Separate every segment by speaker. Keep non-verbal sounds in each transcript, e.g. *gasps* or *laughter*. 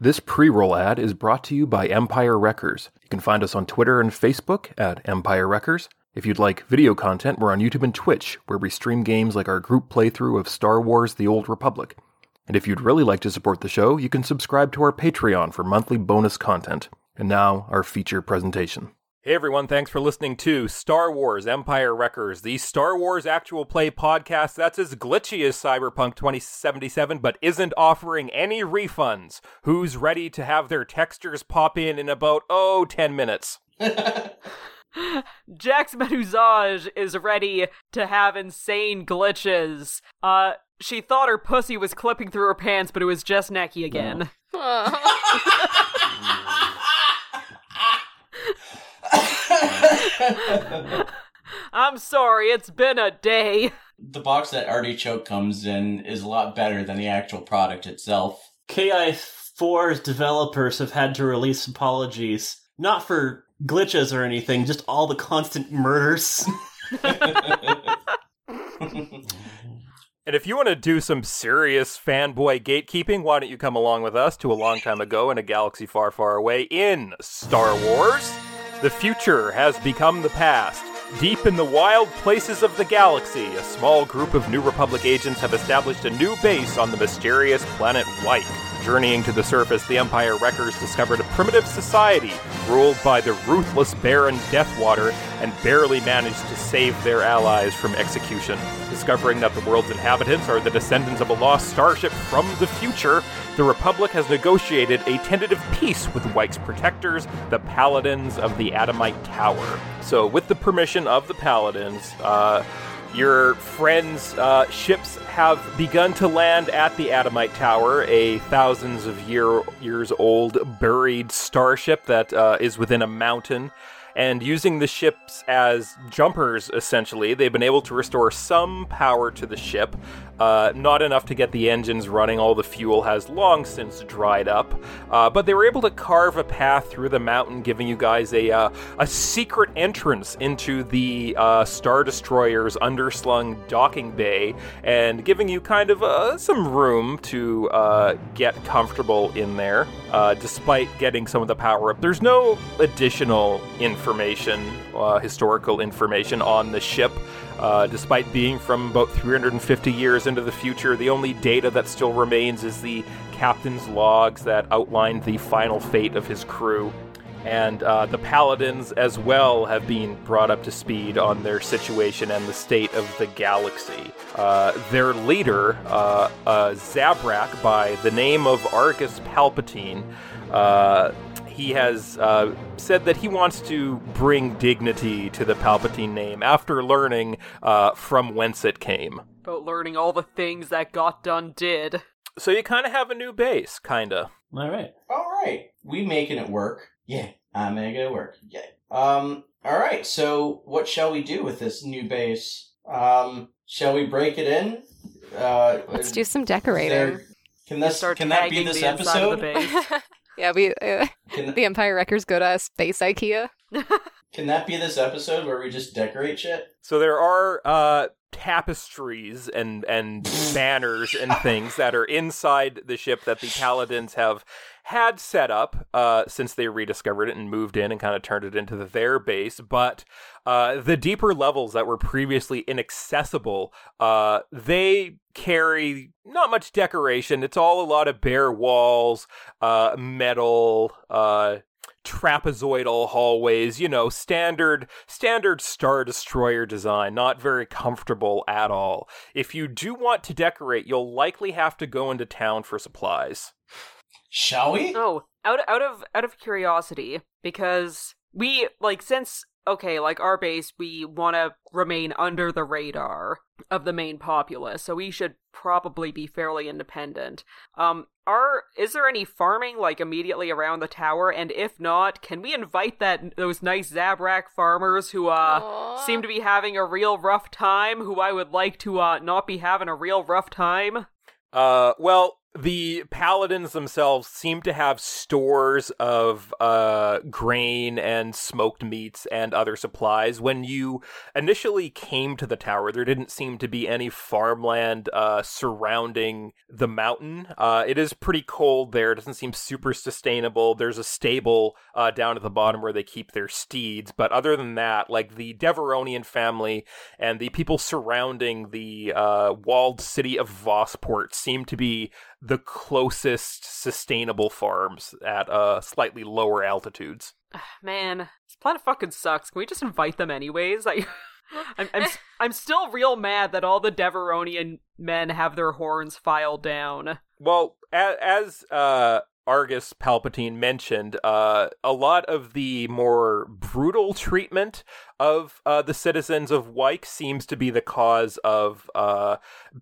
Speaker 1: This pre roll ad is brought to you by Empire Wreckers. You can find us on Twitter and Facebook at Empire Wreckers. If you'd like video content, we're on YouTube and Twitch, where we stream games like our group playthrough of Star Wars The Old Republic. And if you'd really like to support the show, you can subscribe to our Patreon for monthly bonus content. And now, our feature presentation. Hey everyone, thanks for listening to Star Wars Empire Wreckers, the Star Wars actual play podcast that's as glitchy as Cyberpunk 2077 but isn't offering any refunds. Who's ready to have their textures pop in in about, oh, 10 minutes?
Speaker 2: Jax Medusage is ready to have insane glitches. Uh, she thought her pussy was clipping through her pants, but it was just necky again. *laughs* I'm sorry, it's been a day.
Speaker 3: the box that Artichoke comes in is a lot better than the actual product itself.
Speaker 4: KI4's developers have had to release apologies, not for glitches or anything, just all the constant murders. *laughs*
Speaker 1: And if you want to do some serious fanboy gatekeeping, why don't you come along with us to a long time ago in a galaxy far, far away in Star Wars? The future has become the past. Deep in the wild places of the galaxy, a small group of New Republic agents have established a new base on the mysterious planet Wyke. Journeying to the surface, the Empire Wreckers discovered a primitive society ruled by the ruthless Baron Deathwater and barely managed to save their allies from execution. Discovering that the world's inhabitants are the descendants of a lost starship from the future, the Republic has negotiated a tentative peace with Wyke's protectors, the Paladins of the Adamite Tower. So, with the permission of the Paladins, uh, your friends' uh, ships have begun to land at the Adamite Tower, a thousands of year years old buried starship that uh, is within a mountain. And using the ships as jumpers, essentially, they've been able to restore some power to the ship. Uh, not enough to get the engines running, all the fuel has long since dried up. Uh, but they were able to carve a path through the mountain, giving you guys a, uh, a secret entrance into the uh, Star Destroyer's underslung docking bay and giving you kind of uh, some room to uh, get comfortable in there, uh, despite getting some of the power up. There's no additional information, uh, historical information on the ship. Uh, despite being from about 350 years into the future, the only data that still remains is the captain's logs that outlined the final fate of his crew. And uh, the Paladins, as well, have been brought up to speed on their situation and the state of the galaxy. Uh, their leader, uh, uh, Zabrak, by the name of Argus Palpatine, uh, he has uh, said that he wants to bring dignity to the Palpatine name after learning uh, from whence it came.
Speaker 2: About learning all the things that got done did.
Speaker 1: So you kind of have a new base, kind of.
Speaker 4: all right.
Speaker 3: All right, we making it work. Yeah, I'm making it work. Yeah. Um. All right. So, what shall we do with this new base? Um. Shall we break it in? Uh,
Speaker 5: Let's do some
Speaker 3: is
Speaker 5: *laughs* decorating.
Speaker 3: there- Can this?
Speaker 2: Start
Speaker 3: Can that
Speaker 2: tagging
Speaker 3: be this
Speaker 2: the inside of the
Speaker 3: episode?
Speaker 2: base.
Speaker 5: yeah, we uh,
Speaker 3: Can,
Speaker 5: the Empire Wreckers go to Space IKEA.
Speaker 3: can that be this episode where we just decorate shit?
Speaker 1: So there are uh, tapestries and and banners and things that are inside the ship that the Paladins have had set up uh, since they rediscovered it and moved in and kind of turned it into their base. But uh, the deeper levels that were previously inaccessible, uh, they carry not much decoration. It's all a lot of bare walls, uh, metal. Uh, trapezoidal hallways you know standard standard star destroyer design not very comfortable at all if you do want to decorate you'll likely have to go into town for supplies
Speaker 3: Shall we?
Speaker 2: Oh, out out of out of curiosity, because we like since okay, like our base, we want to remain under the radar of the main populace, so we should probably be fairly independent. Um, are is there any farming like immediately around the tower? And if not, can we invite that those nice Zabrak farmers who uh
Speaker 5: Aw.
Speaker 2: seem to be having a real rough time, who I would like to uh not be having a real rough time?
Speaker 1: Uh, well, the paladins themselves seem to have stores of uh, grain and smoked meats and other supplies. When you initially came to the tower, there didn't seem to be any farmland uh, surrounding the mountain. Uh, it is pretty cold there. It doesn't seem super sustainable. There's a stable uh, down at the bottom where they keep their steeds. But other than that, like the Deveronian family and the people surrounding the uh, walled city of Vosport seem to be the closest sustainable farms at uh, slightly lower altitudes.
Speaker 2: Man, this planet fucking sucks. Can we just invite them anyways? *laughs* I, I'm, I'm, s- I'm still real mad that all the Deveronian men have their horns filed down.
Speaker 1: Well, as, as uh, Argus Palpatine mentioned, uh, a lot of the more brutal treatment of uh, the citizens of Wyke seems to be the cause of uh,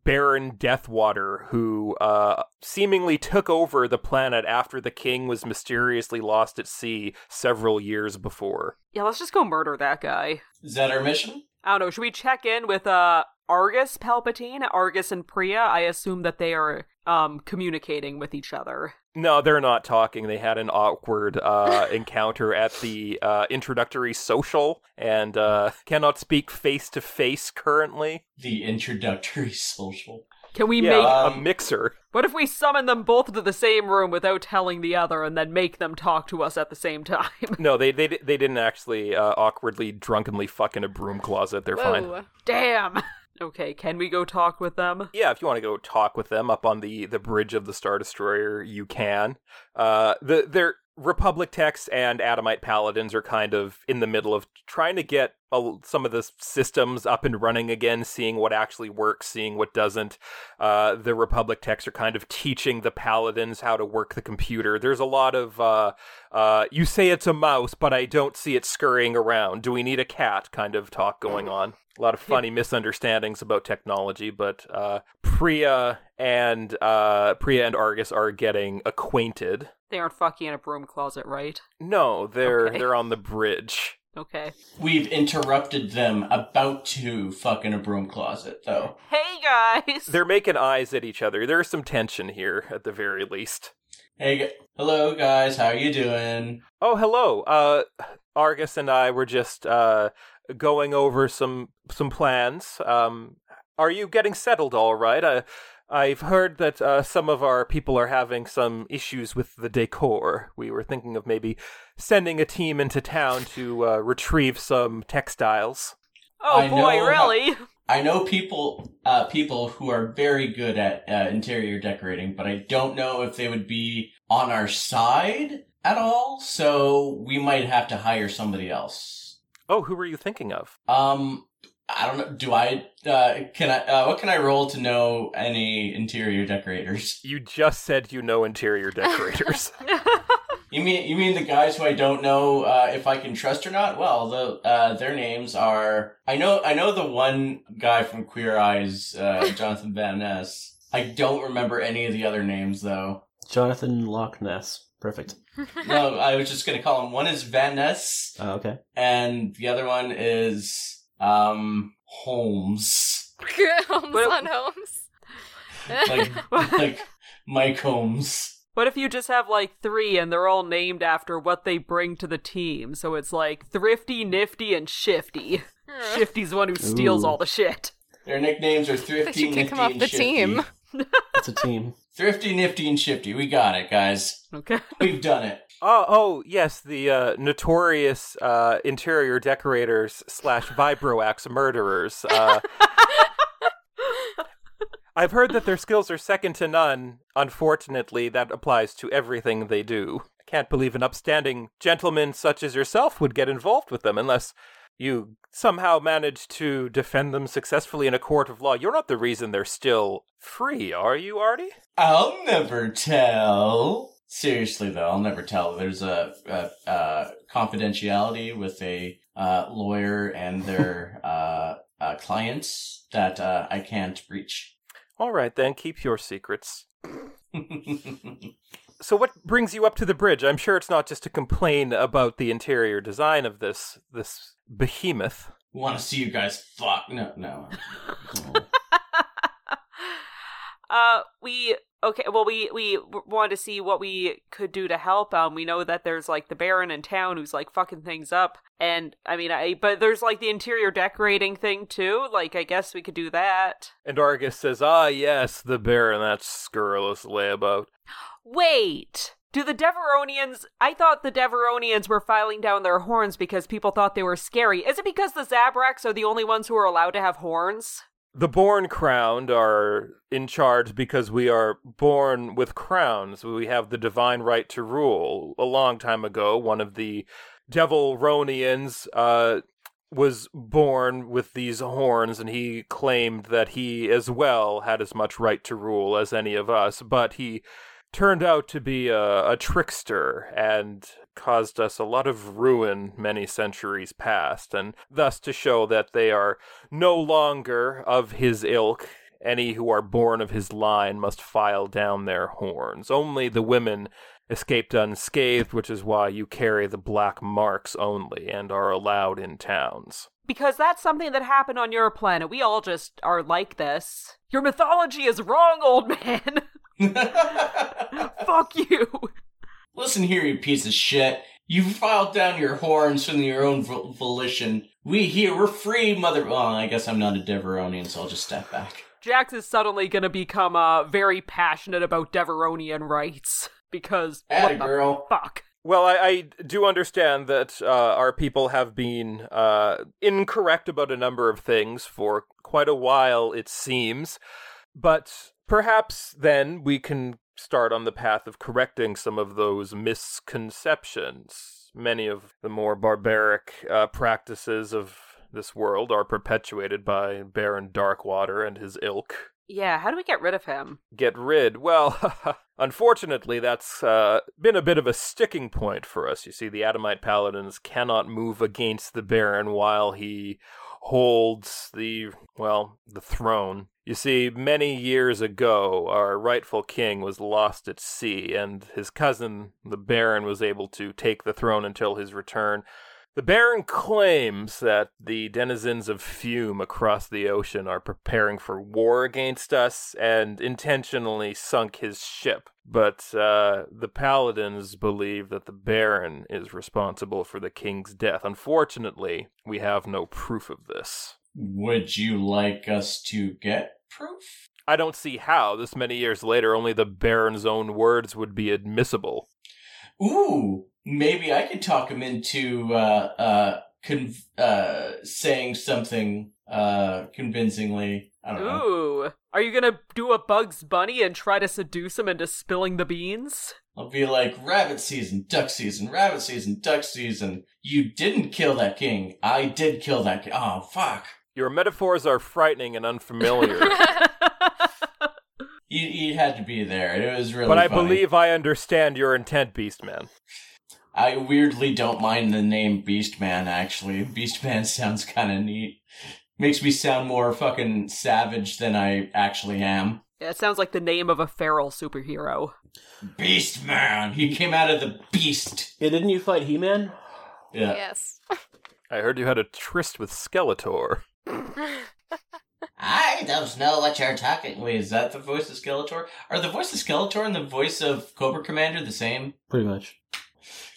Speaker 1: Baron Deathwater, who uh, seemingly took over the planet after the king was mysteriously lost at sea several years before.
Speaker 2: Yeah, let's just go murder that guy.
Speaker 3: Is that our mission?
Speaker 2: I don't know. Should we check in with uh Argus Palpatine, Argus and Priya? I assume that they are um communicating with each other.
Speaker 1: No, they're not talking. They had an awkward uh, encounter at the uh, introductory social and uh, cannot speak face to face currently.
Speaker 3: The introductory *laughs* social.
Speaker 2: Can we
Speaker 1: yeah,
Speaker 2: make?
Speaker 1: a
Speaker 3: Um,
Speaker 1: mixer.
Speaker 2: What if we summon them both to the same room without telling the other, and then make them talk to us at the same time? *laughs*
Speaker 1: No, they they they didn't actually uh, awkwardly, drunkenly fuck in a broom closet. They're
Speaker 5: *laughs*
Speaker 1: fine.
Speaker 5: Whoa.
Speaker 2: Damn. Okay, can we go talk with them?
Speaker 1: Yeah, if you want to go talk with them up on the the bridge of the Star Destroyer, you can. Uh, the their Republic techs and Adamite Paladins are kind of in the middle of trying to get a, some of the systems up and running again, seeing what actually works, seeing what doesn't. Uh, the Republic techs are kind of teaching the Paladins how to work the computer. There's a lot of uh, uh, you say it's a mouse, but I don't see it scurrying around. Do we need a cat? Kind of talk going on. A lot of funny misunderstandings about technology, but uh, Priya and uh, Priya and Argus are getting acquainted.
Speaker 2: They aren't fucking in a broom closet, right?
Speaker 1: No, they're
Speaker 2: Okay.
Speaker 1: they're on the bridge.
Speaker 2: Okay.
Speaker 3: We've interrupted them about to fuck in a broom closet, though.
Speaker 2: Hey guys.
Speaker 1: They're making eyes at each other. There's some tension here, at the very least.
Speaker 3: Hey, gu- hello guys, how you doing?
Speaker 1: Oh, hello. Uh, Argus and I were just uh, going over some some plans. Um, are you getting settled all right? I, I've heard that uh, some of our people are having some issues with the decor. We were thinking of maybe sending a team into town to uh, retrieve some textiles.
Speaker 2: *laughs* oh
Speaker 3: I
Speaker 2: boy,
Speaker 3: know how-
Speaker 2: really?
Speaker 3: I know people, uh, people who are very good at uh, interior decorating, but I don't know if they would be on our side at all. So we might have to hire somebody else.
Speaker 1: Oh, who were you thinking of?
Speaker 3: Um, I don't know. Do I? Uh, can I? Uh, what can I roll to know any interior decorators?
Speaker 1: You just said you know interior decorators.
Speaker 3: You mean you mean the guys who I don't know uh, if I can trust or not? Well, the uh, their names are. I know I know the one guy from Queer Eyes,
Speaker 5: *laughs*
Speaker 3: uh, Jonathan Van Ness. I don't remember any of the other names
Speaker 5: *laughs*
Speaker 3: though.
Speaker 4: Jonathan Loch Ness. Perfect.
Speaker 3: No, I was just gonna call him. One is Van Ness,
Speaker 4: Oh, okay.
Speaker 3: and the other one is um Holmes,
Speaker 5: Holmes
Speaker 2: Well-
Speaker 5: on Holmes. *laughs*
Speaker 3: like like Mike Holmes.
Speaker 2: What if you just have like three and they're all named after what they bring to the team? So it's like Thrifty, Nifty, and *laughs* Shifty. Shifty's the one who steals
Speaker 4: Ooh.
Speaker 2: all the shit.
Speaker 3: Their nicknames are Thrifty,
Speaker 5: should
Speaker 3: Nifty,
Speaker 5: kick him off
Speaker 3: and
Speaker 5: the
Speaker 3: Shifty.
Speaker 5: team.
Speaker 4: It's a team.
Speaker 3: Thrifty, Nifty, and Shifty. We got it, guys.
Speaker 2: Okay.
Speaker 3: We've done it.
Speaker 1: Oh, oh yes, the uh, notorious uh, interior decorators slash vibroax murderers. Uh, I've heard that their skills are second to none. Unfortunately, that applies to everything they do. I can't believe an upstanding gentleman such as yourself would get involved with them unless you somehow manage to defend them successfully in a court of law. You're not the reason they're still free, are you, Artie?
Speaker 3: I'll never tell. Seriously, though, I'll never tell. There's a, a, a confidentiality with a uh, lawyer and their uh, uh, clients that uh, I can't *laughs* breach.
Speaker 1: All right, then, keep your secrets. So what brings you up to the bridge? I'm sure it's not just to complain about the interior design of this this behemoth.
Speaker 3: Want to see you guys fuck? No, no.
Speaker 2: *laughs* Uh, we okay. Well, we we w- wanted to see what we could do to help. Um, we know that there's like the Baron in town who's like fucking things up, and I mean, I but there's like the interior decorating thing too. Like, I guess we could do that.
Speaker 1: And Argus says, Ah, yes, the Baron, that scurrilous layabout.
Speaker 2: Wait. Do the Deveronians? I thought the Deveronians were filing down their horns because people thought they were scary. Is it because the Zabraks are the only ones who are allowed to have horns?
Speaker 1: The born crowned are in charge because we are born with crowns. We have the divine right to rule. A long time ago, one of the Devilronians uh, was born with these horns, and he claimed that he as well had as much right to rule as any of us, but he turned out to be a, a trickster and caused us a lot of ruin many centuries past, and thus to show that they are no longer of his ilk. Any who are born of his line must file down their horns. Only the women escaped unscathed, which is why you carry the black marks only and are allowed in towns.
Speaker 2: Because that's something that happened on your planet. We all just are like this. Your mythology is wrong, old man. *laughs* Fuck you.
Speaker 3: *laughs* Listen here, you piece of shit. You filed down your horns from your own vol- volition. We here, we're free, mother. Oh, I guess I'm not a Deveronian, so I'll just step back.
Speaker 2: Jax is suddenly going to become uh, very passionate about Deveronian rights *laughs* because
Speaker 3: Atta
Speaker 2: what the
Speaker 3: girl.
Speaker 2: fuck?
Speaker 1: Well, I, I do understand that uh, our people have been uh, incorrect about a number of things for quite a while, it seems. But perhaps then we can start on the path of correcting some of those misconceptions. Many of the more barbaric uh, practices of this world are perpetuated by Baron Darkwater and his ilk
Speaker 2: Yeah, how do we get rid of him?
Speaker 1: get rid. Well, *laughs* unfortunately, that's uh, been a bit of a sticking point for us. You see, the Adamite Paladins cannot move against the Baron while he holds the, well, the throne. You see, many years ago, our rightful king was lost at sea, and his cousin, the Baron, was able to take the throne until his return. The Baron claims that the denizens of Fume across the ocean are preparing for war against us and intentionally sunk his ship. But uh, the Paladins believe that the Baron is responsible for the King's death. Unfortunately, we have no proof of this.
Speaker 3: Would you like us to get proof?
Speaker 1: I don't see how, this many years later, only the Baron's own words would be admissible.
Speaker 3: Ooh, maybe I could talk him into uh, uh, con- uh, saying something uh, convincingly. I don't know.
Speaker 2: Ooh, are you going to do a Bugs Bunny and try to seduce him into spilling the beans? *laughs*
Speaker 3: I'll be like, rabbit season, duck season, rabbit season, duck season. You didn't kill that king. I did kill that king. Oh, fuck.
Speaker 1: Your metaphors are frightening and unfamiliar.
Speaker 3: You, you had to be there. It was *laughs* really
Speaker 1: but I
Speaker 3: funny.
Speaker 1: believe I understand your intent, Beastman.
Speaker 3: I weirdly don't mind the name Beastman, actually. Beastman *laughs* sounds kind of neat. Makes me sound more fucking savage than I actually am.
Speaker 2: Yeah, it sounds like the name of a feral superhero.
Speaker 3: Beastman! He came out of the beast!
Speaker 4: Yeah, didn't you fight He Man?
Speaker 3: Yeah.
Speaker 5: Yes. *laughs*
Speaker 1: I heard you had a tryst with Skeletor.
Speaker 3: I don't know what you're talking. Wait, is that the voice of Skeletor? Are the voice of Skeletor and the voice of Cobra Commander the same?
Speaker 4: Pretty much.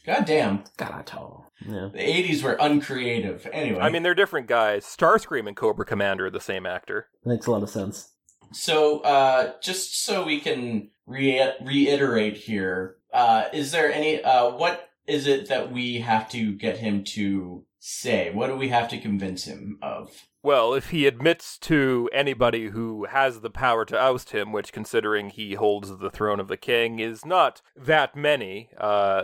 Speaker 3: God damn.
Speaker 4: Yeah.
Speaker 3: The 80s were uncreative. Anyway.
Speaker 1: I mean, they're different guys. Starscream and Cobra Commander are the same actor.
Speaker 4: Makes a lot of sense.
Speaker 3: So, uh, just so we can re- reiterate here, uh, is there any, uh, what is it that we have to get him to say? What do we have to convince him of?
Speaker 1: Well, if he admits to anybody who has the power to oust him, which, considering he holds the throne of the king, is not that many, uh,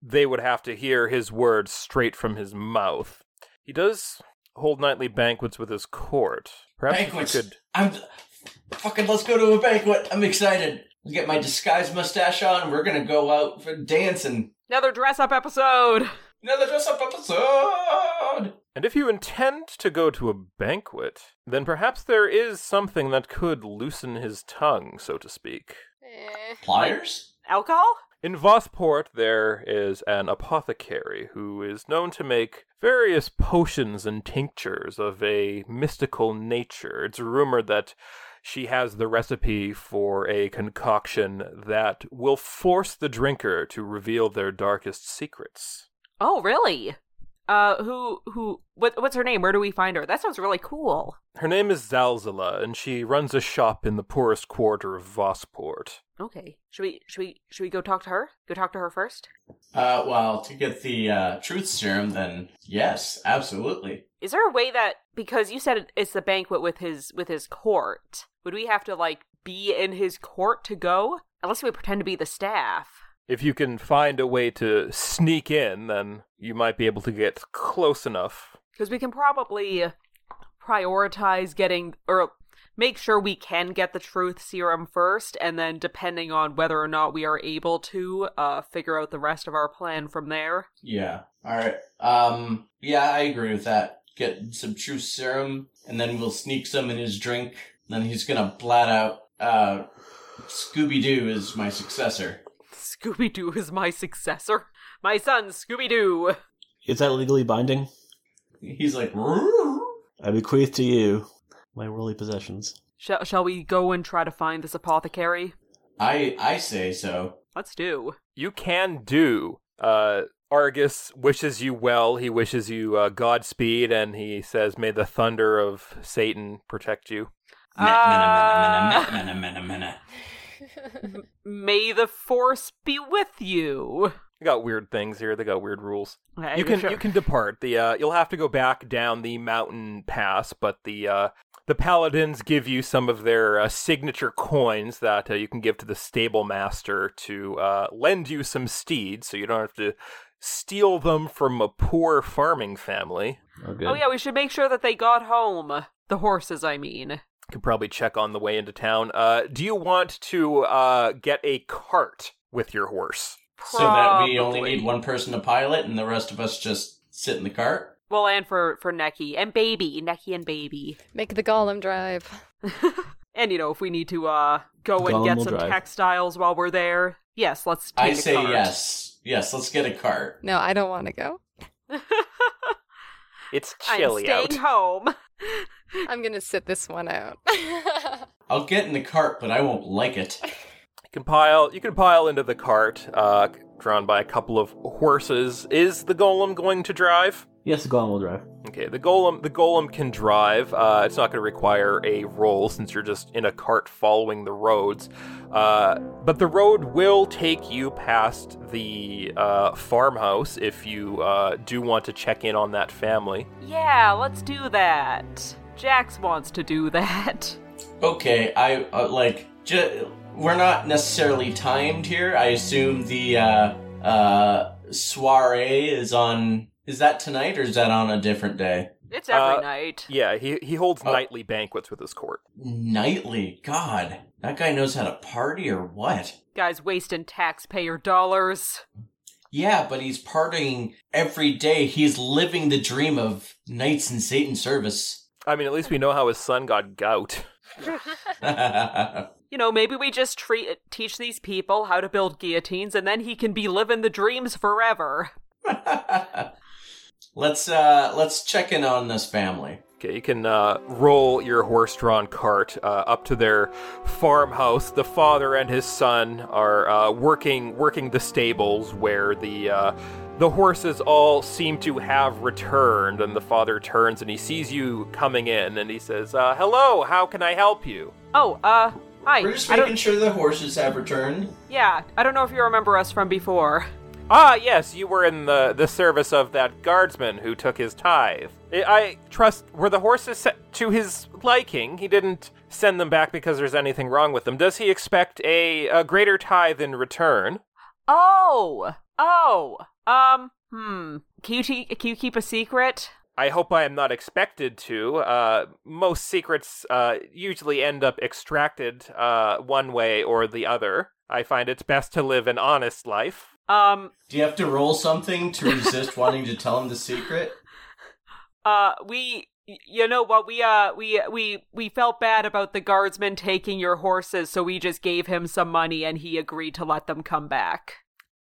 Speaker 1: they would have to hear his words straight from his mouth. He does hold nightly banquets with his court. Perhaps if you
Speaker 3: Banquets.
Speaker 1: could.
Speaker 3: I'm, fucking, let's go to a banquet. I'm excited. I'll get my disguise mustache on. We're gonna go out for dancing.
Speaker 2: Another dress up episode.
Speaker 3: Another dress up episode!
Speaker 1: And if you intend to go to a banquet, then perhaps there is something that could loosen his tongue, so to speak.
Speaker 5: Eh.
Speaker 3: Pliers?
Speaker 2: Alcohol?
Speaker 1: In Vosport, there is an apothecary who is known to make various potions and tinctures of a mystical nature. It's rumored that she has the recipe for a concoction that will force the drinker to reveal their darkest secrets.
Speaker 2: Oh, really? Uh, who who? What what's her name? Where do we find her? That sounds really cool.
Speaker 1: Her name is Zalzala, and she runs a shop in the poorest quarter of Vosport.
Speaker 2: Okay, should we should we should we go talk to her? Go talk to her first.
Speaker 3: Uh, well, to get the uh, truth serum, then yes, absolutely.
Speaker 2: Is there a way that because you said it- it's the banquet with his with his court? Would we have to like be in his court to go? Unless we pretend to be the staff.
Speaker 1: If you can find a way to sneak in, then you might be able to get close enough.
Speaker 2: because we can probably prioritize getting or make sure we can get the truth serum first and then depending on whether or not we are able to uh figure out the rest of our plan from there
Speaker 3: Yeah. All right. Um. Yeah, I agree with that. Get some truth serum, and then we'll sneak some in his drink. Then he's gonna blat out, uh, "Scooby Doo is my successor."
Speaker 2: scooby-doo is my successor my son scooby-doo
Speaker 4: Is that legally binding?
Speaker 3: He's like, "Roo."
Speaker 4: I bequeath to you my worldly possessions.
Speaker 2: shall, shall we go and try to find this apothecary
Speaker 3: "I I say so."
Speaker 2: let's do
Speaker 1: You can do. Uh, Argus wishes you well. He wishes you uh, Godspeed, and he says, May the thunder of Satan protect you.
Speaker 2: Ah.
Speaker 3: Mena, mena, mena, mena, mena.
Speaker 2: may the force be with you
Speaker 1: They got weird things here. They got weird rules.
Speaker 2: Okay,
Speaker 1: you can
Speaker 2: sure.
Speaker 1: you can depart. The uh, you'll have to go back down the mountain pass, but the uh, the paladins give you some of their uh, signature coins that uh, you can give to the stable master to uh, lend you some steeds, so you don't have to steal them from a poor farming family.
Speaker 2: oh yeah we should make sure that they got home the horses i mean
Speaker 1: Could probably check on the way into town. Uh, do you want to uh, get a cart with your horse?
Speaker 3: So that we only
Speaker 2: Probably.
Speaker 3: need one person to pilot, and the rest of us just sit in the cart.
Speaker 2: Well, and for for Neki and baby, Neki and baby, *laughs*
Speaker 5: Make the golem drive.
Speaker 2: and you know if we need to uh go and
Speaker 4: Gollum
Speaker 2: get
Speaker 4: will
Speaker 2: some
Speaker 4: drive.
Speaker 2: textiles while we're there. Yes, let's. Take
Speaker 3: I
Speaker 2: a
Speaker 3: say
Speaker 2: cart. *laughs*
Speaker 3: yes. Yes, let's get a cart.
Speaker 5: No, I don't want to go.
Speaker 1: It's
Speaker 2: I'm
Speaker 1: chilly out.
Speaker 2: staying home.
Speaker 5: I'm gonna sit this one out. *laughs*
Speaker 3: I'll get in the cart, but I won't like it.
Speaker 1: can pile you can pile into the cart uh, drawn by a couple of horses is the golem going to drive
Speaker 4: Yes, the golem will drive.
Speaker 1: okay the golem the golem can drive uh, it's not going to require a roll since you're just in a cart following the roads uh, but the road will take you past the uh, farmhouse if you uh, do want to check in on that family
Speaker 2: Yeah, let's do that. Jax wants to do that.
Speaker 3: Okay, I uh, like. Ju- we're not necessarily timed here. I assume the uh, uh, soiree is on. Is that tonight or is that on a different day?
Speaker 2: It's every
Speaker 1: Uh,
Speaker 2: night.
Speaker 1: yeah he, he holds
Speaker 3: Oh.
Speaker 1: nightly banquets with his court
Speaker 3: Nightly. God, that guy knows how to party or what?
Speaker 2: Guys wasting taxpayer dollars.
Speaker 3: Yeah, but he's partying every day. He's living the dream of knights in Satan service. *laughs*
Speaker 1: i mean at least we know how his son got gout *laughs*
Speaker 2: You know, maybe we just treat teach these people how to build guillotines, and then he can be living the dreams forever.
Speaker 3: let's uh let's check in on this family.
Speaker 1: Okay, you can uh, roll your horse drawn cart uh, up to their farmhouse. The father and his son are uh, working working the stables where the uh, the horses all seem to have returned. And the father turns and he sees you coming in and he says, uh, Hello, how can I help you?
Speaker 2: Oh, uh, hi.
Speaker 3: We're just
Speaker 2: I don't-
Speaker 3: making sure the horses have returned.
Speaker 2: Yeah, I don't know if you remember us from before.
Speaker 1: Ah, yes, you were in the, the service of that guardsman who took his tithe. I, I trust, were the horses set to his liking? He didn't send them back because there's anything wrong with them. Does he expect a, a greater tithe in return?
Speaker 2: Oh, oh, um, hmm. Can you, te- can you keep a secret?
Speaker 1: I hope I am not expected to. Uh, most secrets uh, usually end up extracted uh, one way or the other. I find it's best to live an honest life.
Speaker 2: Um,
Speaker 3: Do you have to roll something to
Speaker 2: *laughs*
Speaker 3: resist wanting to tell him the secret?
Speaker 2: uh, we, y- you know what? We, uh, we, we, we felt bad about the guardsman taking your horses, so we just gave him some money and he agreed to let them come back.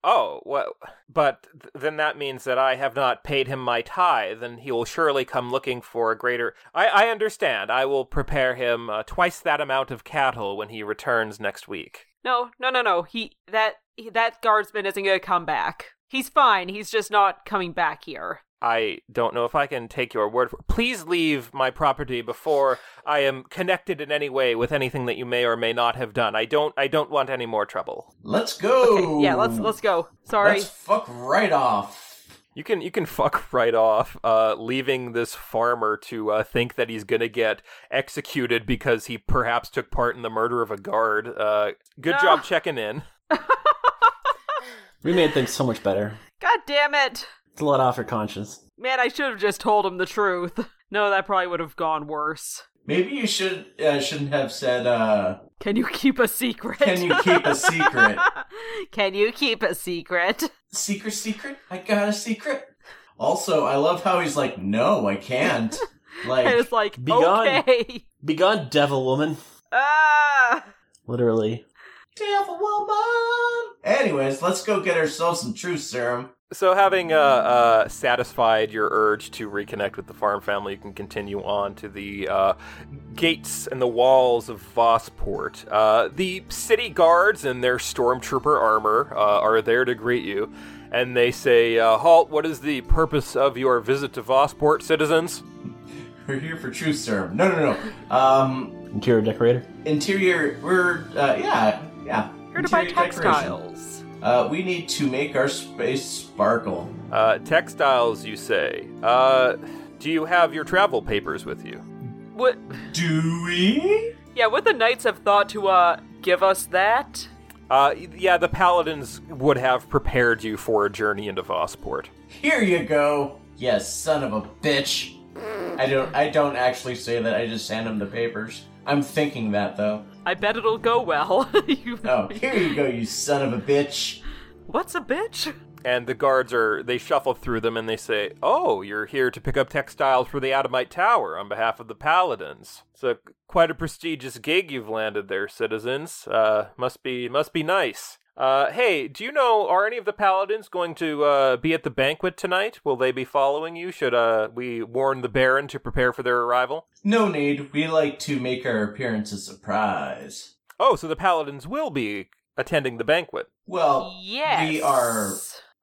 Speaker 1: Oh, well, but th- then that means that I have not paid him my tithe, and he will surely come looking for a greater. I, I understand. I will prepare him uh, twice that amount of cattle when he returns next week.
Speaker 2: No, no, no, no. He that he, that guardsman isn't going to come back. He's fine. He's just not coming back here.
Speaker 1: I don't know if I can take your word for. Please leave my property before I am connected in any way with anything that you may or may not have done. I don't. I don't want any more trouble.
Speaker 3: Let's go.
Speaker 2: Okay, yeah, let's let's go. Sorry.
Speaker 3: Let's fuck right off.
Speaker 1: You can you can fuck *laughs* right off, uh, leaving this farmer to uh, think that he's gonna get executed because he perhaps took part in the murder of a guard. Uh, good
Speaker 2: No.
Speaker 1: job checking in.
Speaker 4: We made things so much better.
Speaker 2: God damn it.
Speaker 4: It's a lot off your conscience.
Speaker 2: Man, I should have just told him the truth. No, that probably would have gone worse.
Speaker 3: Maybe you should uh, shouldn't have said. uh
Speaker 2: Can you keep a secret?
Speaker 3: Can you keep a secret?
Speaker 2: *laughs* Can you keep a secret?
Speaker 3: secret, secret. I got a secret. Also, I love how he's like, "No, I can't."
Speaker 2: *laughs* And
Speaker 3: Like,
Speaker 2: it's like,
Speaker 4: Begone.
Speaker 2: okay.
Speaker 4: Begone, devil woman.
Speaker 2: Ah!
Speaker 4: Literally.
Speaker 3: devil woman. Anyways, let's go get ourselves some truth serum.
Speaker 1: So, having uh, uh, satisfied your urge to reconnect with the farm family, you can continue on to the uh, gates and the walls of Vosport. Uh, the city guards in their stormtrooper armor uh, are there to greet you, and they say, uh, "Halt! What is the purpose of your visit to Vosport, citizens?"
Speaker 3: We're here for truth serum. No, no, no. Um,
Speaker 4: Interior decorator.
Speaker 3: interior. We're uh, yeah, yeah.
Speaker 2: Here to buy
Speaker 3: Interior decoration.
Speaker 2: textiles.
Speaker 3: Uh, we need to make our space sparkle.
Speaker 1: Uh, textiles, you say. Uh, do you have your travel papers with you?
Speaker 2: What?
Speaker 3: Do we?
Speaker 2: Yeah, would the knights have thought to uh give us that?
Speaker 1: Uh, yeah, the paladins would have prepared you for a journey into Vosport.
Speaker 3: Here you go. Yes, son of a bitch. I don't. I don't actually say that. I just hand him the papers. I'm thinking that though.
Speaker 2: I bet it'll go well. *laughs* you,
Speaker 3: Oh, here you go, you son of a bitch.
Speaker 2: What's a bitch?
Speaker 1: and the guards are they shuffle through them and they say oh you're here to pick up textiles for the adamite tower on behalf of the paladins so quite a prestigious gig you've landed there citizens uh must be must be nice uh hey do you know are any of the paladins going to uh be at the banquet tonight will they be following you should uh we warn the baron to prepare for their arrival
Speaker 3: No need. We like to make our appearance a surprise.
Speaker 1: oh so the paladins will be attending the banquet
Speaker 3: Well,
Speaker 2: yes.
Speaker 3: Oh, we are.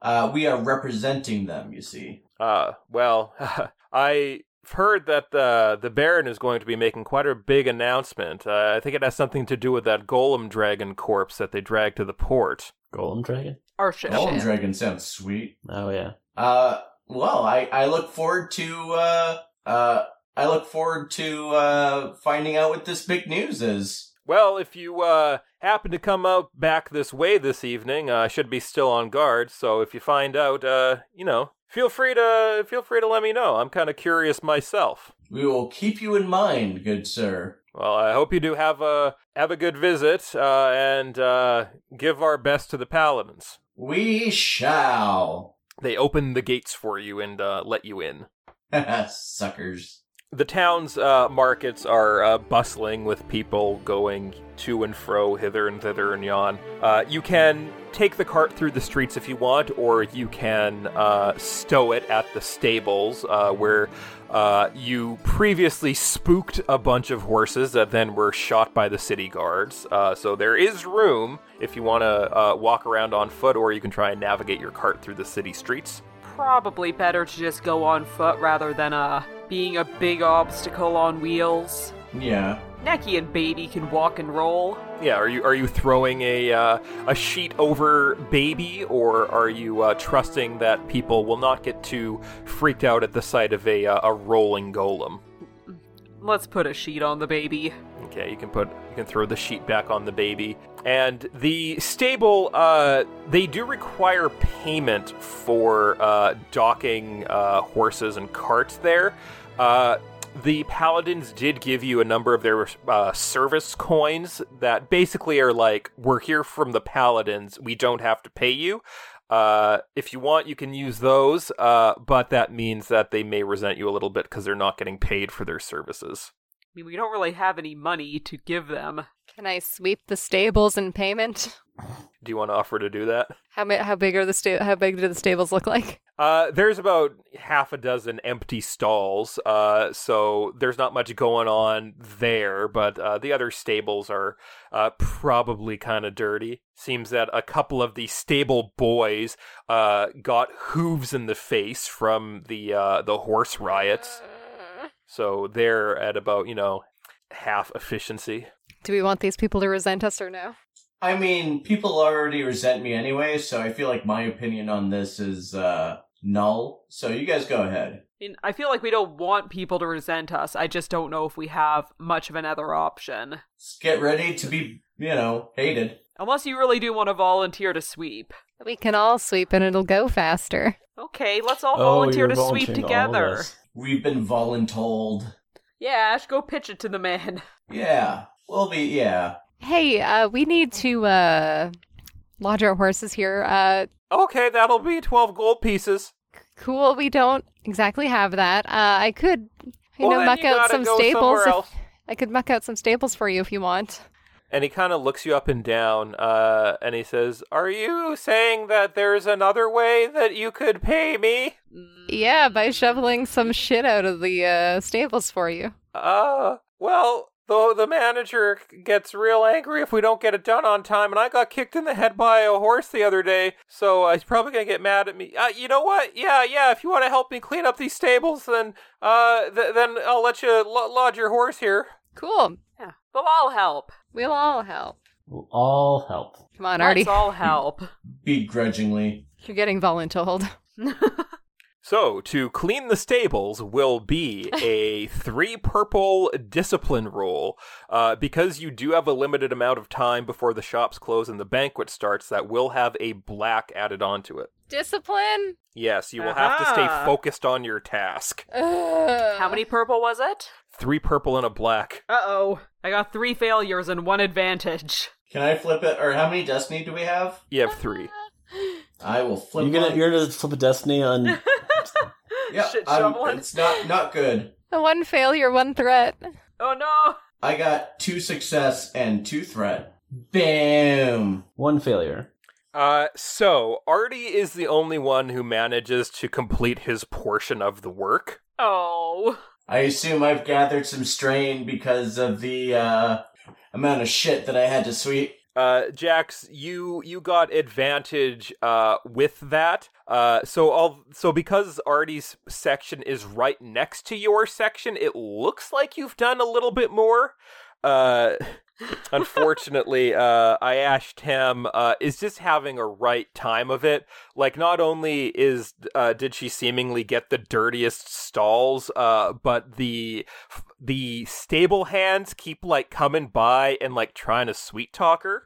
Speaker 3: Uh, we are representing them. You see.
Speaker 1: Uh, well, *laughs* I've heard that the the Baron is going to be making quite a big announcement. Uh, I think it has something to do with that golem dragon corpse that they dragged to the port.
Speaker 4: Golem dragon.
Speaker 2: Our ship.
Speaker 5: Oh.
Speaker 3: Golden
Speaker 5: shit.
Speaker 3: dragon sounds sweet.
Speaker 4: Oh yeah.
Speaker 3: Uh, well, I, I look forward to, uh, uh, I look forward to, uh, finding out what this big news is.
Speaker 1: Well, if you uh, happen to come out back this way this evening, uh, I should be still on guard. So if you find out, uh, you know, feel free to feel free to let me know. I'm kind of curious myself.
Speaker 3: We will keep you in mind, good sir.
Speaker 1: Well, I hope you do have a have a good visit uh, and uh, give our best to the paladins.
Speaker 3: We shall. *laughs*
Speaker 1: they open the gates for you and uh, let you in.
Speaker 3: Suckers.
Speaker 1: The town's uh, markets are uh, bustling with people going to and fro, hither and thither and yon. Uh, you can take the cart through the streets if you want, or you can uh, stow it at the stables uh, where uh, you previously spooked a bunch of horses that then were shot by the city guards. Uh, so there is room if you want to uh, walk around on foot, or you can try and navigate your cart through the city streets.
Speaker 2: Probably better to just go on foot rather than uh being a big obstacle on wheels.
Speaker 3: Yeah.
Speaker 2: Necky and Baby can walk and roll.
Speaker 1: Yeah, are you are you throwing a uh, a sheet over baby, or are you uh, trusting that people will not get too freaked out at the sight of a uh, a rolling golem?
Speaker 2: Let's put a sheet on the baby.
Speaker 1: Okay, you can put you can throw the sheet back on the baby, and the stable uh, they do require payment for uh, docking uh, horses and carts there. Uh, the paladins did give you a number of their uh, service coins that basically are like we're here from the paladins we don't have to pay you uh, if you want you can use those uh, but that means that they may resent you a little bit because they're not getting paid for their services
Speaker 2: I mean, we don't really have any money to give them.
Speaker 5: Can I sweep the stables in payment?
Speaker 1: Do you want to offer to do that?
Speaker 5: How ma- how big are the sta- how big do the stables look like?
Speaker 1: Uh, there's about half a dozen empty stalls, uh, so there's not much going on there. But uh, the other stables are uh, probably kind of dirty. Seems that a couple of the stable boys uh, got hooves in the face from the uh, the horse riots,
Speaker 5: Uh,
Speaker 1: so they're at about you know half efficiency.
Speaker 5: Do we want these people to resent us or no?
Speaker 3: I mean, people already resent me anyway, so I feel like my opinion on this is uh, null. So you guys go ahead.
Speaker 2: I mean, I feel like we don't want people to resent us. I just don't know if we have much of another option.
Speaker 3: Let's get ready to be, you know, hated.
Speaker 2: Unless you really do want to volunteer to sweep.
Speaker 5: We can all sweep and it'll go faster.
Speaker 2: Okay, let's all
Speaker 6: Oh,
Speaker 2: volunteer
Speaker 6: you're
Speaker 2: to sweep
Speaker 6: volunteering all of
Speaker 2: together.
Speaker 6: us.
Speaker 3: We've been voluntold.
Speaker 2: Yeah, Ash, go pitch it to the man. *laughs*
Speaker 3: Yeah, we'll be. Yeah,
Speaker 5: Hey, uh, we need to uh, lodge our horses here. Uh,
Speaker 1: Okay, that'll be twelve gold pieces.
Speaker 5: cool, we don't exactly have that. Uh, I could, you
Speaker 1: Well,
Speaker 5: know,
Speaker 1: then
Speaker 5: muck
Speaker 1: you
Speaker 5: out
Speaker 1: gotta
Speaker 5: some
Speaker 1: go
Speaker 5: stables.
Speaker 1: somewhere
Speaker 5: if-
Speaker 1: else.
Speaker 5: I could muck out some stables for you if you want.
Speaker 1: and he kind of looks you up and down uh, and he says are you saying that there's another way that you could pay me
Speaker 5: Yeah, by shoveling some shit out of the uh, stables for you.
Speaker 1: uh well though the manager gets real angry if we don't get it done on time and i got kicked in the head by a horse the other day so uh, he's probably gonna get mad at me uh, you know what yeah yeah if you want to help me clean up these stables then uh th- then i'll let you lo- lodge your horse here
Speaker 5: Cool.
Speaker 2: Yeah, but I'll help.
Speaker 5: We'll all help.
Speaker 4: We'll all help.
Speaker 5: Come on, Artie.
Speaker 2: Let's all help.
Speaker 3: begrudgingly.
Speaker 5: You're getting voluntold.
Speaker 1: So, to clean the stables will be a three purple discipline roll. Uh, because you do have a limited amount of time before the shops close and the banquet starts, that will have a black added onto it.
Speaker 5: Discipline.
Speaker 1: Yes, you will have to stay
Speaker 2: Aha.
Speaker 1: focused on your task.
Speaker 5: Ugh.
Speaker 2: How many purple was it?
Speaker 1: Three purple and a black.
Speaker 2: Uh oh. I got three failures and one advantage. *laughs*
Speaker 3: Can I flip it? Or how many destiny do we have?
Speaker 1: You have three.
Speaker 3: I will flip.
Speaker 4: You're gonna
Speaker 3: one.
Speaker 4: you're gonna flip a
Speaker 2: *laughs*
Speaker 4: destiny on
Speaker 3: yeah,
Speaker 2: shit
Speaker 3: I'm-
Speaker 2: shoveling.
Speaker 3: It's not not good.
Speaker 5: The *laughs* one failure, one threat.
Speaker 2: Oh no!
Speaker 3: I got two success and two threat. Boom.
Speaker 4: one failure.
Speaker 1: Uh, so, Artie is the only one who manages to complete his portion of the work.
Speaker 2: Oh.
Speaker 3: I assume I've gathered some strain because of the uh, amount of shit that I had to sweep. *laughs*
Speaker 1: Uh, Jax, you you got advantage uh, with that. Uh, so all so because Artie's section is right next to your section, it looks like you've done a little bit more. Uh, unfortunately, uh, I asked him uh, is just having a right time of it. Like, not only is uh, did she seemingly get the dirtiest stalls, uh, but the the stable hands keep like coming by and like trying to sweet talk her.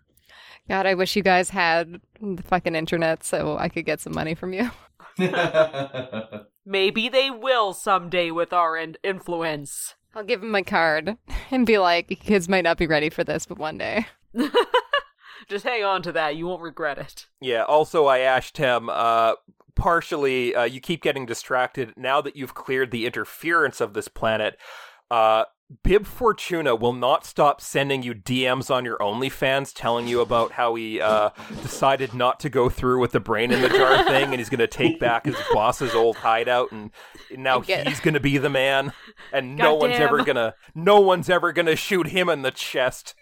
Speaker 5: God, I wish you guys had the fucking internet so I could get some money from you.
Speaker 2: Maybe they will someday with our in- influence. *laughs*
Speaker 5: I'll give him my card *laughs* and be like, "You kids might not be ready for this, but one day.
Speaker 2: Just hang on to that. You won't regret it.
Speaker 1: Yeah. Also, I asked him. Uh, partially, uh, you keep getting distracted now that you've cleared the interference of this planet. Uh, Bib Fortuna will not stop sending you DMs on your OnlyFans telling you about how he uh, decided not to go through with the brain in the
Speaker 5: *laughs*
Speaker 1: jar thing, and he's going to take back his boss's old hideout, and now
Speaker 5: I get-
Speaker 1: he's going to be the man,
Speaker 5: *laughs*
Speaker 1: and no one's
Speaker 2: Goddamn.
Speaker 1: ever gonna, no one's ever gonna shoot him in the chest.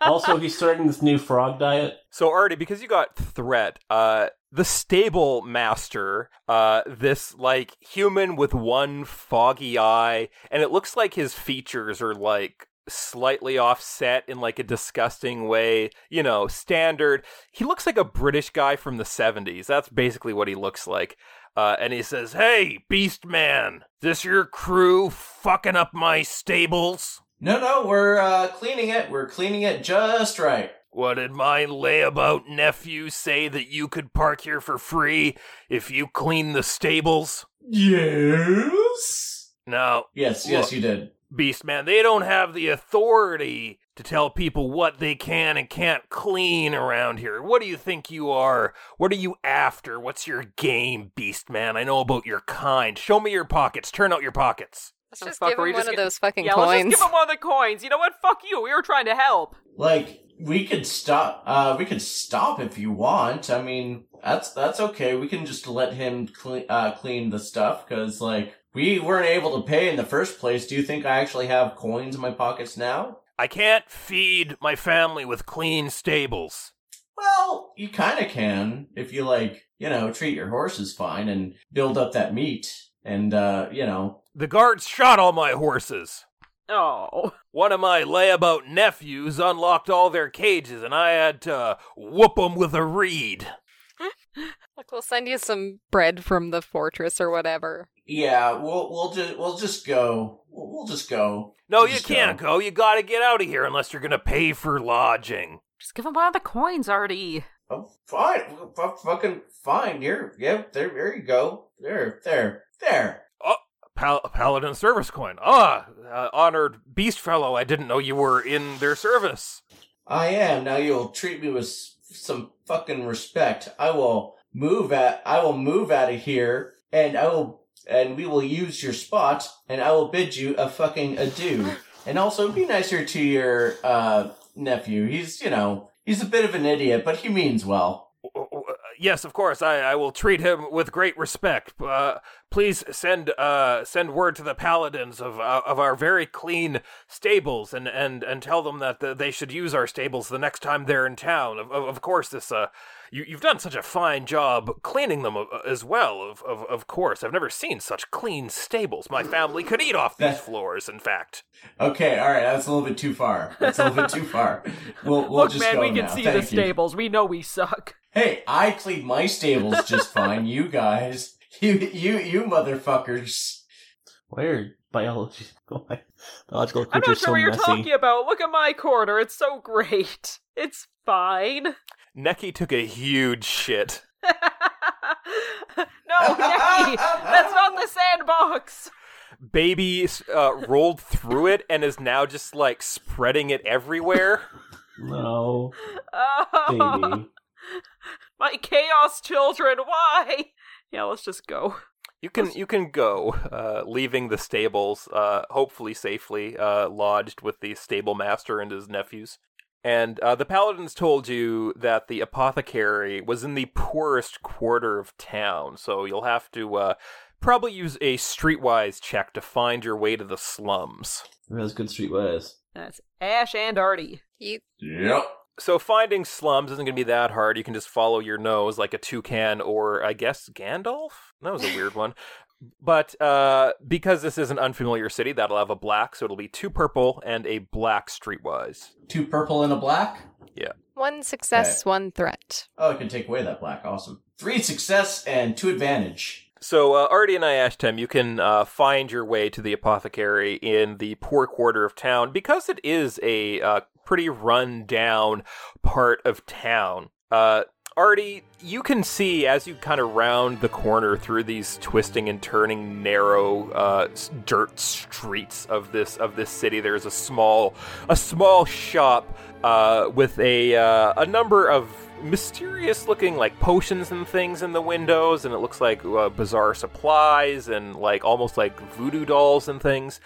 Speaker 4: also, he's starting this new frog diet.
Speaker 1: So Artie, because you got threat, uh, the stable master, uh, this like human with one foggy eye, and it looks like his features are like slightly offset in like a disgusting way, you know, standard. He looks like a British guy from the 70s. That's basically what he looks like. Uh, and he says, "Hey, beast man, this your crew fucking up my stables?
Speaker 3: no, no, we're uh, cleaning it. We're cleaning it just right.
Speaker 1: What did my layabout nephew say that you could park here for free if you clean the stables?
Speaker 3: Yes.
Speaker 1: No,
Speaker 3: Yes, yes,
Speaker 1: Look.
Speaker 3: you did.
Speaker 1: Beastman, they don't have the authority to tell people what they can and can't clean around here. What do you think you are? What are you after? What's your game, Beastman? I know about your kind. Show me your pockets. Turn out your pockets.
Speaker 5: Let's
Speaker 2: Oh,
Speaker 5: just
Speaker 2: fuck,
Speaker 5: give
Speaker 2: were
Speaker 5: him
Speaker 2: you
Speaker 5: one
Speaker 2: just
Speaker 5: of
Speaker 2: get-
Speaker 5: those fucking
Speaker 2: yeah, let's
Speaker 5: coins.
Speaker 2: just give him one of the coins. You know what? Fuck you. We were trying to help.
Speaker 3: Like we could stop. Uh, we could stop if you want. I mean, that's that's okay. We can just let him clean uh, clean the stuff because like we weren't able to pay in the first place. Do you think I actually have coins in my pockets now?
Speaker 1: I can't feed my family with clean stables.
Speaker 3: Well, you kind of can if you like, you know, treat your horses fine and build up that meat and uh, you know,
Speaker 1: The guards shot all my horses.
Speaker 2: Oh.
Speaker 1: One of my layabout nephews unlocked all their cages, and I had to whoop 'em with a reed.
Speaker 5: Look, we'll send you some bread from the fortress or whatever.
Speaker 3: yeah, we'll we'll just we'll just go. We'll we'll just go.
Speaker 1: No,
Speaker 3: We'll
Speaker 1: you
Speaker 3: just
Speaker 1: can't go. You gotta get out of here unless you're gonna pay for lodging.
Speaker 2: Just give him one of the coins already.
Speaker 3: Oh, fine. F- fucking fine. Here, yep. There, there you go. There, there, there.
Speaker 1: Pal- Paladin service coin. Ah, uh, honored beast fellow, I didn't know you were in their service.
Speaker 3: I am. Now you'll treat me with s- some fucking respect. I will move at. I will move out of here, and I will, and we will use your spot, and I will bid you a fucking adieu, and also be nicer to your uh nephew. He's, you know, he's a bit of an idiot, but he means well.
Speaker 1: W- w- Yes, of course. I, I will treat him with great respect. Uh, please send uh, send word to the paladins of uh, of our very clean stables, and, and, and tell them that uh, they should use our stables the next time they're in town. Of, of, of course, this uh, you, you've done such a fine job cleaning them uh, as well. Of, of of course, I've never seen such clean stables. My family could eat off these
Speaker 3: That-
Speaker 1: floors. In fact,
Speaker 3: Okay, all right. That's a little bit too far. That's a little bit too far. We'll,
Speaker 2: *laughs*
Speaker 3: we'll
Speaker 2: Look,
Speaker 3: just
Speaker 2: man,
Speaker 3: go
Speaker 2: we can
Speaker 3: now.
Speaker 2: see
Speaker 3: Thank
Speaker 2: the
Speaker 3: you.
Speaker 2: stables. We know we suck.
Speaker 3: Hey, I clean my stables just fine. You guys, you you you motherfuckers.
Speaker 4: Why are biology, *laughs* why biological
Speaker 2: I'm not
Speaker 4: creatures
Speaker 2: sure
Speaker 4: so
Speaker 2: what you're
Speaker 4: messy?
Speaker 2: talking about. Look at my corner. It's so great. *laughs* It's fine. *laughs*
Speaker 1: Neki took a huge shit.
Speaker 3: *laughs*
Speaker 2: no, Daddy, Oh, that's not the sandbox.
Speaker 1: baby uh, rolled through it and is now just like spreading it everywhere.
Speaker 4: No,
Speaker 2: Oh,
Speaker 4: baby.
Speaker 2: *laughs* my chaos children. Why? Yeah, let's just go.
Speaker 1: You can you can go, uh, leaving the stables, uh, hopefully safely uh, lodged with the stable master and his nephews. And uh, the paladins told you that the apothecary was in the poorest quarter of town, so you'll have to uh, probably use a streetwise check to find your way to the slums.
Speaker 4: that was good streetwise.
Speaker 2: That's Ash and Artie.
Speaker 5: You
Speaker 3: Yep.
Speaker 1: So finding slums isn't going to be that hard. You can just follow your nose like a toucan or I guess Gandalf. That was a weird one. But uh, because this is an unfamiliar city, that'll have a black, so it'll be two purple and a black streetwise.
Speaker 3: Two purple and a black.
Speaker 5: one success, one threat.
Speaker 3: Oh, I can take away that black. Awesome. Three success and two advantage.
Speaker 1: So uh, Artie and I, Ashtem, you can uh, find your way to the apothecary in the poor quarter of town because it is a uh, pretty run down part of town. Uh, Artie, you can see as you kind of round the corner through these twisting and turning narrow uh, s- dirt streets of this of this city. There's a small a small shop uh, with a uh, a number of mysterious looking like potions and things in the windows, and it looks like uh, bizarre supplies and like almost like voodoo dolls and things.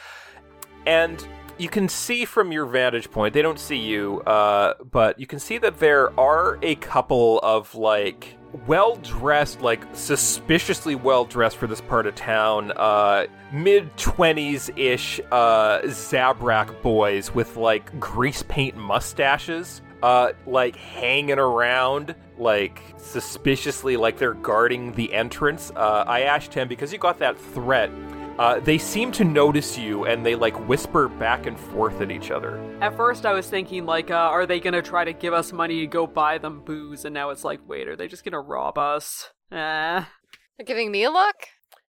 Speaker 1: And you can see from your vantage point, they don't see you, uh, but you can see that there are a couple of like well dressed, like suspiciously well dressed for this part of town, uh, mid 20s ish uh, Zabrak boys with like grease paint mustaches. Uh, like hanging around, like suspiciously, like they're guarding the entrance. Uh, I asked him because you got that threat. Uh, they seem to notice you and they like whisper back and forth at each other.
Speaker 2: At first, I was thinking, like, uh, are they gonna try to give us money to go buy them booze? And now it's like, wait, are they just gonna rob us? Eh.
Speaker 5: They're giving me a look?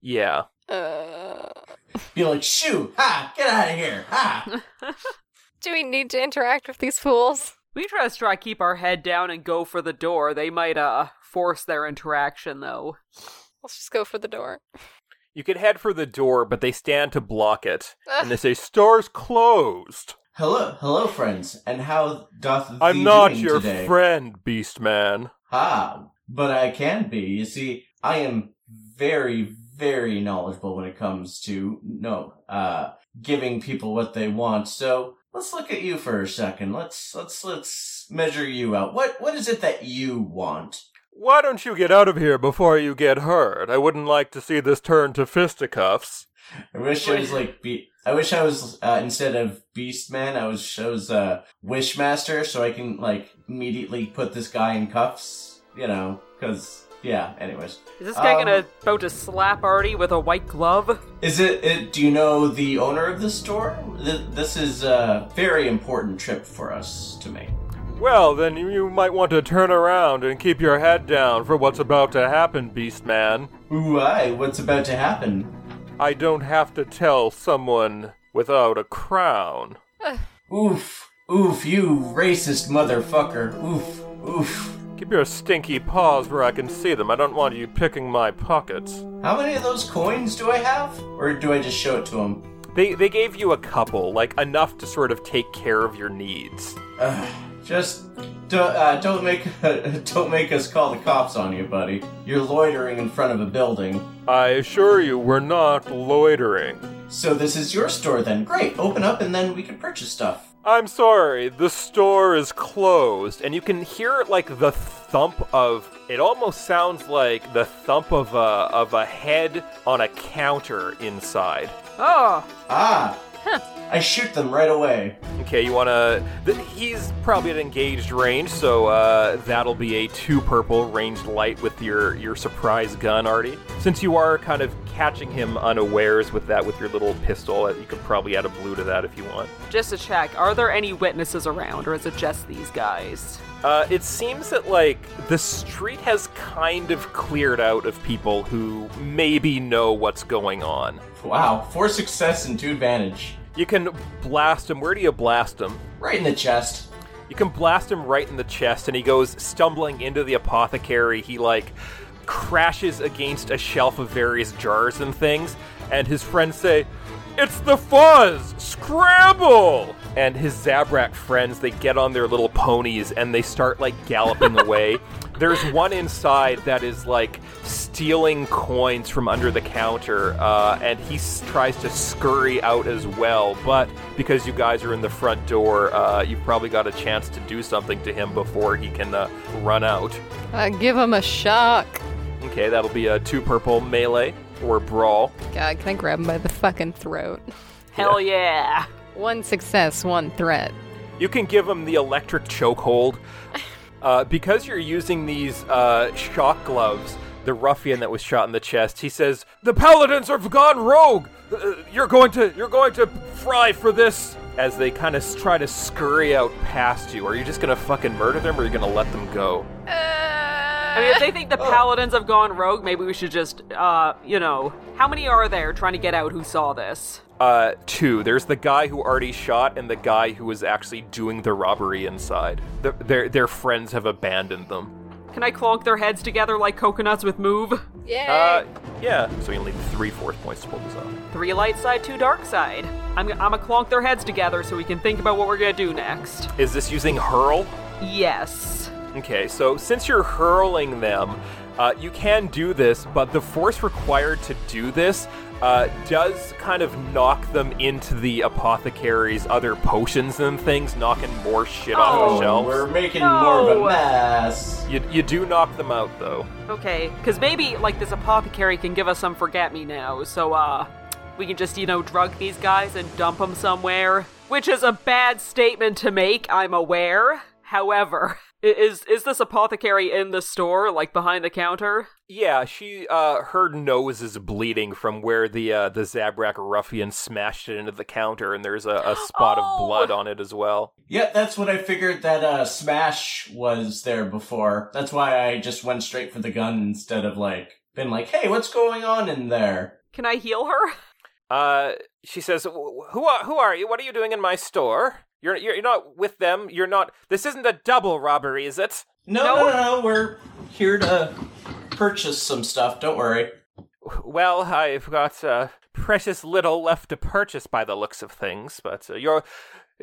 Speaker 1: Yeah.
Speaker 5: Uh,
Speaker 3: Be like, shoo, ha, get out of here,
Speaker 2: *laughs*
Speaker 3: ha.
Speaker 5: do we need to interact with these fools?
Speaker 2: We try to try to keep our head down and go for the door. They might, uh, force their interaction, though.
Speaker 5: Let's just go for the door.
Speaker 1: You can head for the door, but they stand to block it. And they say, Stars closed.
Speaker 3: hello, hello, friends, and how doth thee
Speaker 1: I'm not
Speaker 3: doing
Speaker 1: your
Speaker 3: today?
Speaker 1: friend, Beast Man.
Speaker 3: Ha, but I can be. You see, I am very, very knowledgeable when it comes to no uh giving people what they want. So let's look at you for a second. Let's let's let's measure you out. What what is it that you want?
Speaker 1: Why don't you get out of here before you get hurt? I wouldn't like to see this turn to fisticuffs.
Speaker 3: I wish I was like be. I wish I was uh, instead of Beastman. I was I was uh, Wishmaster, so I can like immediately put this guy in cuffs. You know, because yeah. Anyways,
Speaker 2: Is this guy
Speaker 3: Um,
Speaker 2: gonna about to slap Artie with a white glove?
Speaker 3: is it, it? Do you know the owner of this store? Th- this is a very important trip for us to make.
Speaker 1: Well, then you- you might want to turn around and keep your head down for what's about to happen, Beastman.
Speaker 3: Ooh, aye, what's about to happen?
Speaker 1: I don't have to tell someone without a crown.
Speaker 3: Oof, oof, you racist motherfucker. Oof, oof.
Speaker 1: Keep your stinky paws where I can see them. I don't want you picking my pockets.
Speaker 3: How many of those coins do I have, or do I just show it to him?
Speaker 1: They they gave you a couple, like enough to sort of take care of your needs.
Speaker 3: Ugh, just don't, uh, don't make *laughs* don't make us call the cops on you, buddy. You're loitering in front of a building.
Speaker 1: I assure you, we're not loitering.
Speaker 3: So this is your store then. Great, open up and then we can purchase stuff.
Speaker 1: I'm sorry, the store is closed, and you can hear like the thump of. It almost sounds like the thump of a of a head on a counter inside.
Speaker 2: Oh,
Speaker 3: Ah, I shoot them right away.
Speaker 1: Okay, you wanna? Th- he's probably at engaged range, so uh, that'll be a two purple ranged light with your your surprise gun, Artie. Since you are kind of catching him unawares with that with your little pistol, uh, you could probably add a blue to that if you want.
Speaker 2: just to check, are there any witnesses around, or is it just these guys?
Speaker 1: Uh, it seems that like the street has kind of cleared out of people who maybe know what's going on.
Speaker 3: Wow, four success and two advantage.
Speaker 1: You can blast him. Where do you blast him?
Speaker 3: Right in the chest.
Speaker 1: You can blast him right in the chest, and he goes stumbling into the apothecary. He, like, crashes against a shelf of various jars and things, and his friends say, It's the fuzz! Scramble! And his Zabrak friends, they get on their little ponies and they start, like, galloping away. There's one inside that is, like, stealing coins from under the counter, uh, and he s- tries to scurry out as well. But because you guys are in the front door, uh, you've probably got a chance to do something to him before he can uh, run out.
Speaker 5: Uh, give him a shock.
Speaker 1: Okay, that'll be a two purple melee or brawl.
Speaker 5: God, can I grab him by the fucking throat?
Speaker 2: Hell yeah!
Speaker 5: One success, one threat.
Speaker 1: You can give him the electric chokehold. Uh, because you're using these uh, shock gloves, the ruffian that was shot in the chest, he says, "The paladins have gone rogue. Uh, you're going to you're going to fry for this." As they kind of try to scurry out past you, are you just gonna fucking murder them, or are you gonna let them go?
Speaker 2: I mean, if they think the paladins have gone rogue, maybe we should just, uh, you know, how many are there trying to get out who saw this?
Speaker 1: Uh, two. There's the guy who already shot, and the guy who was actually doing the robbery inside. Their their, their friends have abandoned them.
Speaker 2: Can I clonk their heads together like coconuts with move?
Speaker 5: Yay!
Speaker 1: Uh, yeah. So you need three force points to pull this off.
Speaker 2: Three light side, two dark side. I'm, I'm gonna clonk their heads together so we can think about what we're gonna do next.
Speaker 1: Is this using hurl?
Speaker 2: Yes.
Speaker 1: Okay, so since you're hurling them, uh, you can do this, but the force required to do this uh, does kind of knock them into the apothecary's other potions and things, knocking more shit off
Speaker 2: Oh,
Speaker 1: the shelves.
Speaker 3: We're making more of a
Speaker 2: No.
Speaker 3: mess.
Speaker 1: You, you do knock them out, though.
Speaker 2: Okay, because maybe, like, this apothecary can give us some forget me now, so, uh, we can just, you know, drug these guys and dump them somewhere. Which is a bad statement to make, I'm aware. However, i- is is this apothecary in the store, like behind the counter?
Speaker 1: Yeah, she uh her nose is bleeding from where the uh the Zabrak ruffian smashed it into the counter and there's a, a spot
Speaker 2: Oh!
Speaker 1: of blood on it as well.
Speaker 3: Yep, that's what I figured that uh, Smash was there before. That's why I just went straight for the gun instead of like been like, hey, what's going on in there?
Speaker 2: Can I heal her? *laughs*
Speaker 1: Uh she says "Wh- who are, who are you? What are you doing in my store? You're, you're you're not with them. You're not This isn't a double robbery, is it?
Speaker 3: No,
Speaker 2: No.
Speaker 3: no, no, we're here to purchase some stuff. Don't worry.
Speaker 1: Well, I've got uh precious little left to purchase by the looks of things, but uh, you're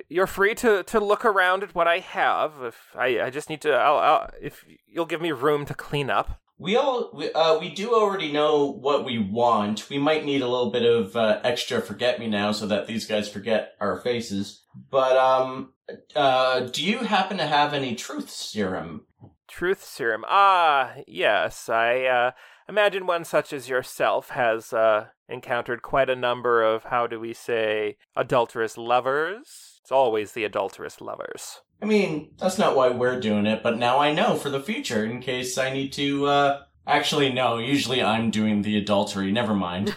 Speaker 1: you're free to, to look around at what I have. If I, I just need to, I'll, I'll, if you'll give me room to clean up.
Speaker 3: we all we, uh, we do already know what we want. We might need a little bit of uh, extra forget me now so that these guys forget our faces. But um, uh, do you happen to have any truth serum?
Speaker 1: Truth serum. Ah, yes. I uh, imagine one such as yourself has uh, encountered quite a number of, how do we say, adulterous lovers. It's always the adulterous lovers.
Speaker 3: I mean, that's not why we're doing it, but now I know for the future in case I need to. Uh, actually, no. Usually, I'm doing the adultery. Never mind.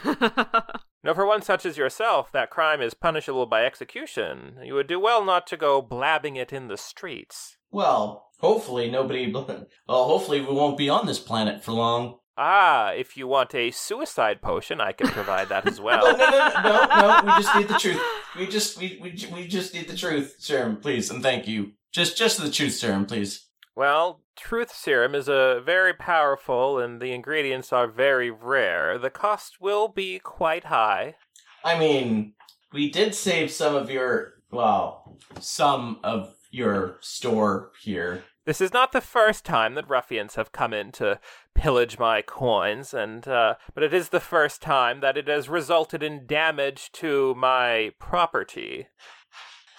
Speaker 1: Now, for one such as yourself, that crime is punishable by execution. You would do well not to go blabbing it in the streets.
Speaker 3: Well, hopefully nobody. *laughs* Well, hopefully we won't be on this planet for long.
Speaker 1: Ah, if you want a suicide potion, I can provide that as
Speaker 3: No, no,
Speaker 1: well.
Speaker 3: no, no, no, no. We just need the truth. We just we we ju- we just need the truth serum, please, and thank you. Just just the truth serum, please.
Speaker 1: well, truth serum is a very powerful and the ingredients are very rare. The cost will be quite high.
Speaker 3: I mean, we did save some of your well, some of your store here.
Speaker 1: This is not the first time that ruffians have come in to pillage my coins, and uh, but it is the first time that it has resulted in damage to my property.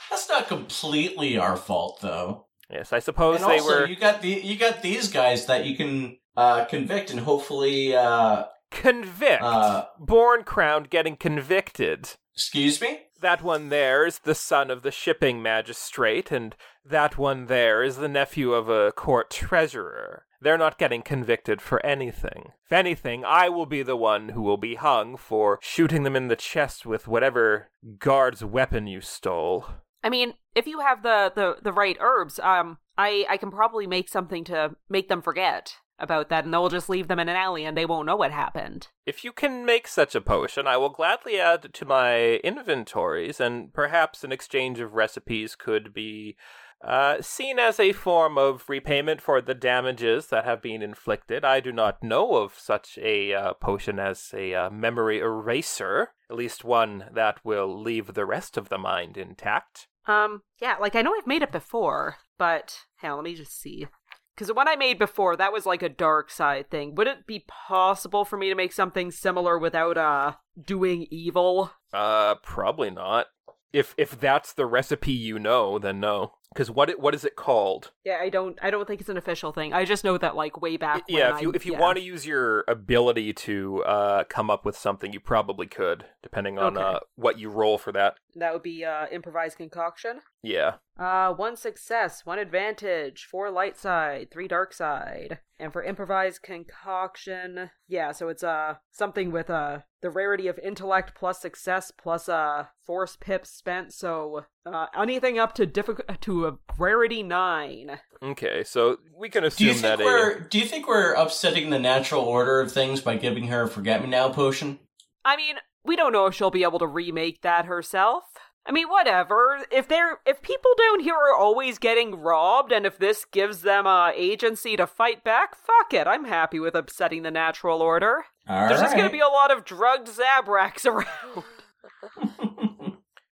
Speaker 3: That's not completely our fault though.
Speaker 1: Yes, I suppose
Speaker 3: and
Speaker 1: they
Speaker 3: also,
Speaker 1: were
Speaker 3: you got the you got these guys that you can uh convict and hopefully uh
Speaker 1: convict.
Speaker 3: Uh,
Speaker 1: Born crowned, getting convicted.
Speaker 3: excuse me?
Speaker 1: That one there is the son of the shipping magistrate, and that one there is the nephew of a court treasurer. They're not getting convicted for anything. If anything, I will be the one who will be hung for shooting them in the chest with whatever guard's weapon you stole.
Speaker 2: I mean, if you have the the the right herbs, um, I I can probably make something to make them forget about that, and they'll just leave them in an alley, and they won't know what happened.
Speaker 1: If you can make such a potion, I will gladly add it to my inventories, and perhaps an exchange of recipes could be uh, seen as a form of repayment for the damages that have been inflicted. I do not know of such a uh, potion as a uh, memory eraser, at least one that will leave the rest of the mind intact.
Speaker 2: Um, yeah, like I know I've made it before, but hang on, let me just see. Because the one I made before, that was like a dark side thing. Would it be possible for me to make something similar without uh doing evil?
Speaker 1: Uh, probably not. If if that's the recipe you know, then no. Because what it, what is it called?
Speaker 2: Yeah, I don't I don't think it's an official thing. I just know that like way back.
Speaker 1: yeah,
Speaker 2: when
Speaker 1: if you
Speaker 2: I-
Speaker 1: if you
Speaker 2: yeah.
Speaker 1: want to use your ability to uh, come up with something, you probably could, depending on
Speaker 2: Okay.
Speaker 1: uh, what you roll for that.
Speaker 2: that would be uh improvised concoction.
Speaker 1: Yeah,
Speaker 2: Uh, one success, one advantage, four light side, three dark side, and for improvised concoction, yeah. So it's uh something with uh the rarity of intellect plus success plus uh force pips spent. So uh anything up to difficult to a rarity nine.
Speaker 1: okay, so we can
Speaker 3: Do you
Speaker 1: assume
Speaker 3: think
Speaker 1: that
Speaker 3: we're
Speaker 1: a
Speaker 3: do you think we're upsetting the natural order of things by giving her a forget me now potion?
Speaker 2: I mean, we don't know if she'll be able to remake that herself. I mean, whatever. If they're if people down here are always getting robbed, and if this gives them uh agency to fight back, fuck it. I'm happy with upsetting the natural order.
Speaker 3: All
Speaker 2: There's just gonna
Speaker 3: right.
Speaker 2: be a lot of drugged Zabraks *laughs* around.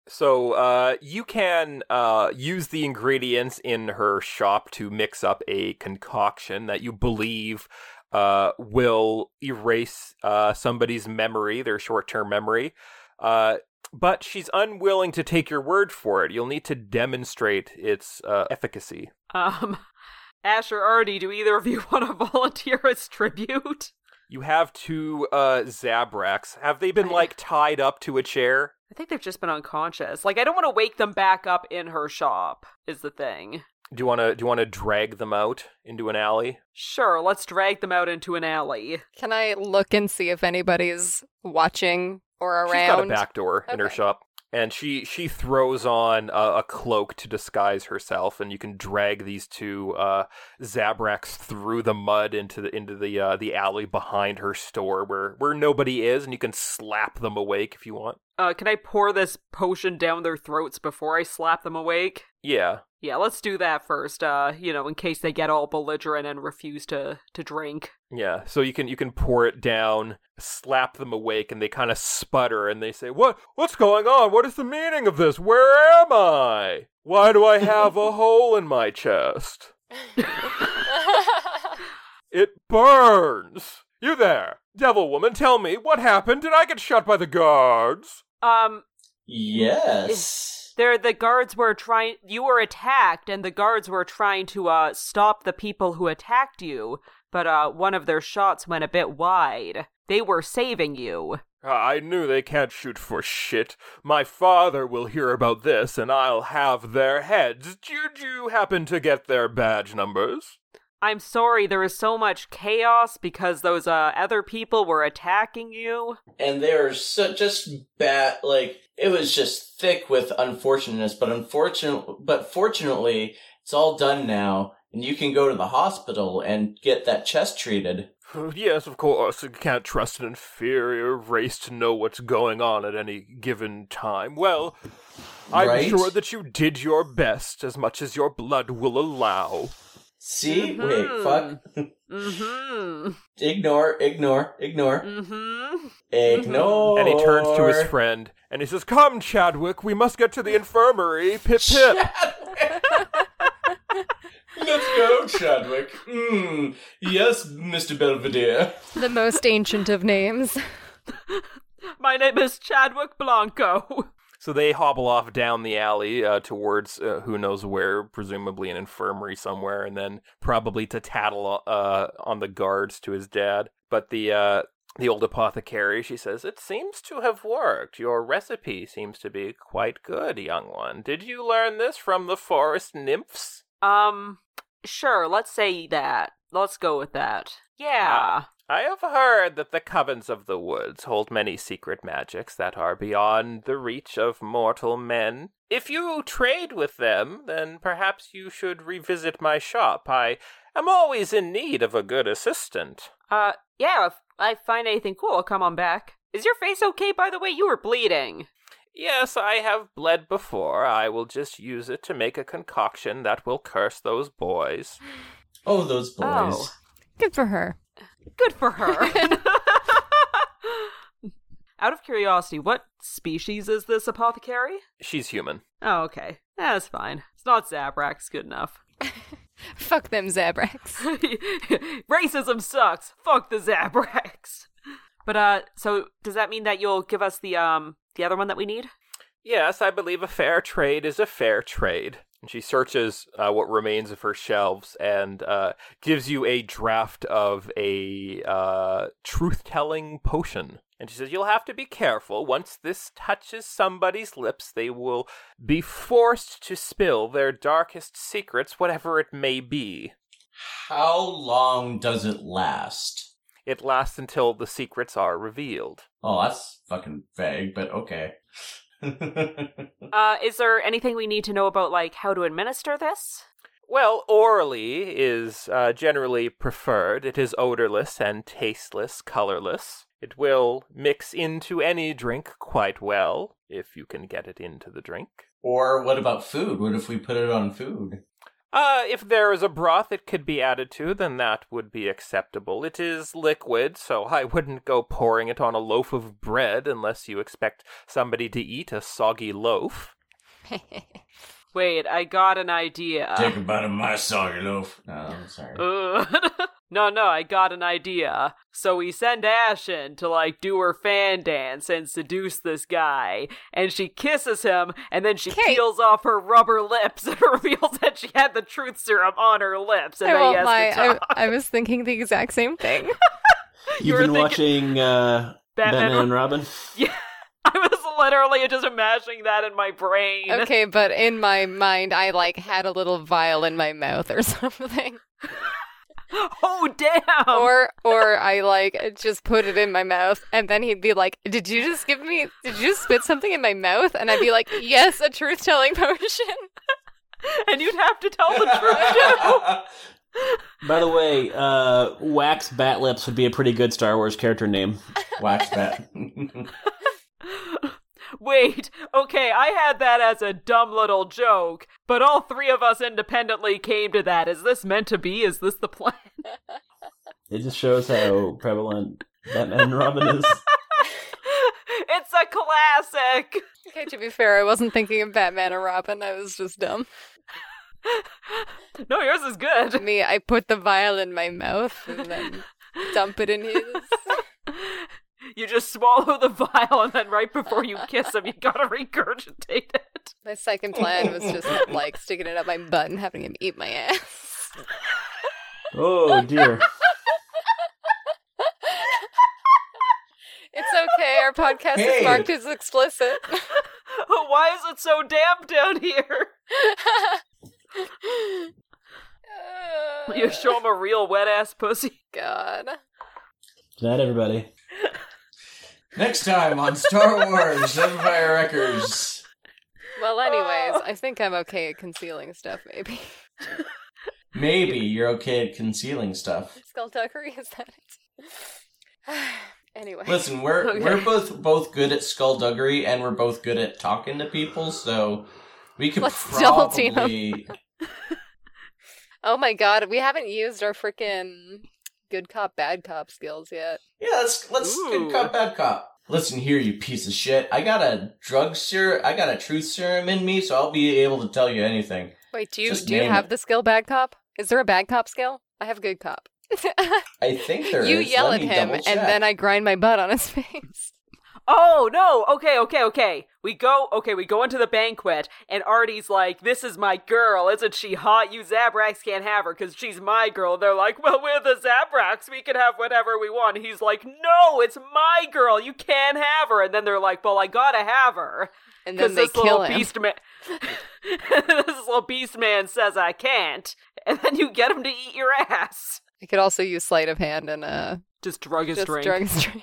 Speaker 1: so uh, you can uh, use the ingredients in her shop to mix up a concoction that you believe uh, will erase uh, somebody's memory, their short term memory. Uh, but she's unwilling to take your word for it. You'll need to demonstrate its uh, efficacy.
Speaker 2: Um, Asher, Artie, do either of you *laughs* want to volunteer as tribute?
Speaker 1: You have two uh Zabraks. Have they been like tied up to a chair?
Speaker 2: I think they've just been unconscious. Like, I don't want to wake them back up in her shop. Is the thing.
Speaker 1: Do you wanna do you wanna drag them out into an alley?
Speaker 2: Sure, let's drag them out into an alley.
Speaker 5: Can I look and see if anybody's watching or
Speaker 1: She's got
Speaker 5: around?
Speaker 1: a back door in her
Speaker 5: Okay.
Speaker 1: shop. And she she throws on a, a cloak to disguise herself, and you can drag these two uh, Zabraks through the mud into the into the uh, the alley behind her store, where where nobody is, and you can slap them awake if you want.
Speaker 2: Uh, can I pour this potion down their throats before I slap them awake?
Speaker 1: Yeah,
Speaker 2: Yeah, let's do that first. Uh, you know, in case they get all belligerent and refuse to to drink.
Speaker 1: Yeah, so you can you can pour it down, slap them awake, and they kind of sputter and they say, "What? What's going on? What is the meaning of this? Where am I?
Speaker 5: *laughs*
Speaker 1: Why do I have a hole in my chest?" It burns. You there, devil woman? Tell me what happened. Did I get shot by the guards?
Speaker 2: Um,
Speaker 3: Yes.
Speaker 2: there the guards were trying. You were attacked, and the guards were trying to uh stop the people who attacked you. But uh, one of their shots went a bit wide. They were saving you.
Speaker 1: Ah, I knew they can't shoot for shit. My father will hear about this, and I'll have their heads. Did you happen to get their badge numbers?
Speaker 2: I'm sorry, there was so much chaos because those uh, other people were attacking you.
Speaker 3: And they were so, just bad. Like it was just thick with unfortunateness, but unfortunate, but fortunately, it's all done now, and you can go to the hospital and get that chest treated.
Speaker 1: *laughs* Yes, of course. You can't trust an inferior race to know what's going on at any given time. Well, I'm
Speaker 3: Right?
Speaker 1: sure that you did your best, as much as your blood will allow.
Speaker 3: See?
Speaker 2: Mhm.
Speaker 3: Wait, fuck.
Speaker 2: Mm-hmm.
Speaker 3: Ignore, ignore, ignore,
Speaker 2: Mm-hmm.
Speaker 3: ignore.
Speaker 1: And he turns to his friend and he says, Come, Chadwick, we must get to the infirmary. Pip pip.
Speaker 3: Let's go, Chadwick. Mm, yes, Mr. Belvedere.
Speaker 5: The most ancient of names.
Speaker 2: My name is Chadwick Blanco. *laughs*
Speaker 1: So they hobble off down the alley uh, towards uh, who knows where, presumably an infirmary somewhere, and then probably to tattle uh, on the guards to his dad. But the uh, the old apothecary, she says, it seems to have worked. Your recipe seems to be quite good, young one. Did you learn this from the forest nymphs?
Speaker 2: Um, sure, let's say that. Let's go with that. Yeah.
Speaker 1: I have heard that the covens of the woods hold many secret magics that are beyond the reach of mortal men. If you trade with them, then perhaps you should revisit my shop. I am always in need of a good assistant.
Speaker 2: Uh, yeah, if I find anything cool, I'll come on back. Is your face okay, by the way? You were bleeding.
Speaker 1: Yes, I have bled before. I will just use it to make a concoction that will curse those boys.
Speaker 3: Oh, those boys.
Speaker 2: Oh.
Speaker 5: Good for her.
Speaker 2: Good for her. *laughs* Out of curiosity, what species is this apothecary?
Speaker 1: She's human.
Speaker 2: Oh, okay. That's fine. It's not Zabrax. It's good enough.
Speaker 5: Fuck them *laughs* Zabrax.
Speaker 2: *laughs* Racism sucks. Fuck the Zabrax. But uh, so does that mean that you'll give us the um the other one that we need?
Speaker 1: Yes, I believe a fair trade is a fair trade. And she searches uh, what remains of her shelves and uh, gives you a draft of a uh, truth telling potion. And she says, You'll have to be careful. Once this touches somebody's lips, they will be forced to spill their darkest secrets, whatever it may be.
Speaker 3: How long does it last?
Speaker 1: It lasts until the secrets are revealed.
Speaker 3: Oh, that's fucking vague, but okay. *laughs*
Speaker 2: Uh, is there anything we need to know about like how to administer this?
Speaker 1: Well, orally is uh, generally preferred. It is odorless and tasteless, colorless. It will mix into any drink quite well, if you can get it into the drink.
Speaker 3: or what about food? What if we put it on food?
Speaker 1: Uh, if there is a broth it could be added to, then that would be acceptable. It is liquid, so I wouldn't go pouring it on a loaf of bread unless you expect somebody to eat a soggy loaf.
Speaker 2: Wait, I got an
Speaker 5: Ah.
Speaker 2: idea.
Speaker 3: Take a bite of my soggy loaf. No, I'm
Speaker 5: *laughs*
Speaker 3: sorry.
Speaker 2: *laughs* Ugh. *laughs* no, no, I got an idea. So we send Ashen to like do her fan dance and seduce this guy, and she kisses him, and then she
Speaker 5: Kate.
Speaker 2: peels off her rubber lips and *laughs* reveals that she had the truth serum on her lips, and
Speaker 5: I
Speaker 2: then he
Speaker 5: won't
Speaker 2: has
Speaker 5: lie.
Speaker 2: to
Speaker 5: I,
Speaker 2: talk.
Speaker 5: I was thinking the exact
Speaker 2: *laughs*
Speaker 5: same thing.
Speaker 2: You
Speaker 4: You've
Speaker 2: were
Speaker 4: been
Speaker 2: thinking-
Speaker 4: watching uh, Batman,
Speaker 2: Batman-
Speaker 4: and Robin.
Speaker 2: yeah, *laughs* I was literally just imagining that in my brain.
Speaker 5: Okay, but in my mind, I like had a little vial in my mouth or *laughs* something,
Speaker 2: *laughs* Oh damn!
Speaker 5: or or I like just put it in my mouth, and then he'd be like, "Did you just give me? Did you just spit something in my mouth?" And I'd be like, "Yes, a truth telling *laughs* potion."
Speaker 2: *laughs* and you'd have to tell the
Speaker 5: *laughs*
Speaker 2: truth too.
Speaker 4: By the way, uh, Wax Bat Lips would be a pretty good Star Wars character name.
Speaker 3: *laughs* Wax bat.
Speaker 2: *laughs* Wait, okay, I had that as a dumb little joke, but all three of us independently came to that. Is this meant to be? Is this the plan?
Speaker 4: It just shows how prevalent Batman and Robin
Speaker 2: *laughs*
Speaker 4: is.
Speaker 2: *laughs* it's a classic! *laughs*
Speaker 5: Okay, to be fair, I wasn't thinking of Batman or Robin. I was just dumb.
Speaker 2: no, yours is good. *laughs*
Speaker 5: Me, I put the vial in my mouth and then dump it in his.
Speaker 2: *laughs* You just swallow the vial, and then right before you kiss him, you gotta regurgitate it. *laughs*
Speaker 5: My second plan
Speaker 3: *laughs*
Speaker 5: was just like sticking it up my butt and having him eat my ass.
Speaker 4: Oh dear.
Speaker 3: *laughs*
Speaker 5: It's okay. Our podcast
Speaker 3: Hey.
Speaker 5: is marked as
Speaker 3: *laughs*
Speaker 5: explicit.
Speaker 2: Oh, why is it so damp down here? *laughs* You show him a real wet ass pussy.
Speaker 5: God.
Speaker 4: Good night, everybody.
Speaker 3: *laughs* Next time on Star Wars Empire Records.
Speaker 5: Well,
Speaker 3: Oh.
Speaker 5: anyways, I think I'm okay at concealing stuff, maybe. *laughs*
Speaker 3: Maybe you're okay at concealing stuff.
Speaker 5: Skulltuckery, is that it? *sighs* anyway.
Speaker 3: Listen, we're
Speaker 2: Okay.
Speaker 3: we're both both good at skullduggery, and we're both good at talking to people, so we could
Speaker 5: Let's double
Speaker 3: probably.
Speaker 5: team 'em. Oh my god, we haven't used our freaking good cop, bad cop skills yet.
Speaker 3: Yeah, let's let's
Speaker 2: Ooh.
Speaker 3: good cop bad cop. Listen here, you piece of shit. I got a drug serum. I got a truth serum in me, so I'll be able to tell you anything.
Speaker 5: Wait, do you
Speaker 3: Just
Speaker 5: do you
Speaker 3: name
Speaker 5: have
Speaker 3: it.
Speaker 5: the skill bad cop? Is there a bad cop skill? I have good cop.
Speaker 3: I think there is.
Speaker 5: you yell
Speaker 3: Let
Speaker 5: at
Speaker 3: me
Speaker 5: him
Speaker 3: double
Speaker 5: and
Speaker 3: check. *laughs*
Speaker 5: then I grind my butt on his *laughs* face.
Speaker 2: Oh no! Okay, okay, okay. We go. Okay, we go into the banquet, and Artie's like, "This is my girl, isn't she hot? You Zabraks can't have her because she's my girl." And they're like, "Well, we're the Zabraks. We can have whatever we want." And he's like, "No, it's my girl. You can't have her." And then they're like, "Well, I gotta have her."
Speaker 5: And
Speaker 2: Because
Speaker 5: then they
Speaker 2: this little
Speaker 5: kill him.
Speaker 2: beast man, *laughs* this little beast man says I can't, and then you get him to eat your ass.
Speaker 5: I could also use sleight of hand and uh
Speaker 2: Just drug his
Speaker 5: just
Speaker 2: drink.
Speaker 5: *laughs* drug his drink.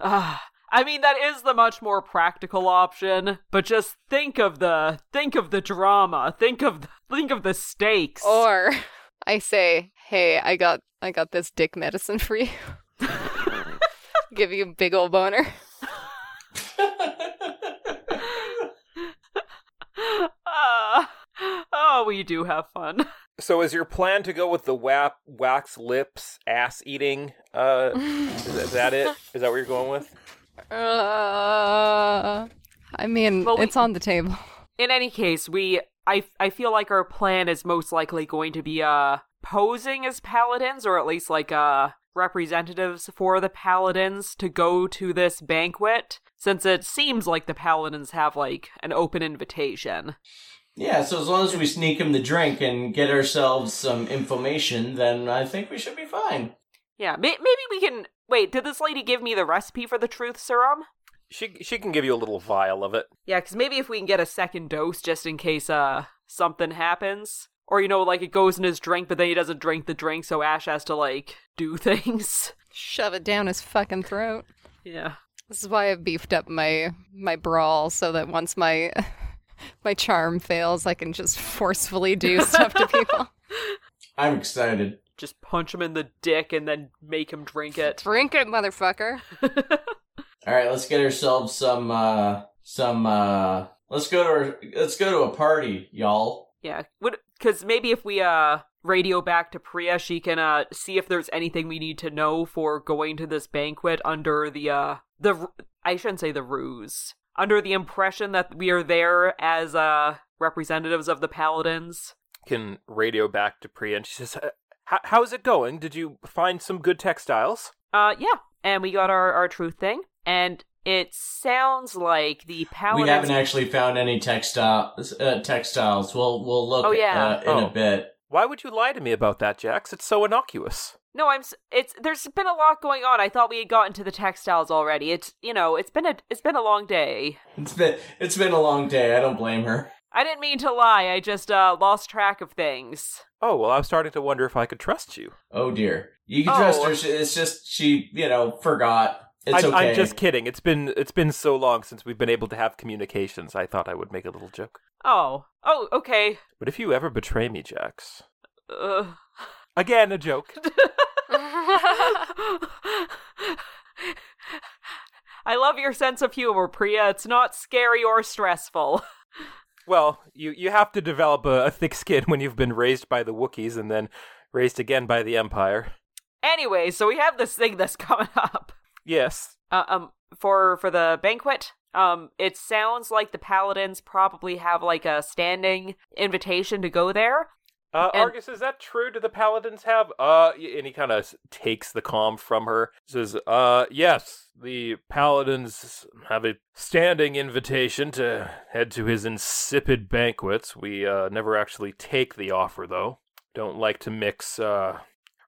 Speaker 2: Ah, I mean that is the much more practical option, but just think of the think of the drama, think of the, think of the stakes.
Speaker 5: Or I say, Hey, I got I got this dick medicine for *laughs* you. Give you a big old boner.
Speaker 2: *gasps* Ah. oh, we do have fun.
Speaker 1: So is your plan to go with the wap, wax lips, ass eating? Uh, is that- is that it? Is that what you're going with?
Speaker 5: Uh, I mean,
Speaker 2: Well, we-
Speaker 5: it's on the table.
Speaker 2: In any case, we I I feel like our plan is most likely going to be uh posing as paladins or at least like uh representatives for the paladins to go to this banquet since it seems like the paladins have like an open invitation.
Speaker 3: Yeah, so as long as we sneak him the drink and get ourselves some information, then I think we should be fine.
Speaker 2: Yeah, may- maybe we can wait, did this lady give me the recipe for the truth serum?
Speaker 1: She she can give you a little vial of it.
Speaker 2: Yeah, cuz maybe if we can get a second dose just in case uh something happens or you know like it goes in his drink but then he doesn't drink the drink so Ash has to like do *laughs* things.
Speaker 5: Shove it down his fucking throat.
Speaker 2: Yeah.
Speaker 5: This is why I beefed up my my brawl so that once my *laughs* my charm fails, I can just forcefully do stuff *laughs* to people.
Speaker 3: I'm excited.
Speaker 2: just punch him in the dick and then make him drink it.
Speaker 5: Drink it, motherfucker.
Speaker 3: All right, let's get ourselves some uh some uh let's go to our, let's go to a party, y'all.
Speaker 2: Yeah, would because maybe if we uh radio back to Priya, she can uh see if there's anything we need to know for going to this banquet under the uh the r- I shouldn't say the ruse under the impression that we are there as uh representatives of the paladins.
Speaker 1: Can radio back to Priya and she says, "Uh, "How- "How's it going? Did you find some good textiles?"
Speaker 2: Uh, yeah, and we got our our truth thing, and it sounds like the
Speaker 3: we haven't
Speaker 2: paladins.
Speaker 3: actually found any textile uh, textiles. We'll we'll look
Speaker 2: Oh, yeah.
Speaker 3: uh, in
Speaker 1: Oh.
Speaker 3: a bit.
Speaker 1: Why would you lie to me about that, Jax? It's so innocuous.
Speaker 2: No, I'm. s- It's there's been a lot going on. I thought we had gotten to the textiles already. It's you know, it's been a it's been a long day.
Speaker 3: It's been it's been a long day. I don't blame her.
Speaker 2: I didn't mean to lie. I just uh lost track of things.
Speaker 1: Oh well, I'm starting to wonder if I could trust you.
Speaker 3: Oh dear. You can trust
Speaker 2: Oh.
Speaker 3: her. She- It's just she, you know, forgot. It's
Speaker 1: I'm,
Speaker 3: okay.
Speaker 1: I'm just kidding. It's been it's been so long since we've been able to have communications. I thought I would make a little joke.
Speaker 2: Oh, oh, okay.
Speaker 1: But if you ever betray me, Jax,
Speaker 2: Ugh. *laughs*
Speaker 1: again a joke.
Speaker 2: I love your sense of humor, Priya. It's not scary or stressful. *laughs*
Speaker 1: Well, you you have to develop a, a thick skin when you've been raised by the Wookiees and then raised again by the Empire.
Speaker 2: *laughs* Anyway, so we have this thing that's coming up.
Speaker 1: Yes,
Speaker 2: uh, um for for the banquet. Um, it sounds like the paladins probably have like a standing invitation to go there.
Speaker 1: Uh,
Speaker 2: And-
Speaker 1: Argus, is that true? Do the paladins have? Uh, y- and he kind of takes the calm from her. Says, "Uh, yes, the paladins have a standing invitation to head to his insipid banquets. We uh, never actually take the offer, though. Don't like to mix uh,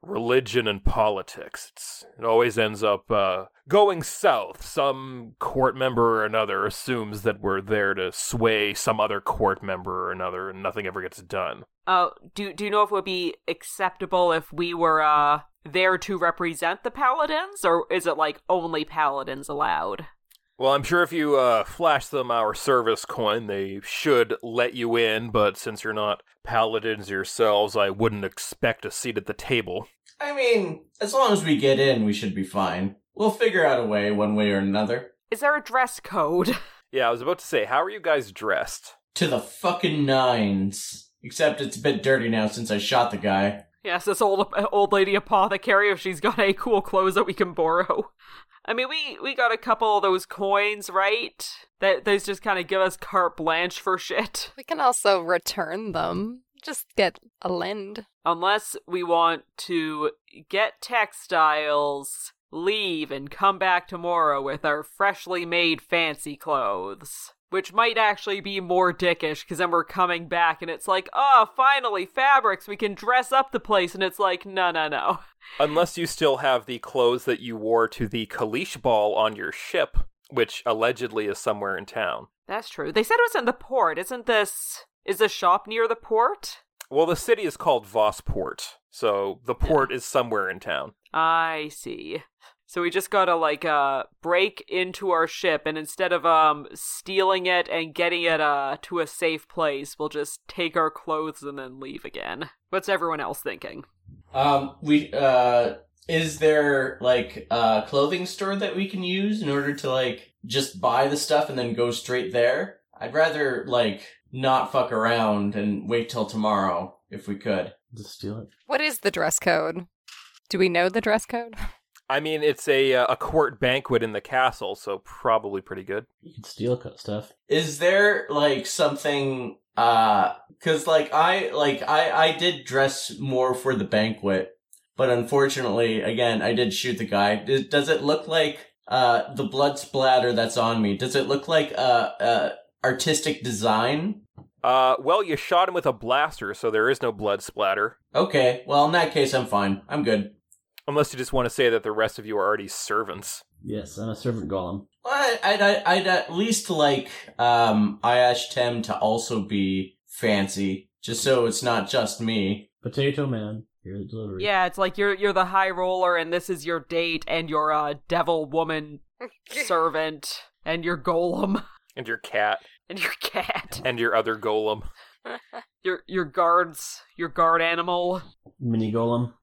Speaker 1: religion and politics. It's, it always ends up uh, going south. Some court member or another assumes that we're there to sway some other court member or another, and nothing ever gets done."
Speaker 2: Uh, do do you know if it would be acceptable if we were uh there to represent the paladins, or is it like only paladins allowed?
Speaker 1: Well, I'm sure if you uh, flash them our service coin, they should let you in, but since you're not paladins yourselves, I wouldn't expect a seat at the table.
Speaker 3: I mean, as long as we get in, we should be fine. We'll figure out a way, one way or another.
Speaker 2: Is there a dress code? *laughs*
Speaker 1: Yeah, I was about to say, how are you guys dressed?
Speaker 3: To the fucking nines. Except it's a bit dirty now since I shot the guy.
Speaker 2: yes, this old old lady apothecary. If she's got any cool clothes that we can borrow, *laughs* I mean, we we got a couple of those coins, right? That those just kind of give us carte blanche for shit.
Speaker 5: We can also return them. Just get a lend.
Speaker 2: Unless we want to get textiles, leave, and come back tomorrow with our freshly made fancy clothes. Which might actually be more dickish, because then we're coming back and it's like, oh, finally, fabrics, we can dress up the place. And it's like, no, no, no.
Speaker 1: Unless you still have the clothes that you wore to the Kalish ball on your ship, which allegedly is somewhere in town.
Speaker 2: That's true. They said it was in the port. Isn't this. Is the shop near the port?
Speaker 1: Well, the city is called Vosport, so the port is somewhere in town.
Speaker 2: I see. So we just gotta like uh break into our ship and instead of um stealing it and getting it uh to a safe place, we'll just take our clothes and then leave again. What's everyone else thinking?
Speaker 3: Um, we, uh, is there, like, a clothing store that we can use in order to, like, just buy the stuff and then go straight there? I'd rather, like, not fuck around and wait till tomorrow if we could.
Speaker 4: Just steal it.
Speaker 5: What is the dress code? Do we know the dress code?
Speaker 1: I mean, it's a uh, a court banquet in the castle, so probably pretty good.
Speaker 4: You can steal co- stuff.
Speaker 3: is there like something uh cuz like I like I I did dress more for the banquet but unfortunately again I did shoot the guy D- does it look like uh the blood splatter that's on me does it look like uh uh artistic design
Speaker 1: Uh, well, you shot him with a blaster, so there is no blood splatter.
Speaker 3: okay well in that case I'm fine I'm good
Speaker 1: Unless you just want to say that the rest of you are already servants.
Speaker 4: Yes, I'm a servant golem.
Speaker 3: well, I- I'd, I'd I'd at least like um Ayash Tem to also be fancy just so it's not just me
Speaker 4: Potato man, here the delivery.
Speaker 2: Yeah, it's like you're you're the high roller and this is your date and your uh devil *laughs* woman servant and your golem *laughs*
Speaker 1: And your cat.
Speaker 2: and your cat.
Speaker 1: And your other golem.
Speaker 2: Your your guards, your guard animal,
Speaker 4: Mini golem.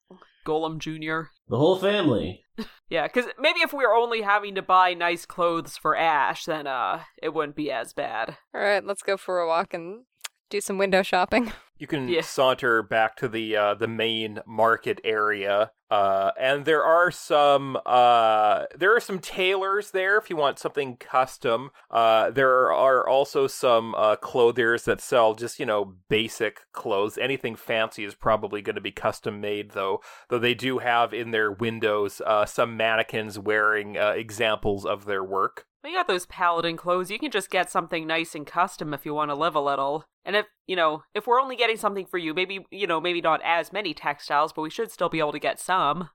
Speaker 2: Golem Junior.
Speaker 4: The whole family.
Speaker 2: Yeah, because maybe if we were only having to buy nice clothes for Ash, then uh, it wouldn't be as bad.
Speaker 5: *laughs* All right, let's go for a walk and do some window shopping. *laughs*
Speaker 1: You can
Speaker 2: Yeah.
Speaker 1: saunter back to the uh, the main market area, uh, and there are some uh, there are some tailors there if you want something custom. Uh, there are also some uh, clothiers that sell just you know basic clothes. Anything fancy is probably going to be custom made though. Though they do have in their windows uh, some mannequins wearing uh, examples of their work.
Speaker 2: When you got those paladin clothes, you can just get something nice and custom if you want to live a little. And if, you know, if we're only getting something for you, maybe, you know, maybe not as many textiles, but we should still be able to get some.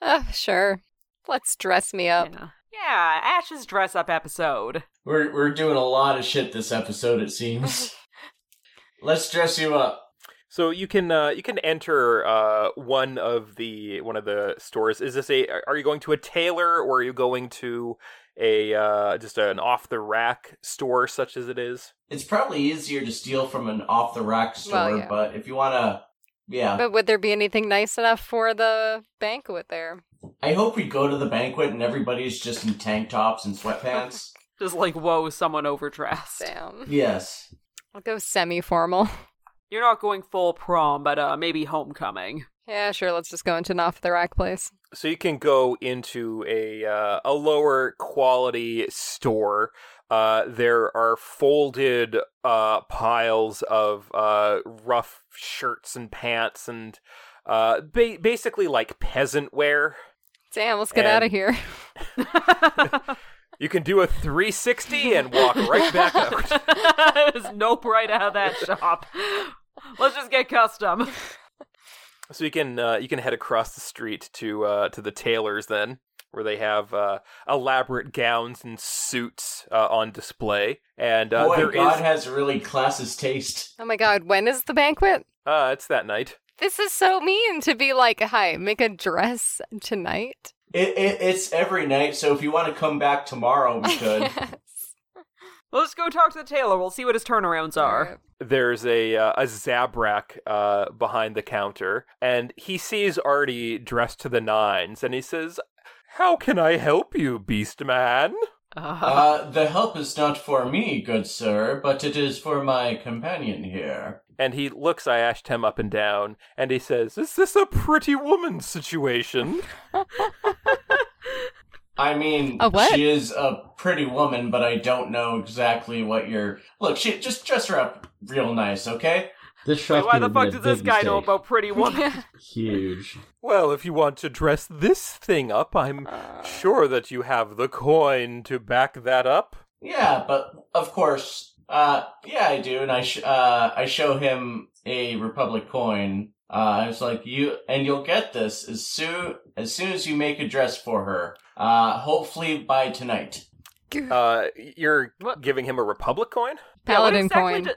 Speaker 5: Uh, sure. Let's dress me up.
Speaker 2: Yeah. yeah, Ash's dress up episode.
Speaker 3: We're we're doing a lot of shit this episode. It
Speaker 5: *laughs*
Speaker 3: seems. Let's dress you up.
Speaker 1: So you can uh, you can enter uh, one of the one of the stores. Is this a are you going to a tailor or are you going to a uh, just an off the rack store such as it is?
Speaker 3: It's probably easier to steal from an off the rack store,
Speaker 5: Well, yeah.
Speaker 3: but if you wanna, yeah.
Speaker 5: But would there be anything nice enough for the banquet there?
Speaker 3: I hope we go to the banquet and everybody's just in tank tops and
Speaker 5: *laughs*
Speaker 3: sweatpants.
Speaker 2: Just like, whoa, someone overdressed.
Speaker 5: Damn.
Speaker 3: yes.
Speaker 5: I'll go semi formal.
Speaker 2: You're not going full prom, but uh, maybe homecoming.
Speaker 5: *laughs*
Speaker 2: *laughs*
Speaker 5: Yeah, sure. Let's just go into an off the rack place.
Speaker 1: so you can go into a uh, a lower quality store. Uh, there are folded uh, piles of uh, rough shirts and pants and uh, ba- basically like peasant wear.
Speaker 5: Damn, let's get
Speaker 1: And-
Speaker 5: out of here. *laughs*
Speaker 1: You can do a 360 and walk right back
Speaker 3: *laughs*
Speaker 1: out.
Speaker 2: *laughs* There's nope right out of that shop. Let's just get custom.
Speaker 1: So you can uh, you can head across the street to uh, to the tailors then, where they have uh, elaborate gowns and suits uh, on display. And uh,
Speaker 3: Boy,
Speaker 1: there is
Speaker 3: God has really classist taste.
Speaker 5: Oh my god, when is the banquet?
Speaker 1: uh, it's that night.
Speaker 5: This is so mean to be like, hi, make a dress tonight.
Speaker 3: It, it, it's every night, so if you want to come back tomorrow, we
Speaker 5: *laughs*
Speaker 3: could.
Speaker 2: Let's go talk to the tailor. We'll see what his turnarounds are.
Speaker 1: there's a uh, a Zabrak uh, behind the counter, and he sees Artie dressed to the nines, and he says, "How can I help you, Beast Man?"
Speaker 2: Uh,
Speaker 3: uh, the help is not for me, good sir, but it is for my companion here.
Speaker 1: And he looks Iashtem up and down, and he says, "Is this a pretty woman situation?"
Speaker 3: I mean,
Speaker 5: A what?
Speaker 3: she is a pretty woman, but I don't know exactly what you're. Look, she just dress her up real nice, okay?
Speaker 6: This
Speaker 2: wait,
Speaker 6: shop
Speaker 2: why
Speaker 6: here
Speaker 2: the
Speaker 6: made
Speaker 2: fuck
Speaker 6: a
Speaker 2: does
Speaker 6: big
Speaker 2: this guy know
Speaker 6: mistake.
Speaker 2: about *laughs* Pretty Woman?
Speaker 6: Huge.
Speaker 1: well, if you want to dress this thing up, I'm
Speaker 2: Uh,
Speaker 1: sure that you have the coin to back that up.
Speaker 3: Yeah, but of course, uh, yeah, I do, and I sh- uh, I show him a Republic coin. Uh, I was like, you, and you'll get this as soon as soon as you make a dress for her. Uh, hopefully by tonight.
Speaker 1: Uh, you're
Speaker 2: What?
Speaker 1: giving him a Republic coin?
Speaker 2: Yeah, what
Speaker 5: Paladin
Speaker 2: exactly
Speaker 5: coin.
Speaker 2: do-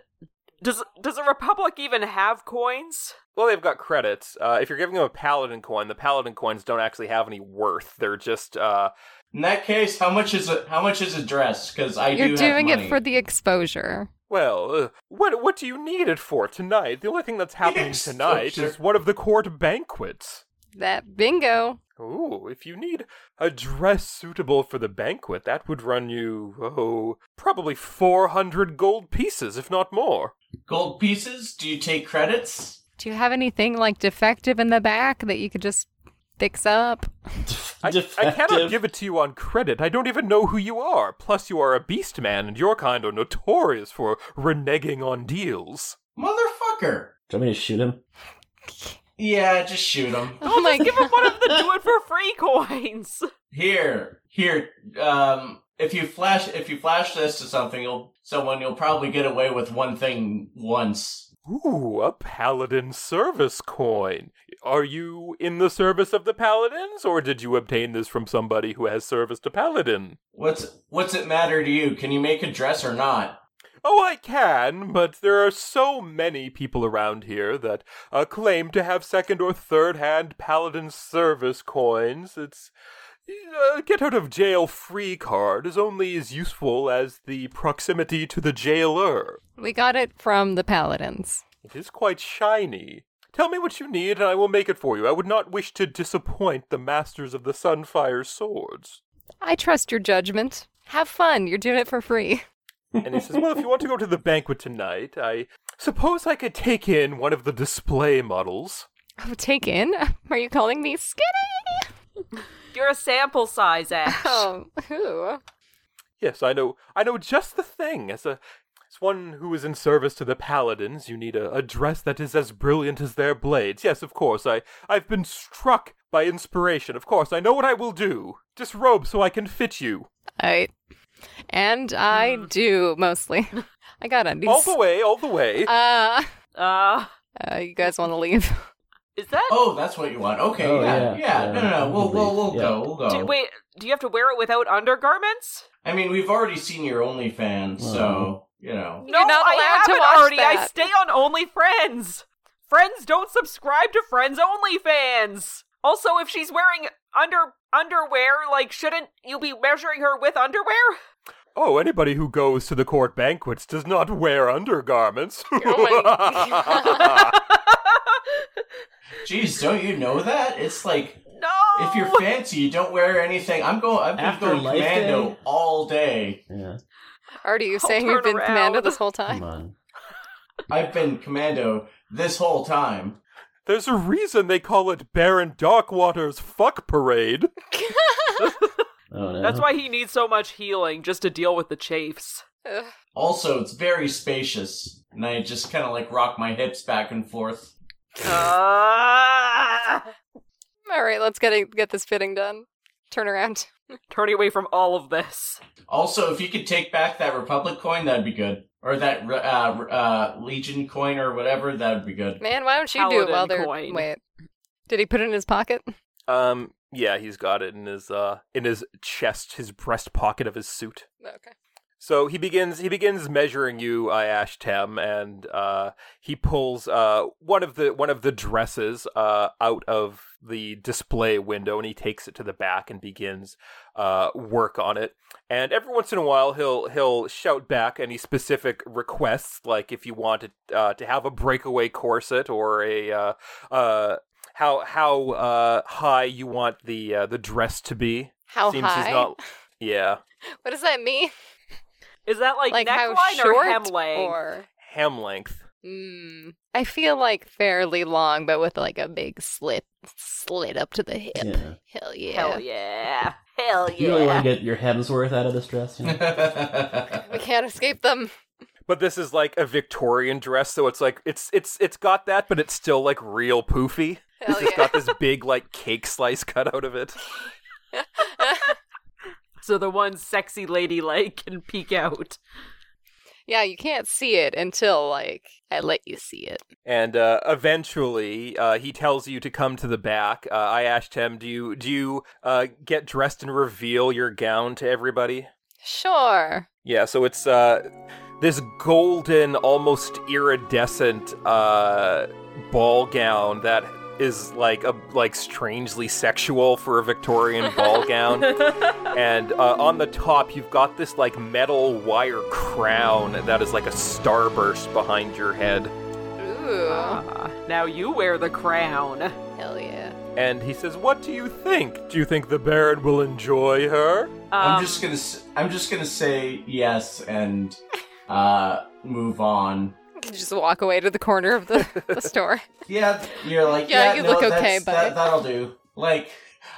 Speaker 2: does does the Republic even have coins?
Speaker 1: Well, they've got credits. Uh, if you're giving them a paladin coin, the paladin coins don't actually have any worth. They're just uh,
Speaker 3: In that case, how much is a how much is a dress? Because I
Speaker 5: You're
Speaker 3: do
Speaker 5: doing
Speaker 3: have
Speaker 5: it
Speaker 3: money.
Speaker 5: for the exposure.
Speaker 1: well. Uh, what what do you need it for tonight? The only thing that's happening
Speaker 3: Yes,
Speaker 1: tonight
Speaker 3: sure.
Speaker 1: is one of the court banquets.
Speaker 5: That bingo.
Speaker 1: Ooh, if you need a dress suitable for the banquet, that would run you oh probably four hundred gold pieces, if not more.
Speaker 3: gold pieces. Do you take credits?
Speaker 5: Do you have anything like defective in the back that you could just fix up?
Speaker 1: I, I cannot
Speaker 4: Defective.
Speaker 1: give it to you on credit. I don't even know who you are. Plus, you are a beast man, and your kind are notorious for reneging on deals.
Speaker 3: Motherfucker!
Speaker 6: Do you want me to shoot him?
Speaker 3: Yeah, just shoot him.
Speaker 5: Oh my
Speaker 2: Give him one of the do it for free coins.
Speaker 3: Here, here. Um, if you flash, if you flash this to something, you'll someone, you'll probably get away with one thing once.
Speaker 1: Ooh, a paladin service coin. Are you in the service of the paladins, or did you obtain this from somebody who has serviced a paladin?
Speaker 3: What's what's it matter to you? Can you make a dress or not?
Speaker 1: Oh, I can, but there are so many people around here that uh, claim to have second or third hand paladin service coins. It's. A get out of jail free card is only as useful as the proximity to the jailer.
Speaker 5: We got it from the paladins.
Speaker 1: It is quite shiny. Tell me what you need, and I will make it for you. I would not wish to disappoint the masters of the Sunfire Swords.
Speaker 5: I trust your judgment. Have fun. You're doing it for free.
Speaker 1: And he says, Well, if you want to go to the banquet tonight, I suppose I could take in one of the display models.
Speaker 5: Oh, take in? *laughs* Are you calling me
Speaker 2: *laughs*
Speaker 5: skinny?
Speaker 2: You're a sample size ass.
Speaker 5: Oh, who?
Speaker 1: Yes, I know I know just the thing. As a as one who is in service to the paladins, you need a, a dress that is as brilliant as their blades. Yes, of course, I I've been struck by inspiration. Of course, I know what I will do. Disrobe so I can fit you.
Speaker 5: I and I do mostly. *laughs* I got undies.
Speaker 1: All the way, all the way.
Speaker 5: uh,
Speaker 2: Uh,
Speaker 5: uh, you guys want to leave? *laughs*
Speaker 2: is that?
Speaker 3: Oh, that's what you want. Okay,
Speaker 6: Oh,
Speaker 3: yeah, yeah,
Speaker 6: yeah, yeah,
Speaker 3: No, no, no. We'll we'll we'll
Speaker 6: probably,
Speaker 3: go. We'll go.
Speaker 2: Do, wait, do you have to wear it without undergarments?
Speaker 3: I mean, we've already seen your OnlyFans,
Speaker 6: Uh-huh.
Speaker 3: so you know.
Speaker 5: You're not
Speaker 2: I
Speaker 5: allowed to
Speaker 2: haven't
Speaker 5: watch
Speaker 2: already. I
Speaker 5: that.
Speaker 2: stay on OnlyFriends. Friends don't subscribe to Friends OnlyFans. Also, if she's wearing under underwear, like, shouldn't you be measuring her with underwear?
Speaker 1: Oh, anybody who goes to the court banquets does not wear undergarments.
Speaker 3: Jeez, don't you know that? It's like
Speaker 2: No. *laughs*
Speaker 3: if you're
Speaker 2: Oh.
Speaker 3: fancy, you don't wear anything. I'm going. I'm just
Speaker 6: After
Speaker 3: going
Speaker 6: Life
Speaker 3: commando
Speaker 6: Day?
Speaker 3: all day.
Speaker 6: Yeah,
Speaker 5: Are you
Speaker 2: I'll
Speaker 5: saying
Speaker 2: turn
Speaker 5: you've been
Speaker 4: *laughs*
Speaker 5: commando
Speaker 2: around.
Speaker 5: this whole time?
Speaker 6: come on.
Speaker 3: I've been commando this whole time.
Speaker 1: *laughs* There's a reason they call it Baron Darkwater's Fuck Parade.
Speaker 6: Oh no.
Speaker 2: That's why he needs so much healing just to deal with the chafes.
Speaker 5: Ugh.
Speaker 3: Also, it's very spacious, and I just kind of like rock my hips back and forth.
Speaker 2: Ah!
Speaker 5: All right, let's get it, get this fitting done.
Speaker 2: *laughs*
Speaker 5: Turn around.
Speaker 2: Turning away from all of this.
Speaker 3: Also, if you could take back that Republic coin, that'd be good. Or that re- uh, re- uh, Legion coin or whatever, that'd be good. *laughs*
Speaker 5: Man, why don't you do it
Speaker 2: Paladin
Speaker 5: while they're
Speaker 2: coin.
Speaker 5: wait? Did he put it in
Speaker 2: *laughs*
Speaker 5: his pocket?
Speaker 1: Um, yeah, he's got it in his uh in his chest, his breast pocket of his suit.
Speaker 5: Okay.
Speaker 1: So he begins he begins measuring you, uh, Ashtem, and uh, he pulls uh, one of the one of the dresses uh, out of the display window, and he takes it to the back and begins uh, work on it. And every once in a while, he'll he'll shout back any specific requests, like if you wanted uh, to have a breakaway corset or a uh, uh, how how uh, high you want the uh, the dress to be.
Speaker 5: How high?
Speaker 1: he's not. Yeah.
Speaker 5: What does that mean?
Speaker 2: Is that like,
Speaker 5: Like how
Speaker 2: neckline
Speaker 5: short
Speaker 2: or hemline?
Speaker 5: or?
Speaker 1: Hem length.
Speaker 5: Mm, I feel like fairly long, but with like a big slit slit up to the hip.
Speaker 6: Yeah.
Speaker 5: Hell yeah!
Speaker 2: Hell yeah. Hell yeah.
Speaker 6: You really want to get your Hemsworth out of this
Speaker 2: *laughs*
Speaker 6: dress? You know?
Speaker 5: We can't escape them.
Speaker 1: But this is like a Victorian dress, so it's like it's it's it's got that, but it's still like real poofy.
Speaker 5: Hell
Speaker 1: It's
Speaker 5: Oh, yeah!
Speaker 1: got this big like cake slice *laughs* cut out of it.
Speaker 2: so the one sexy lady leg can peek out. *laughs*
Speaker 5: yeah, you can't see it until like I let you see it.
Speaker 1: And uh, eventually, uh, he tells you to come to the back. Uh, I asked him, "Do you do you uh, get dressed and reveal your gown to everybody?"
Speaker 5: Sure.
Speaker 1: Yeah, so it's uh, this golden, almost iridescent uh, ball gown that is like a like strangely sexual for a Victorian ball
Speaker 2: *laughs*
Speaker 1: gown. and uh, on the top you've got this like metal wire crown that is like a starburst behind your head
Speaker 5: Ooh.
Speaker 2: Ah, now you wear the crown.
Speaker 5: Hell yeah!
Speaker 1: and he says what do you think do you think the baron will enjoy her
Speaker 3: I'm
Speaker 2: Um,
Speaker 3: just gonna. s- I'm just gonna say yes and uh, move on.
Speaker 5: You can just walk away to the corner of the,
Speaker 2: *laughs*
Speaker 5: the store.
Speaker 3: Yeah, you're like.
Speaker 5: Yeah,
Speaker 3: Yeah,
Speaker 5: you
Speaker 3: no,
Speaker 5: look
Speaker 3: that's-
Speaker 5: okay, bud."
Speaker 3: That, that'll do. Like,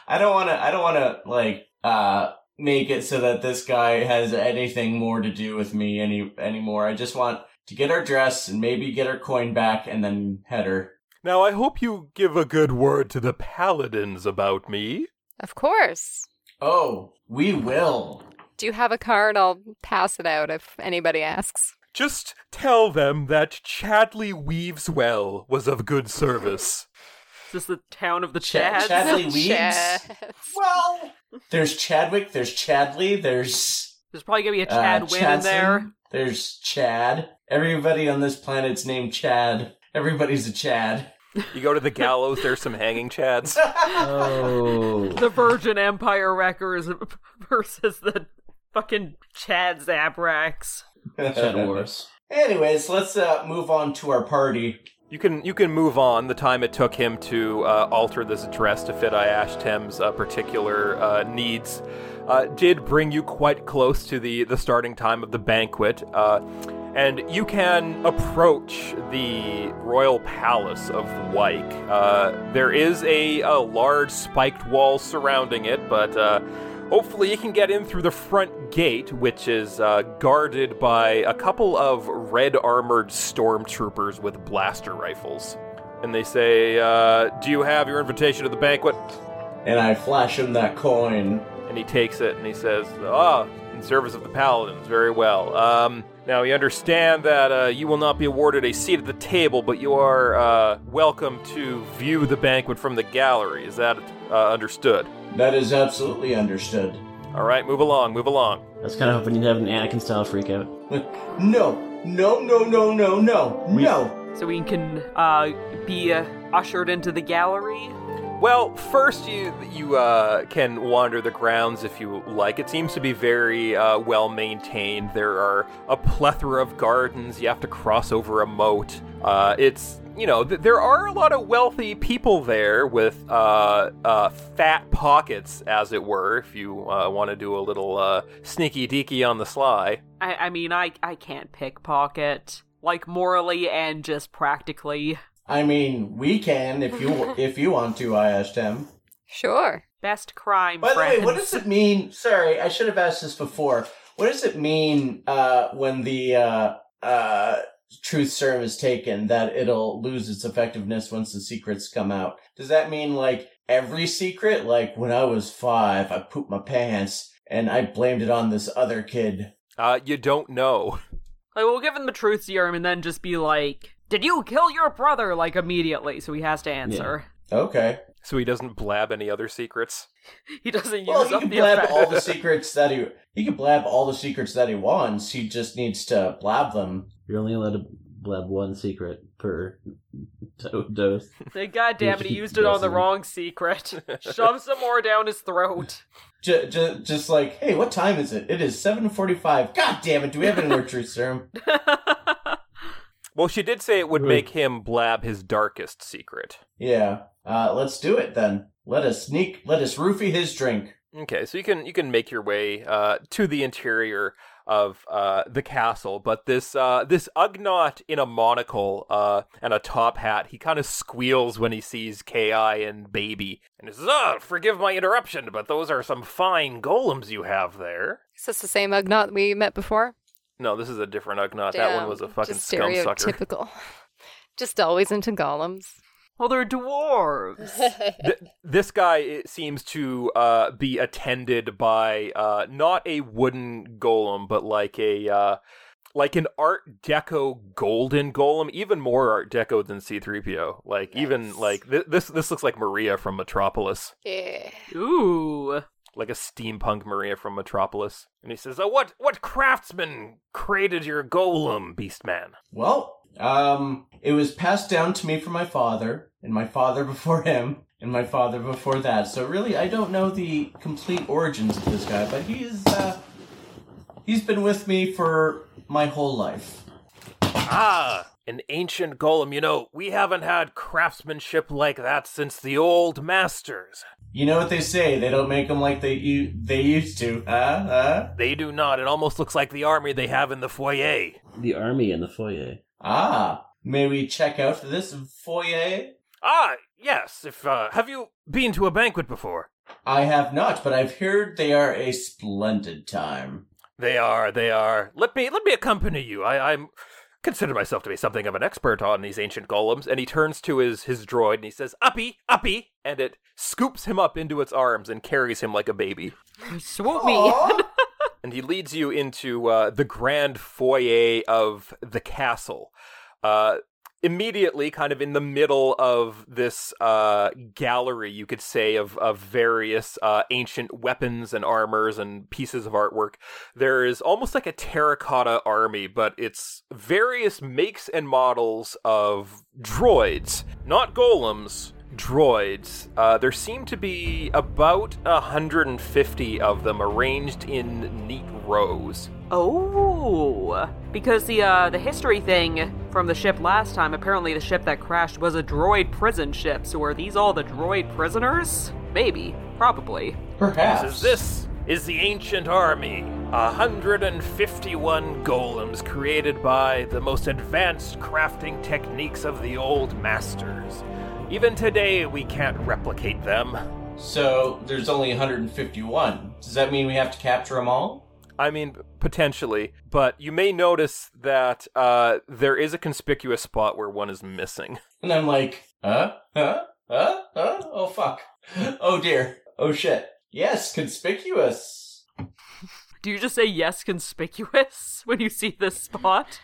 Speaker 3: I don't want to. I don't want to like uh, make it so that this guy has anything more to do with me any anymore. I just want to get her dress and maybe get her coin back and then head her.
Speaker 1: now i hope you give a good word to the paladins about me
Speaker 5: Of course.
Speaker 3: Oh, we will.
Speaker 5: Do you have a card? I'll pass it out if anybody asks.
Speaker 1: just tell them that chadley weaves well was of good service
Speaker 2: is this the town of the
Speaker 3: Ch-
Speaker 2: Chads?
Speaker 5: *laughs*
Speaker 3: Chadley Weebs?
Speaker 5: Chads.
Speaker 3: Well, there's Chadwick. There's Chadley. There's
Speaker 2: There's probably gonna be a
Speaker 3: uh,
Speaker 2: Chad win in
Speaker 3: Chadson,
Speaker 2: there.
Speaker 3: There's Chad. Everybody on this planet's named Chad. Everybody's a Chad.
Speaker 1: you go to the gallows there's some hanging chads
Speaker 6: Oh.
Speaker 2: The Virgin Empire Wreckers *laughs* versus the fucking Chad Zabrax.
Speaker 6: Shadow Wars.
Speaker 3: Anyways, let's uh, move on to our party.
Speaker 1: You can you can move on. The time it took him to uh, alter this dress to fit Iashtem's uh, particular uh, needs uh, did bring you quite close to the the starting time of the banquet, uh, and you can approach the royal palace of Wyke. Uh, there is a, a large spiked wall surrounding it, but. Uh, Hopefully, you can get in through the front gate, which is uh, guarded by a couple of red armored stormtroopers with blaster rifles. And they say, uh, Do you have your invitation to the banquet?
Speaker 3: And I flash him that coin.
Speaker 1: And he takes it and he says, Ah, in service of the paladins, very well. Um, now, you understand that uh, you will not be awarded a seat at the table, but you are uh, welcome to view the banquet from the gallery. Is that uh, understood?
Speaker 3: That is absolutely understood. *laughs*
Speaker 1: All right, move along, move along.
Speaker 6: I was kind of hoping you'd have an Anakin style freakout.
Speaker 3: No, no, no, no, no, no,
Speaker 6: We-
Speaker 3: no.
Speaker 2: So we can uh, be uh, ushered into the gallery.
Speaker 1: Well, first you you uh, can wander the grounds if you like. It seems to be very uh, well maintained. There are a plethora of gardens. You have to cross over a moat. Uh, it's you know th- there are a lot of wealthy people there with uh, uh, fat pockets, as it were. If you uh, want to do a little uh, sneaky deaky on the sly.
Speaker 2: I, I mean, I I can't pickpocket like morally and just practically.
Speaker 3: I mean, we can if you if you want to. I asked him.
Speaker 5: Sure.
Speaker 2: Best crime
Speaker 3: By the
Speaker 2: friends.
Speaker 3: way, what does it mean? Sorry, I should have asked this before. What does it mean uh, when the uh, uh, truth serum is taken that it'll lose its effectiveness once the secrets come out? Does that mean like every secret? Like when I was five, I pooped my pants and I blamed it on this other kid.
Speaker 1: Uh, you don't know. *laughs*
Speaker 2: Like, we'll give him the truth serum and then just be like, "Did you kill your brother?" Like immediately, so he has to answer. *laughs*
Speaker 3: Okay.
Speaker 1: So he doesn't blab any other secrets.
Speaker 2: He doesn't use
Speaker 3: Well, he
Speaker 2: up
Speaker 3: can
Speaker 2: the
Speaker 3: blab
Speaker 2: effect.
Speaker 3: all the secrets that he he can blab all the secrets that he wants. He just needs to blab them.
Speaker 6: You're only allowed to blab one secret per do- dose.
Speaker 2: Like, God damn it, he used it on the
Speaker 6: Doesn't.
Speaker 2: wrong
Speaker 3: *laughs*
Speaker 2: secret. Shove some more down his throat. *laughs*
Speaker 3: J- j- just like, hey, what time is it? It is seven forty-five. God damn it! Do we have any more truth serum?
Speaker 1: Well, she did say it would
Speaker 6: Ooh.
Speaker 1: make him blab his darkest secret.
Speaker 3: Yeah. Uh, let's do it then. Let us sneak. Let us roofie his drink.
Speaker 1: Okay, so you can you can make your way uh, to the interior of uh, the castle, but this uh, this Ugnaught in a monocle uh, and a top hat, he kind of squeals when he sees Ki and Baby, and he says, "Ah, forgive my interruption, but those are some fine golems you have there."
Speaker 5: Is this the same Ugnaught we met before?
Speaker 1: No, this is a different Ugnaught. That one
Speaker 5: Damn,
Speaker 1: was a fucking
Speaker 5: just
Speaker 1: scum sucker.
Speaker 5: stereotypical. *laughs* Just always into golems.
Speaker 2: Well, they're dwarves.
Speaker 3: *laughs*
Speaker 1: Th- this guy it seems to uh, be attended by uh, not a wooden golem, but like a uh, like an Art Deco golden golem, even more Art Deco than C-3PO. Like even
Speaker 5: Nice.
Speaker 1: like th- this this looks like Maria from Metropolis,
Speaker 5: Yeah.
Speaker 2: Ooh.
Speaker 1: like a steampunk Maria from Metropolis. And he says, "Oh, what what craftsman created your golem, Beastman?"
Speaker 3: Well, um, it was passed down to me from my father, and my father *laughs* before him, and my father before that. So really, I don't know the complete origins of this guy, but he is. Uh, he's been with me for my whole life.
Speaker 1: Ah, an ancient golem. You know, we haven't had craftsmanship like that since the old masters.
Speaker 3: You know what they say? They don't make them like they u- they used to. Uh, Huh? Huh?
Speaker 1: They do not. It almost looks like the army they have in the foyer.
Speaker 6: The army in the foyer.
Speaker 3: Ah, may we check out this foyer?
Speaker 1: Ah, yes. If uh, have you been to a banquet before?
Speaker 3: I have not, but I've heard they are a splendid time.
Speaker 1: They are. They are. Let me let me accompany you. I, I'm consider myself to be something of an expert on these ancient golems. And he turns to his his droid and he says, "Uppy, uppy," and it scoops him up into its arms and carries him like a baby.
Speaker 2: Swoop me.
Speaker 3: Aw.
Speaker 1: and he leads you into uh, the grand foyer of the castle. Uh, immediately, kind of in the middle of this uh, gallery, you could say, of, of various uh, ancient weapons and armors and pieces of artwork, there is almost like a terracotta army, but it's various makes and models of droids, not golems. Droids. Uh, there seem to be about 150 of them arranged in neat rows.
Speaker 2: Oh. Because the uh the history thing from the ship last time, apparently the ship that crashed was a droid prison ship. So are these all the droid prisoners? Maybe. Probably.
Speaker 3: *laughs* Perhaps.
Speaker 1: Says this is the ancient army. 151 golems created by the most advanced crafting techniques of the old masters. Even today, we can't replicate them.
Speaker 3: So there's only 151. Does that mean we have to capture them all?
Speaker 1: I mean, potentially, but you may notice that uh, there is a conspicuous spot where one is missing.
Speaker 3: And I'm like, huh? Huh? Huh? Huh? Oh fuck. Oh dear. Oh shit. Yes, conspicuous.
Speaker 2: Do you just say yes conspicuous *laughs* when you see this spot?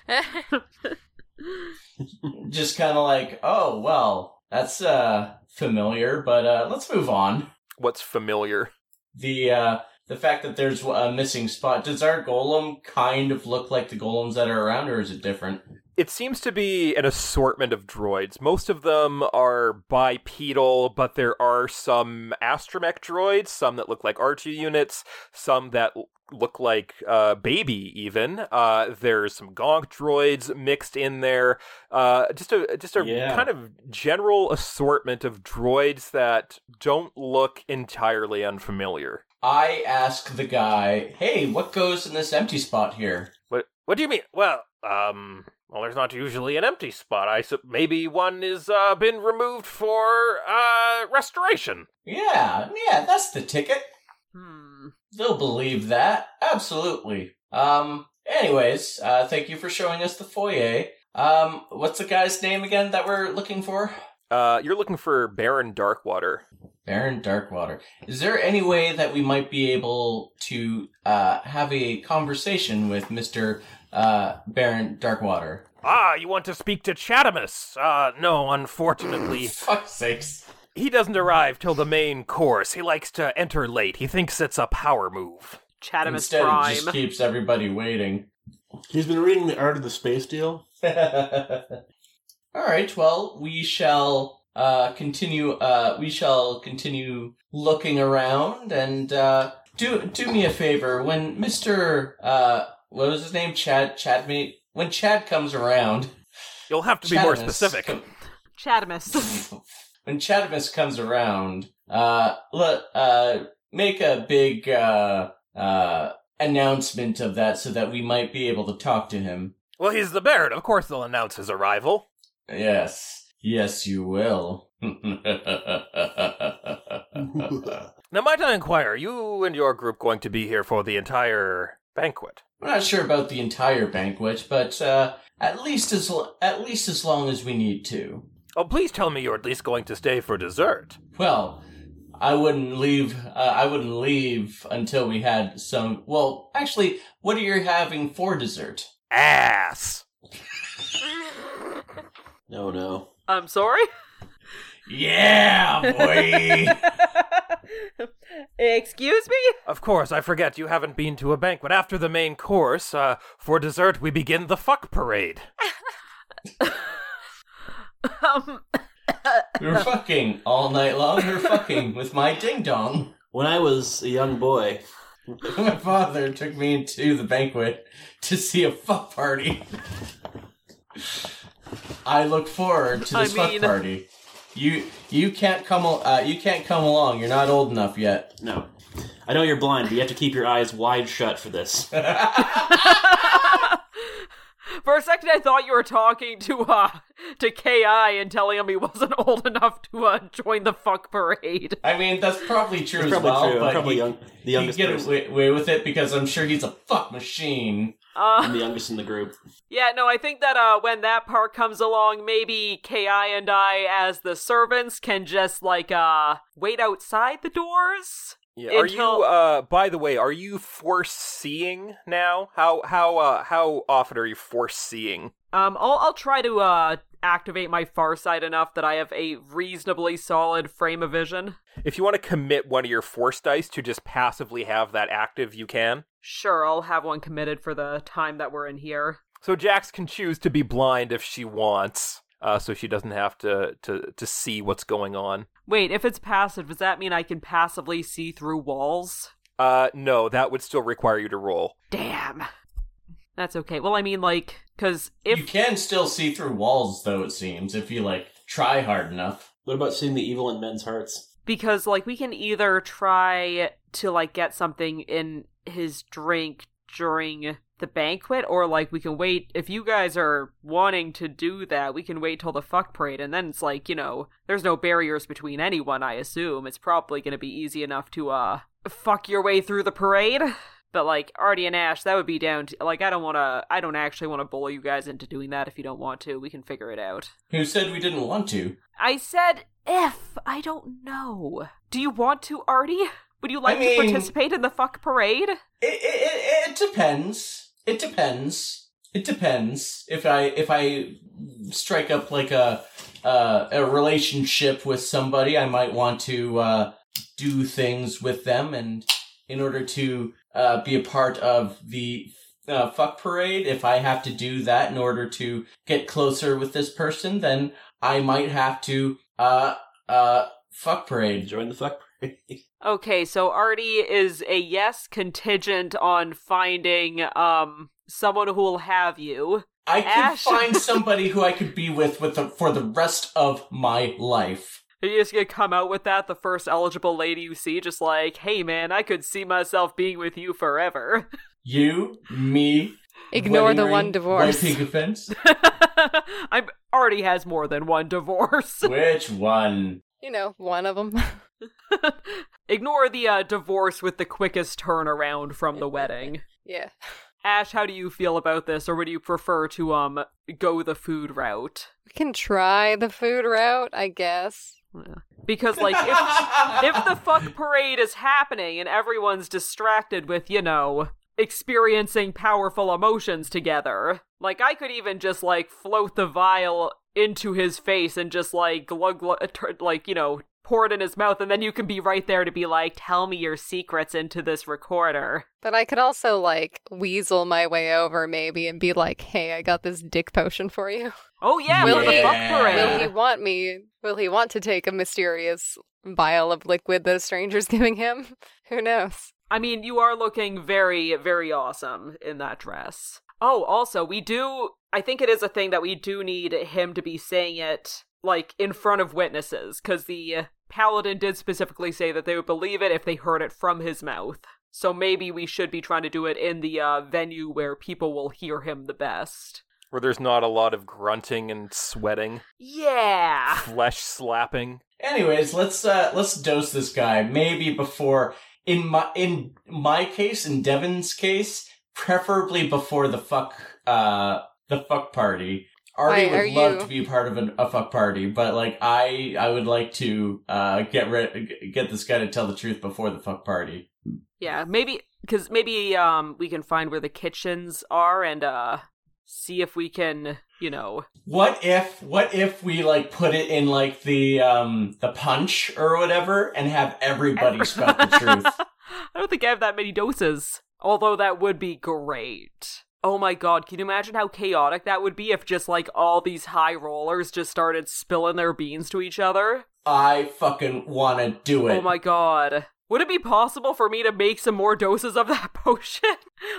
Speaker 3: Just kind of like, oh well, that's uh familiar, but uh let's move on.
Speaker 1: What's familiar?
Speaker 3: The uh the fact that there's a missing spot. Does our golem kind of look like the golems that are around, or is it different?
Speaker 1: It seems to be an assortment of droids. Most of them are bipedal, but there are some astromech droids, some that look like Archie units, some that l- look like uh, baby. Even uh, there's some gonk droids mixed in there. Uh, just a just a
Speaker 4: Yeah.
Speaker 1: kind of general assortment of droids that don't look entirely unfamiliar.
Speaker 3: I ask the guy, "Hey, what goes in this empty spot here?"
Speaker 1: What What do you mean? Well, um, Well, there's not usually an empty spot. I sup maybe one is uh, been removed for uh, restoration.
Speaker 3: Yeah, yeah, that's the ticket.
Speaker 2: Hmm.
Speaker 3: They'll believe that. Absolutely. Um, anyways, uh, thank you for showing us the foyer. Um, what's the guy's name again that we're looking for?
Speaker 1: Uh, you're looking for Baron Darkwater.
Speaker 3: Baron Darkwater. Is there any way that we might be able to uh, have a conversation with Mr. Uh, Baron Darkwater?
Speaker 1: Ah, you want to speak to Chatamus? Uh, no, *sniffs* unfortunately.
Speaker 3: *laughs* Fuck sakes.
Speaker 1: he doesn't arrive till the main course. He likes to enter late. He thinks it's a power move.
Speaker 2: Chatamus
Speaker 3: Instead, it just
Speaker 2: Prime.
Speaker 3: keeps everybody waiting. *laughs*
Speaker 4: He's been reading The Art of the Space Deal.
Speaker 3: All right. Well, we shall uh, continue. Uh, we shall continue looking around and uh, do do me a favor when Mister uh, what was his name Chad Chadmate when Chad comes around.
Speaker 1: You'll have to be more
Speaker 3: Chadamus
Speaker 1: specific.
Speaker 3: com-
Speaker 2: Chatamus.
Speaker 3: when Chadamus comes around, uh, look, uh, make a big uh, uh, announcement of that so that we might be able to talk to him.
Speaker 1: Well, he's the Baron. Of course, they'll announce his arrival.
Speaker 3: Yes, yes, you will. *laughs*
Speaker 1: Now, might I inquire, are you and your group going to be here for the entire banquet?
Speaker 3: We're not sure about the entire banquet, but uh, at least as l- at least as long as we need to.
Speaker 1: Oh, please tell me you're at least going to stay for dessert.
Speaker 3: Well, I wouldn't leave. Uh, I wouldn't leave until we had some. Well, actually, what are you having for dessert?
Speaker 1: Ass.
Speaker 6: No, no.
Speaker 2: *laughs* I'm sorry.
Speaker 3: Yeah, boy. *laughs*
Speaker 2: Excuse me?
Speaker 1: Of course, I forget you haven't been to a banquet. After the main course, uh, for dessert, we begin the fuck parade.
Speaker 2: Um,
Speaker 3: we were fucking all night long. We were fucking with my ding dong. *laughs*
Speaker 6: When I was a young boy,
Speaker 3: My father took me into the banquet to see a fuck party. *laughs* I look forward to
Speaker 2: I
Speaker 3: this
Speaker 2: mean-
Speaker 3: fuck party. You you can't come al- uh, you can't come along. You're not old enough yet.
Speaker 4: No. I know you're blind, but you have to keep your eyes wide shut for *laughs* this.
Speaker 2: for a second, I thought you were talking to uh to Ki and telling him he wasn't *laughs* old enough to uh, join the fuck parade.
Speaker 3: I mean that's probably true
Speaker 4: It's
Speaker 3: as
Speaker 4: probably
Speaker 3: well.
Speaker 4: true.
Speaker 3: But
Speaker 4: I'm probably
Speaker 3: he,
Speaker 4: young, the
Speaker 3: he can
Speaker 4: youngest
Speaker 3: get
Speaker 4: person.
Speaker 3: away away with it because I'm sure he's a fuck machine.
Speaker 2: Uh,
Speaker 4: I'm the youngest in the group.
Speaker 2: yeah, no, I think that uh when that part comes along, maybe Ki and I, as the servants, can just like uh wait outside the doors.
Speaker 1: Yeah. Are
Speaker 2: Until-
Speaker 1: you? Uh, by the way, are you foreseeing now? How how uh, how often are you foreseeing?
Speaker 2: Um, I'll I'll try to uh activate my far sight enough that I have a reasonably solid frame of vision.
Speaker 1: If you want to commit one of your force dice to just passively have that active, you can.
Speaker 2: Sure, I'll have one committed for the time that we're in here.
Speaker 1: So Jax can choose to be blind if she wants, uh, so she doesn't have to to to see what's going on.
Speaker 2: Wait, if it's passive, does that mean I can passively see through walls?
Speaker 1: Uh, no, that would still require you to roll.
Speaker 2: Damn. That's okay. Well, I mean, like, because if
Speaker 3: you can still see through walls though. It seems if you like try hard enough.
Speaker 4: What about seeing the evil in men's hearts?
Speaker 2: because like we can either try to like get something in his drink during the banquet or like we can wait if you guys are wanting to do that we can wait till the fuck parade and then it's like you know there's no barriers between anyone i assume it's probably going to be easy enough to uh fuck your way through the parade but like artie and ash that would be down to like i don't want to i don't actually want to bully you guys into doing that if you don't want to we can figure it out
Speaker 3: Who said we didn't want to?
Speaker 2: I said if. I don't know. Do you want to, Artie? Would you like
Speaker 3: I mean-
Speaker 2: to participate in the fuck parade?
Speaker 3: It, it, it, it depends. It depends. It depends. If I if I strike up like a uh, a relationship with somebody, I might want to uh, do things with them, and in order to uh, be a part of the uh, fuck parade, if I have to do that in order to get closer with this person, then I might have to uh uh fuck parade.
Speaker 4: Join the fuck parade.
Speaker 2: Okay, so Artie is a yes contingent on finding um someone who will have you.
Speaker 3: I could
Speaker 2: Ash.
Speaker 3: find somebody who I could be with with the, for the rest of my life.
Speaker 2: Are you just gonna come out with that the first eligible lady you see, just *laughs* like, hey man, I could see myself being with you forever.
Speaker 3: You, me,
Speaker 5: *laughs* Ignore
Speaker 3: Wedding
Speaker 5: the
Speaker 3: ring,
Speaker 5: one divorce.
Speaker 3: White pig
Speaker 5: *laughs*
Speaker 3: offense.
Speaker 2: I already has more than one divorce. *laughs*
Speaker 3: Which one?
Speaker 5: You know, one of *laughs* them.
Speaker 2: Ignore the uh, divorce with the quickest turnaround from the wedding.
Speaker 5: yeah.
Speaker 2: Ash, how do you feel about this, or would you prefer to um go the food route?
Speaker 5: We can try the food route, I guess.
Speaker 2: Because like if
Speaker 3: *laughs*
Speaker 2: if the fuck parade is happening and everyone's distracted with you know experiencing powerful emotions together, like I could even just like float the vial into his face and just like glug, glug uh, tur- like you know pour it in his mouth, and then you can be right there to be like, tell me your secrets into this recorder.
Speaker 5: But I could also like weasel my way over maybe and be like, "Hey, I got this dick potion for you.
Speaker 2: Oh yeah,
Speaker 5: Will
Speaker 2: for the
Speaker 5: he-
Speaker 2: fuck
Speaker 5: Will he
Speaker 2: parade.
Speaker 5: want me? Will he want to take a mysterious vial of liquid that a stranger's *laughs* giving him? Who knows?"
Speaker 2: I mean, you are looking very, very awesome in that dress. Oh, also, we do. I think it is a thing that we do need him to be saying it, like, in front of witnesses, because the paladin did specifically say that they would believe it if they heard it from his mouth. So maybe we should be trying to do it in the uh, venue where people will hear him the best.
Speaker 1: Where there's not a lot of grunting and sweating,
Speaker 2: Yeah.
Speaker 1: flesh slapping.
Speaker 3: Anyways, let's uh let's dose this guy. Maybe before in my in my case, in Devin's case, preferably before the fuck uh the fuck party. Artie
Speaker 5: Why
Speaker 3: would
Speaker 5: are
Speaker 3: love
Speaker 5: you-
Speaker 3: to be part of an, a fuck party, but like I I would like to uh get rid get this guy to tell the truth before the fuck party.
Speaker 2: Yeah, maybe because maybe um we can find where the kitchens are and uh see if we can you know
Speaker 3: What if what if we like put it in like the um the punch or whatever and have
Speaker 2: *laughs*
Speaker 3: everybody spout the truth?
Speaker 2: I don't think I have that many doses. Although that would be great. Oh my god, can you imagine how chaotic that would be if just like all these high rollers just started spilling their beans to each other?
Speaker 3: I fucking wanna do it.
Speaker 2: Oh my god. Would it be possible for me to make some more doses of that *laughs* potion?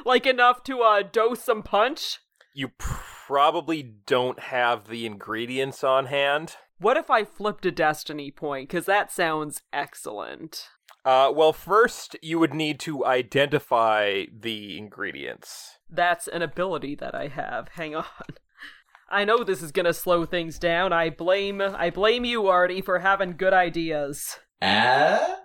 Speaker 2: like enough to uh dose some punch?
Speaker 1: You probably don't have the ingredients on hand.
Speaker 2: What if I flipped a destiny point? Because that sounds excellent.
Speaker 1: Uh, well, first you would need to identify the ingredients.
Speaker 2: That's an ability that I have. Hang on. I know this is gonna slow things down. I blame I blame you, Artie, for having good ideas.
Speaker 3: Ah?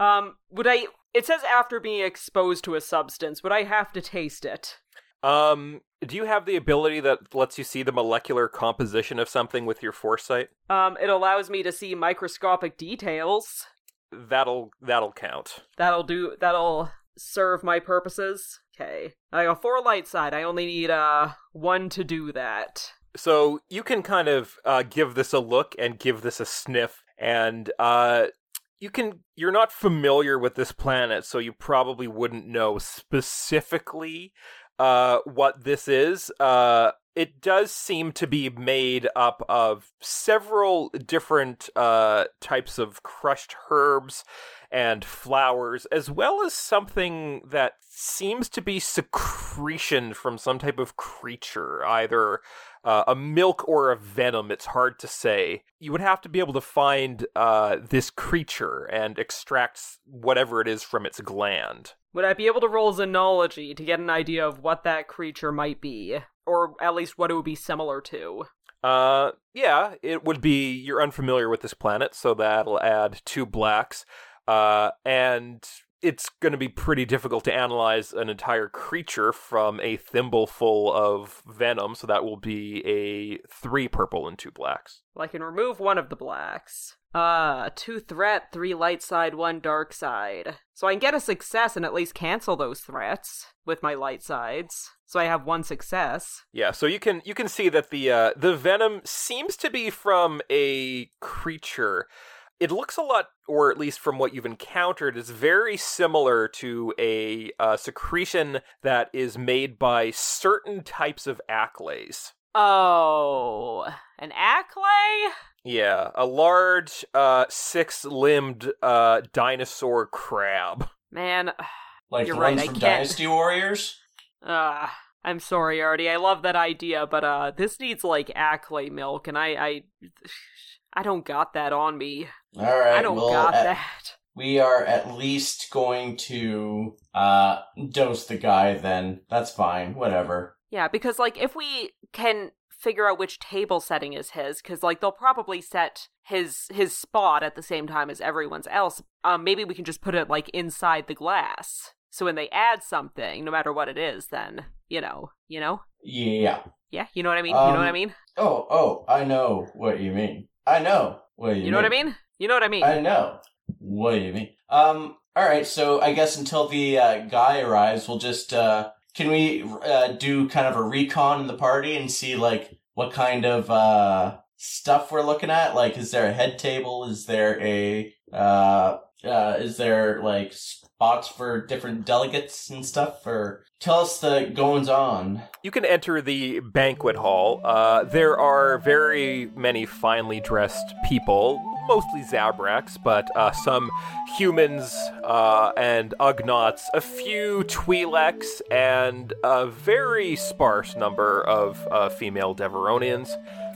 Speaker 2: Um, would I it says after being exposed to a substance, would I have to taste it?
Speaker 1: Um, do you have the ability that lets you see the molecular composition of something with your foresight?
Speaker 2: Um, it allows me to see microscopic details.
Speaker 1: That'll that'll count.
Speaker 2: That'll do that'll serve my purposes. Okay. I got four light side. I only need uh one to do that.
Speaker 1: So you can kind of uh, give this a look and give this a sniff, and uh, you can. You're not familiar with this planet, so you probably wouldn't know specifically uh, what this is. Uh, it does seem to be made up of several different uh, types of crushed herbs and flowers, as well as something that seems to be secretion from some type of creature, either uh, a milk or a venom. It's hard to say. You would have to be able to find uh, this creature and extract whatever it is from its gland.
Speaker 2: Would I be able to roll Xenology to get an idea of what that creature might be? Or at least what it would be similar to?
Speaker 1: Uh, yeah, it would be you're unfamiliar with this planet, so that'll add two blacks. Uh, and it's going to be pretty difficult to analyze an entire creature from a thimbleful of venom, so that will be a three purple and two blacks.
Speaker 2: Well, I can remove one of the blacks. Uh, two threat, three light side, one dark side. So I can get a success and at least cancel those threats with my light sides. So I have one success.
Speaker 1: Yeah, so you can you can see that the uh, the venom seems to be from a creature. It looks a lot, or at least from what you've encountered, is very similar to a uh, secretion that is made by certain types of aclase.
Speaker 2: Oh, an aclay?
Speaker 1: Yeah, a large uh, six-limbed uh, dinosaur crab.
Speaker 2: Man, *sighs*
Speaker 3: Like
Speaker 2: You're
Speaker 3: the
Speaker 2: right,
Speaker 3: ones
Speaker 2: I
Speaker 3: from
Speaker 2: can't.
Speaker 3: Dynasty Warriors?
Speaker 2: uh, I'm sorry, Artie. I love that idea, but uh, this needs like aclay milk, and I, I, *sighs* I don't got that on me.
Speaker 3: All right.
Speaker 2: I don't
Speaker 3: well, uh,
Speaker 2: got
Speaker 3: at-
Speaker 2: that.
Speaker 3: We are at least going to uh dose the guy then. That's fine. Whatever.
Speaker 2: Yeah, because like if we can figure out which table setting is his, because like they'll probably set his his spot at the same time as everyone's else. Um, maybe we can just put it like inside the glass. So when they add something, no matter what it is, then you know, you know,
Speaker 3: Yeah.
Speaker 2: yeah, you know what I mean. you know what I
Speaker 3: Um,
Speaker 2: mean.
Speaker 3: Oh, oh, I know what you mean. I know what you,
Speaker 2: You know what I mean. You know what I mean.
Speaker 3: I know what you mean. Um. All right. So I guess until the uh, guy arrives, we'll just uh, can we uh, do kind of a recon in the party and see like what kind of uh, stuff we're looking at. Like, is there a head table? Is there a uh, uh, is there like spots for different delegates and stuff? Or tell us the goings on.
Speaker 1: You can enter the banquet hall. Uh, there are very many finely dressed people, mostly Zabraks, but uh, some humans uh, and Ugnaughts, a few Twi'leks, and a very sparse number of uh, female Deveronians.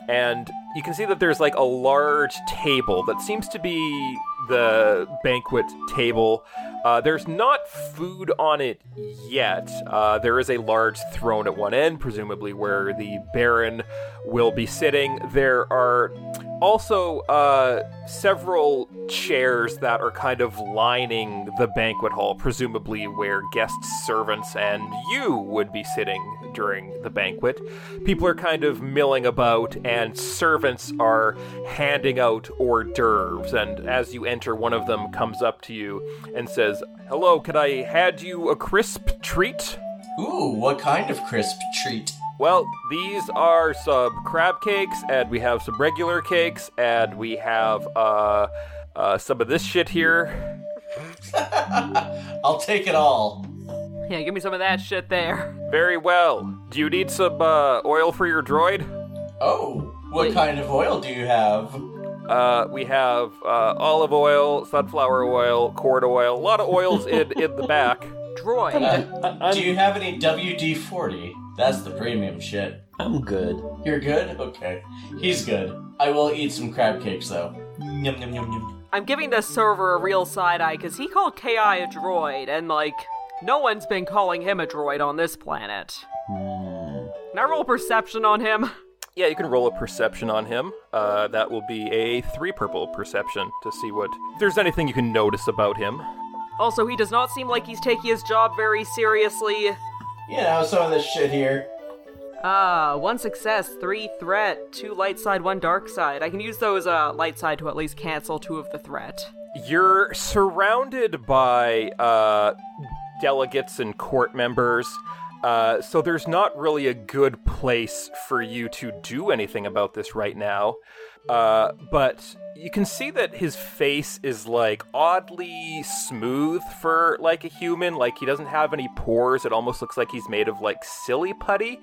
Speaker 1: And you can see that there's like a large table that seems to be the banquet table. Uh, there's not food on it yet. Uh, there is a large throne at one end, presumably where the Baron will be sitting. There are also uh, several chairs that are kind of lining the banquet hall, presumably where guest servants and you would be sitting during the banquet. People are kind of milling about, and servants are handing out hors d'oeuvres. And as you enter, one of them comes up to you and says, Hello, could I hand you a crisp treat?
Speaker 3: Ooh, what kind of crisp treat?
Speaker 1: Well, these are some crab cakes, and we have some regular cakes, and we have uh, uh, some of this shit here.
Speaker 3: I'll take it all.
Speaker 2: yeah, give me some of that shit there.
Speaker 1: Very well. Do you need some uh, oil for your droid?
Speaker 3: Oh, what
Speaker 2: Wait.
Speaker 3: kind of oil do you have?
Speaker 1: Uh, we have uh, olive oil, sunflower oil, cord oil, a lot of oils in, in the back.
Speaker 2: Droid.
Speaker 3: Uh,
Speaker 4: I,
Speaker 3: Do you
Speaker 4: am
Speaker 3: have any WD 40? That's the premium shit.
Speaker 6: I'm good.
Speaker 3: You're good? Okay. He's good. I will eat some crab cakes though. Yum, yum, yum, yum.
Speaker 2: I'm giving this server a real side eye because he called Ki a droid, and like, no one's been calling him a droid on this planet. Can I roll perception on him?
Speaker 1: Yeah, you can roll a perception on him. Uh, that will be a three purple perception to see what if there's anything you can notice about him.
Speaker 2: Also, he does not seem like he's taking his job very seriously.
Speaker 3: You know, some of this shit here.
Speaker 2: Ah, one success, three threat, two light side, one dark side. I can use those uh, light side to at least cancel two of the threat.
Speaker 1: You're surrounded by uh, delegates and court members, uh, so there's not really a good place for you to do anything about this right now. Uh, but you can see that his face is like oddly smooth for like a human. Like he doesn't have any pores. It almost looks like he's made of like silly putty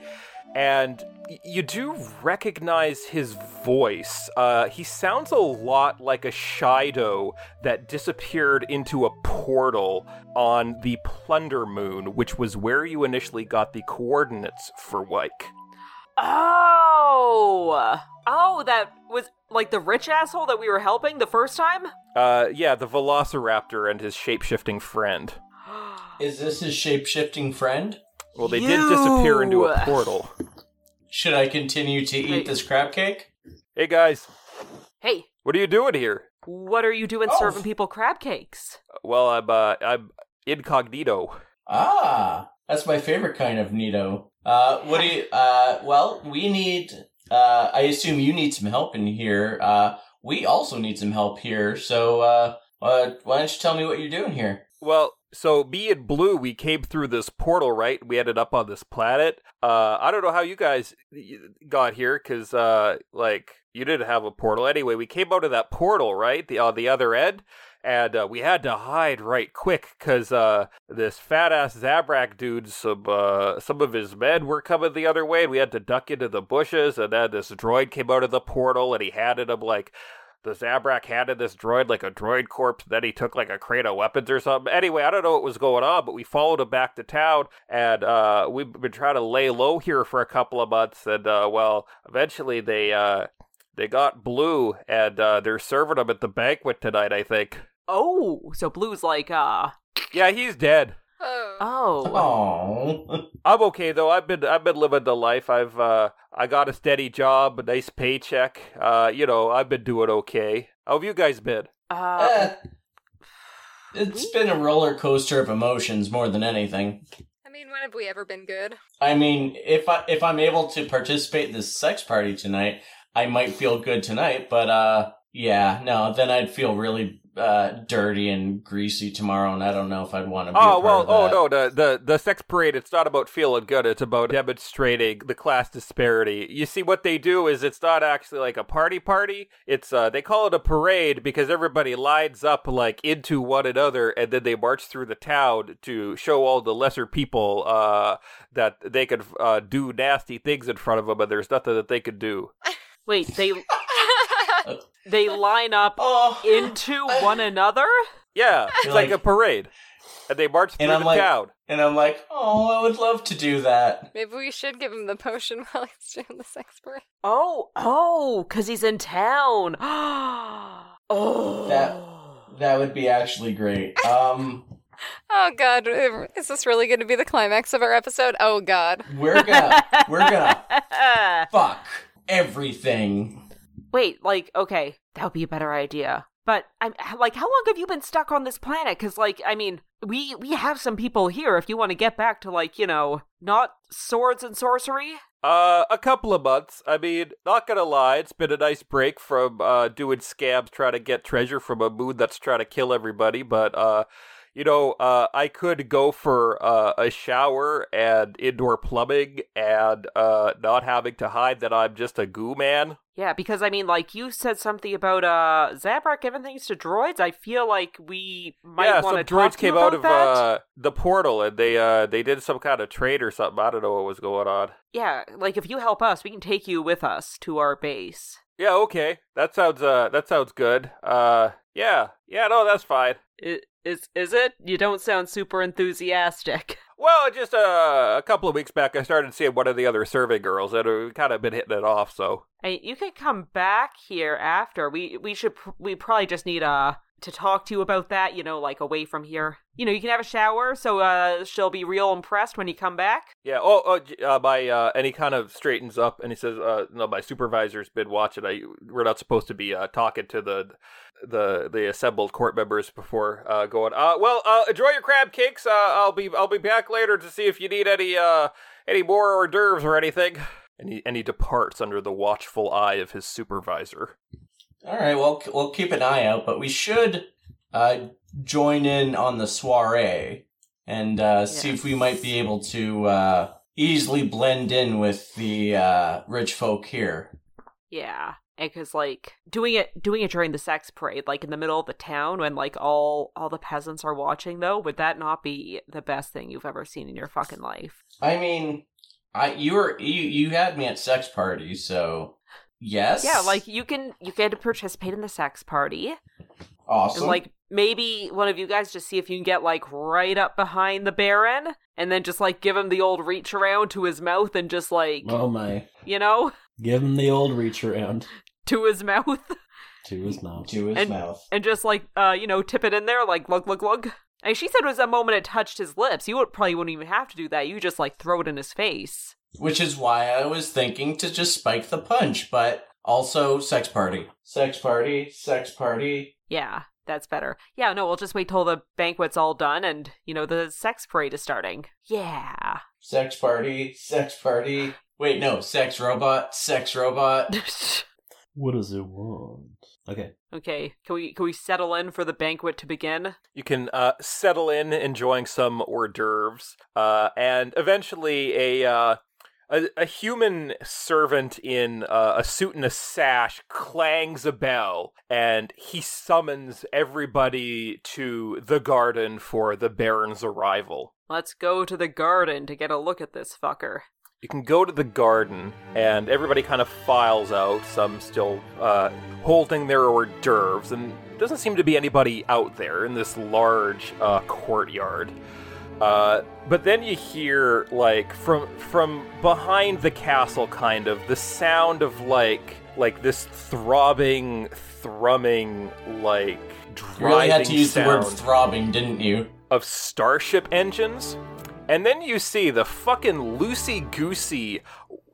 Speaker 1: and y- you do recognize his voice. Uh, he sounds a lot like a Shido that disappeared into a portal on the Plunder Moon, which was where you initially got the coordinates for Wyke.
Speaker 2: Oh! Oh, that was like the rich asshole that we were helping the first time?
Speaker 1: Uh, yeah, the Velociraptor and his shapeshifting friend.
Speaker 3: Is this his shape shifting friend?
Speaker 1: Well, they did disappear into a
Speaker 2: You-
Speaker 1: portal.
Speaker 3: Should I continue to eat
Speaker 2: Wait.
Speaker 3: this crab cake?
Speaker 1: Hey guys,
Speaker 2: Hey,
Speaker 1: what are you doing here?
Speaker 2: What are you doing
Speaker 3: Oh.
Speaker 2: serving people crab cakes?
Speaker 1: Well, I'm uh, I'm incognito.
Speaker 3: Ah, that's my favorite kind of Nito. Uh, what do you, uh, well, we need, uh, I assume you need some help in here. Uh, we also need some help here. So, uh, uh, why don't you tell me what you're doing here?
Speaker 1: Well, so me and Blue, we came through this portal, right? We ended up on this planet. Uh, I don't know how you guys got here, because uh, like you didn't have a portal anyway. We came out of that portal, right? The on the other end, and uh, we had to hide right quick because uh, this fat ass Zabrak dude, some uh, some of his men were coming the other way, and we had to duck into the bushes. And then this droid came out of the portal, and he handed him like the Zabrak handed this droid like a droid corpse, then he took like a crate of weapons or something. Anyway, I don't know what was going on, but we followed him back to town, and uh, we've been trying to lay low here for a couple of months, and uh, well, eventually they uh, they got blue, and uh, they're serving him at the banquet tonight, I think.
Speaker 2: Oh, so Blue's like, uh, Ah.
Speaker 1: Yeah, he's dead.
Speaker 5: Oh.
Speaker 3: *laughs*
Speaker 2: oh,
Speaker 3: Oh,
Speaker 1: I'm okay though. I've been I've been living the life. I've uh, I got a steady job, a nice paycheck. Uh, you know, I've been doing okay. How have you guys been?
Speaker 2: Uh,
Speaker 3: Eh. It's been a roller coaster of emotions more than anything.
Speaker 5: I mean, when have we ever been good?
Speaker 3: I mean, if I if I'm able to participate in this sex party tonight, I might feel good tonight, but uh yeah, no, then I'd feel really uh dirty and greasy tomorrow and I don't know if I'd want to be
Speaker 1: Oh
Speaker 3: a part
Speaker 1: well,
Speaker 3: of
Speaker 1: oh
Speaker 3: that.
Speaker 1: no, the, the the sex parade. It's not about feeling good. It's about demonstrating the class disparity. You see, what they do is it's not actually like a party party. It's uh, they call it a parade because everybody lines up like into one another, and then they march through the town to show all the lesser people uh, that they could uh, do nasty things in front of them, and there's nothing that they could do.
Speaker 2: wait,
Speaker 3: *laughs*
Speaker 2: they they line up
Speaker 3: Oh,
Speaker 2: into one another.
Speaker 3: *laughs*
Speaker 1: Yeah, it's like, a
Speaker 3: Like-
Speaker 1: parade, and they march through
Speaker 3: And
Speaker 1: the
Speaker 3: I'm like-
Speaker 1: town.
Speaker 3: and I'm like, "Oh, I would love to do that."
Speaker 5: Maybe we should give him the potion *laughs* while he's doing the sex parade.
Speaker 2: Oh, oh, because he's in town. *gasps* oh,
Speaker 3: That would be actually great. Um
Speaker 5: Oh god, is this really going to be the climax of our episode? Oh god.
Speaker 3: we're
Speaker 1: *laughs*
Speaker 3: gonna we're gonna fuck everything.
Speaker 2: *laughs* Wait, like, okay, that would be a better idea. But I'm like, how long have you been stuck on this planet? Because, like, I mean, we we have some people here. If you want to get back to like, you know, not swords and sorcery.
Speaker 1: Uh, a couple of months. I mean, not gonna lie, it's been a nice break from uh doing scabs, trying to get treasure from a moon that's trying to kill everybody. But uh, you know, uh, I could go for uh, a shower and indoor plumbing and uh not having to hide that I'm just a goo man.
Speaker 2: Yeah, because I mean, like, you said something about uh Zabrak giving things to droids. I feel like we might
Speaker 1: yeah,
Speaker 2: want
Speaker 1: some
Speaker 2: to talk
Speaker 1: droids
Speaker 2: to
Speaker 1: came
Speaker 2: you
Speaker 1: out
Speaker 2: about
Speaker 1: of
Speaker 2: that.
Speaker 1: uh the portal and they uh they did some kind of trade or something. I don't know what was going on.
Speaker 2: Yeah, like if you help us, we can take you with us to our base.
Speaker 1: Yeah, okay, that sounds uh that sounds good. Uh, yeah, yeah, no, that's fine.
Speaker 2: I- Is is it? You don't sound super enthusiastic. *laughs*
Speaker 1: Well, just uh, a couple of weeks back, I started seeing one of the other survey girls, and we've kind of been hitting it off. So,
Speaker 2: I, you could come back here after. We we should pr- we probably just need uh to talk to you about that. You know, like away from here. You know, you can have a shower, so uh, she'll be real impressed when you come back.
Speaker 1: yeah. Oh, oh j- uh, my, uh, and he kind of straightens up, and he says, uh, "No, my supervisor's been watching. I we're not supposed to be uh, talking to the the the assembled court members before uh, going. Uh, well, uh, enjoy your crab cakes. Uh, I'll be I'll be back later to see if you need any uh any more hors d'oeuvres or anything." And he and he departs under the watchful eye of his supervisor.
Speaker 3: All right, well, c- we'll keep an eye out, but we should uh, join in on the soiree and uh, see if we might be able to uh, easily blend in with the uh, rich folk here.
Speaker 2: Yeah, and because like doing it doing it during the sex parade, like in the middle of the town, when like all all the peasants are watching, though, would that not be the best thing you've ever seen in your fucking life?
Speaker 3: I mean, I you were you you had me at sex party, so yes,
Speaker 2: Yeah, like you can you get to participate in the sex party.
Speaker 3: awesome.
Speaker 2: And like maybe one of you guys just see if you can get like right up behind the Baron and then just like give him the old reach around to his mouth and just like
Speaker 6: Oh my.
Speaker 2: you know,
Speaker 6: Give him the old reach around
Speaker 2: to his *laughs* mouth
Speaker 6: to his mouth.
Speaker 3: to his
Speaker 2: and-
Speaker 3: mouth.
Speaker 2: and just like uh, you know, tip it in there like lug lug lug. And she said it was the moment it touched his lips. You would probably wouldn't even have to do that. You just like throw it in his face.
Speaker 3: Which is why I was thinking to just spike the punch, but also sex party. Sex party, sex party.
Speaker 2: Yeah, that's better. Yeah, no, we'll just wait till the banquet's all done and, you know, the sex parade is starting. Yeah. *laughs*
Speaker 3: Sex party, sex party. Wait, no, sex robot, sex
Speaker 5: *laughs*
Speaker 3: robot.
Speaker 6: What does it want? Okay.
Speaker 2: okay. Can we can we settle in for the banquet to begin?
Speaker 1: You can uh, settle in, enjoying some hors d'oeuvres, uh, and eventually a, uh, a a human servant in uh, a suit and a sash clangs a bell, and he summons everybody to the garden for the Baron's arrival.
Speaker 2: Let's go to the garden to get a look at this fucker.
Speaker 1: You can go to the garden, and everybody kind of files out, some still uh, holding their hors d'oeuvres, and doesn't seem to be anybody out there in this large uh, courtyard. Uh, but then you hear, like, from from behind the castle, kind of the sound of like like this throbbing, thrumming, like
Speaker 3: You really
Speaker 1: driving
Speaker 3: had to use the word
Speaker 1: sound
Speaker 3: throbbing, didn't you?
Speaker 1: of starship engines And then you see the fucking loosey goosey,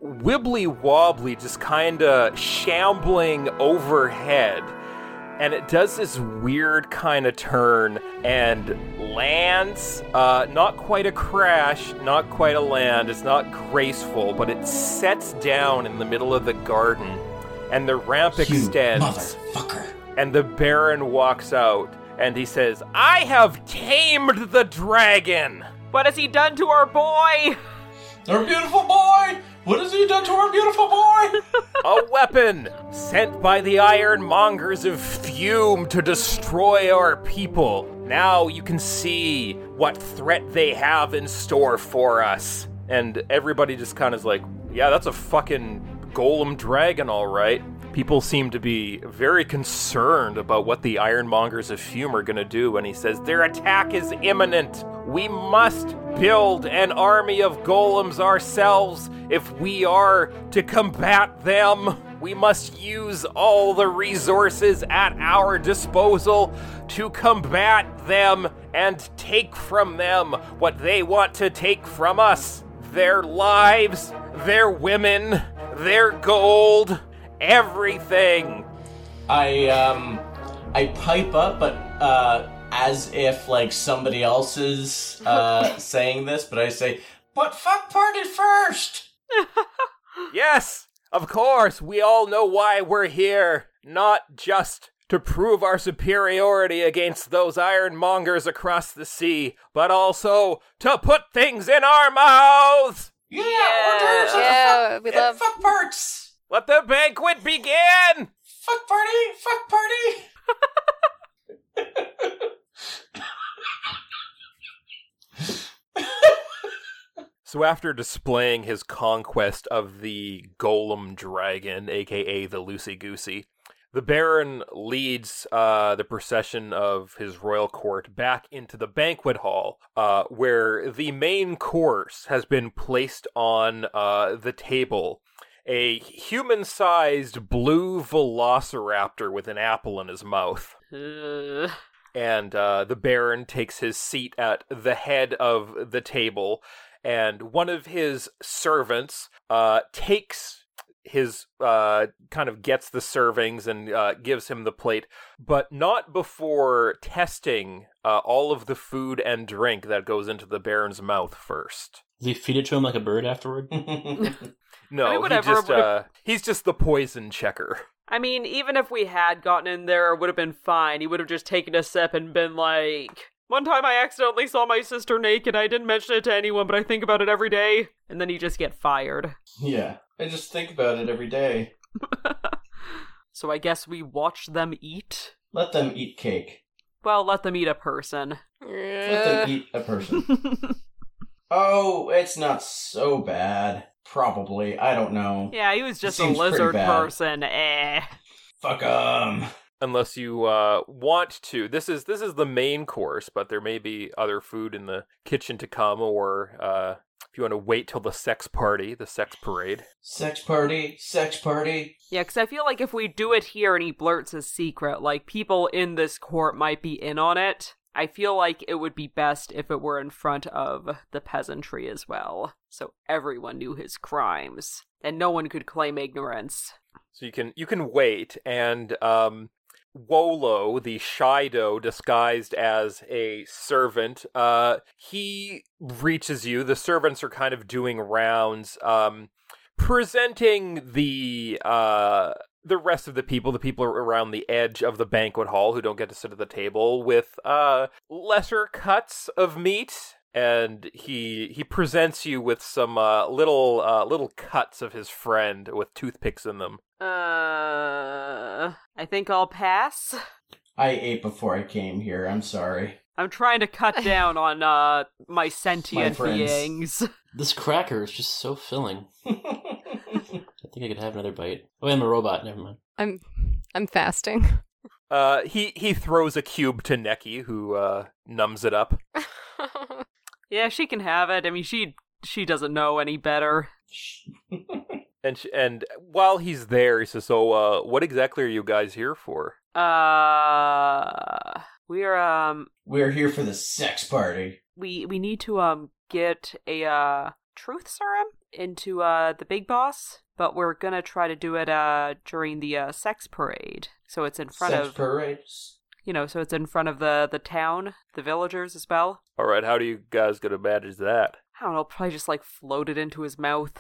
Speaker 1: wibbly wobbly, just kind of shambling overhead. And it does this weird kind of turn and lands. Uh, not quite a crash, not quite a land. It's not graceful, but it sets down in the middle of the garden. And the ramp extends
Speaker 3: Motherfucker.
Speaker 1: and the Baron walks out and he says, I have tamed the dragon!
Speaker 2: What has he done to our boy?
Speaker 3: Our beautiful boy! What has he done to our beautiful
Speaker 5: *laughs*
Speaker 3: boy?
Speaker 1: A weapon sent by the ironmongers of Fume to destroy our people. Now you can see what threat they have in store for us. And everybody just kind of is like, yeah, that's a fucking golem dragon, all right. People seem to be very concerned about what the ironmongers of Fume are going to do, and he says, Their attack is imminent. We must build an army of golems ourselves if we are to combat them. We must use all the resources at our disposal to combat them and take from them what they want to take from us their lives, their women, their gold, everything.
Speaker 3: I um I pipe up but uh as if like somebody else is
Speaker 5: *laughs*
Speaker 3: uh saying this, but I say, But fuck parted first!
Speaker 1: Yes, of course, we all know why we're here. Not just to prove our superiority against those ironmongers across the sea, but also to put things in our mouths.
Speaker 3: Yeah, we're doing some
Speaker 5: Yeah, we
Speaker 3: fuck,
Speaker 5: love.
Speaker 3: fuck parts!
Speaker 1: Let the banquet begin.
Speaker 3: Fuck party! Fuck party!
Speaker 1: So, after displaying his conquest of the Golem Dragon, aka the Loosey Goosey, the Baron leads uh, the procession of his royal court back into the banquet hall, uh, where the main course has been placed on uh, the table. A human sized blue velociraptor with an apple in his mouth
Speaker 2: Ugh.
Speaker 1: and uh, the Baron takes his seat at the head of the table, and one of his servants uh, takes his uh, kind of gets the servings and uh, gives him the plate, but not before testing uh, all of the food and drink that goes into the Baron's mouth first.
Speaker 4: Does he feed it to him like a
Speaker 3: *laughs*
Speaker 4: bird afterward?
Speaker 1: No,
Speaker 2: I mean,
Speaker 1: he
Speaker 2: whatever
Speaker 1: just
Speaker 2: would-
Speaker 1: uh, he's just the poison checker.
Speaker 2: I mean, even if we had gotten in there, it would have been fine. He would have just taken a sip and been like, One time I accidentally saw my sister naked. I didn't mention it to anyone, but I think about it every day. And then you just get fired.
Speaker 3: yeah. I just think about it every day.
Speaker 2: So I guess we watch them eat.
Speaker 3: Let them eat cake.
Speaker 2: Well, let them eat a person.
Speaker 3: Let
Speaker 2: Uh.
Speaker 3: them eat a person.
Speaker 2: *laughs*
Speaker 3: Oh, it's not so bad. Probably. I don't know.
Speaker 2: yeah, he was just a
Speaker 3: Seems pretty
Speaker 2: lizard
Speaker 3: bad.
Speaker 2: person. Eh.
Speaker 3: Fuck 'em.
Speaker 1: unless you uh, want to. This is this is the main course, but there may be other food in the kitchen to come, or uh, if you want to wait till the sex party, the sex parade.
Speaker 3: Sex party, sex party.
Speaker 2: Yeah, because I feel like if we do it here and he blurts his secret, like people in this court might be in on it. I feel like it would be best if it were in front of the peasantry as well, so everyone knew his crimes and no one could claim ignorance.
Speaker 1: So you can you can wait, and um, Wolo, the Shido, disguised as a servant, uh, he reaches you. The servants are kind of doing rounds, um, presenting the uh, the rest of the people, the people around the edge of the banquet hall who don't get to sit at the table, with uh, lesser cuts of meat. And he he presents you with some uh, little uh, little cuts of his friend with toothpicks in them.
Speaker 2: Uh, I think I'll pass.
Speaker 3: I ate before I came here. I'm sorry. *laughs*
Speaker 2: I'm trying to cut down on uh my sentient
Speaker 3: friends.
Speaker 2: beings. *laughs*
Speaker 4: this cracker is just so filling. I think I could have another bite. Oh, I'm a robot. Never mind.
Speaker 5: I'm, I'm fasting. *laughs*
Speaker 1: Uh, he he throws a cube to Neki, who uh, numbs it up.
Speaker 2: Yeah, she can have it. I mean, she she doesn't know any better.
Speaker 1: And sh and while he's there, he says, "So, uh, what exactly are you guys here for?"
Speaker 2: Uh, um, we're um
Speaker 3: We're here for the sex party.
Speaker 2: we we need to um get a uh, truth serum into uh, the big boss, but we're gonna try to do it uh, during the uh, sex parade. So it's in front
Speaker 3: Sex
Speaker 2: of
Speaker 3: parades.
Speaker 2: you know, so it's in front of the the town, the villagers as well.
Speaker 1: All right, how do you guys gonna manage that?
Speaker 2: I don't know, probably just like float it into his mouth.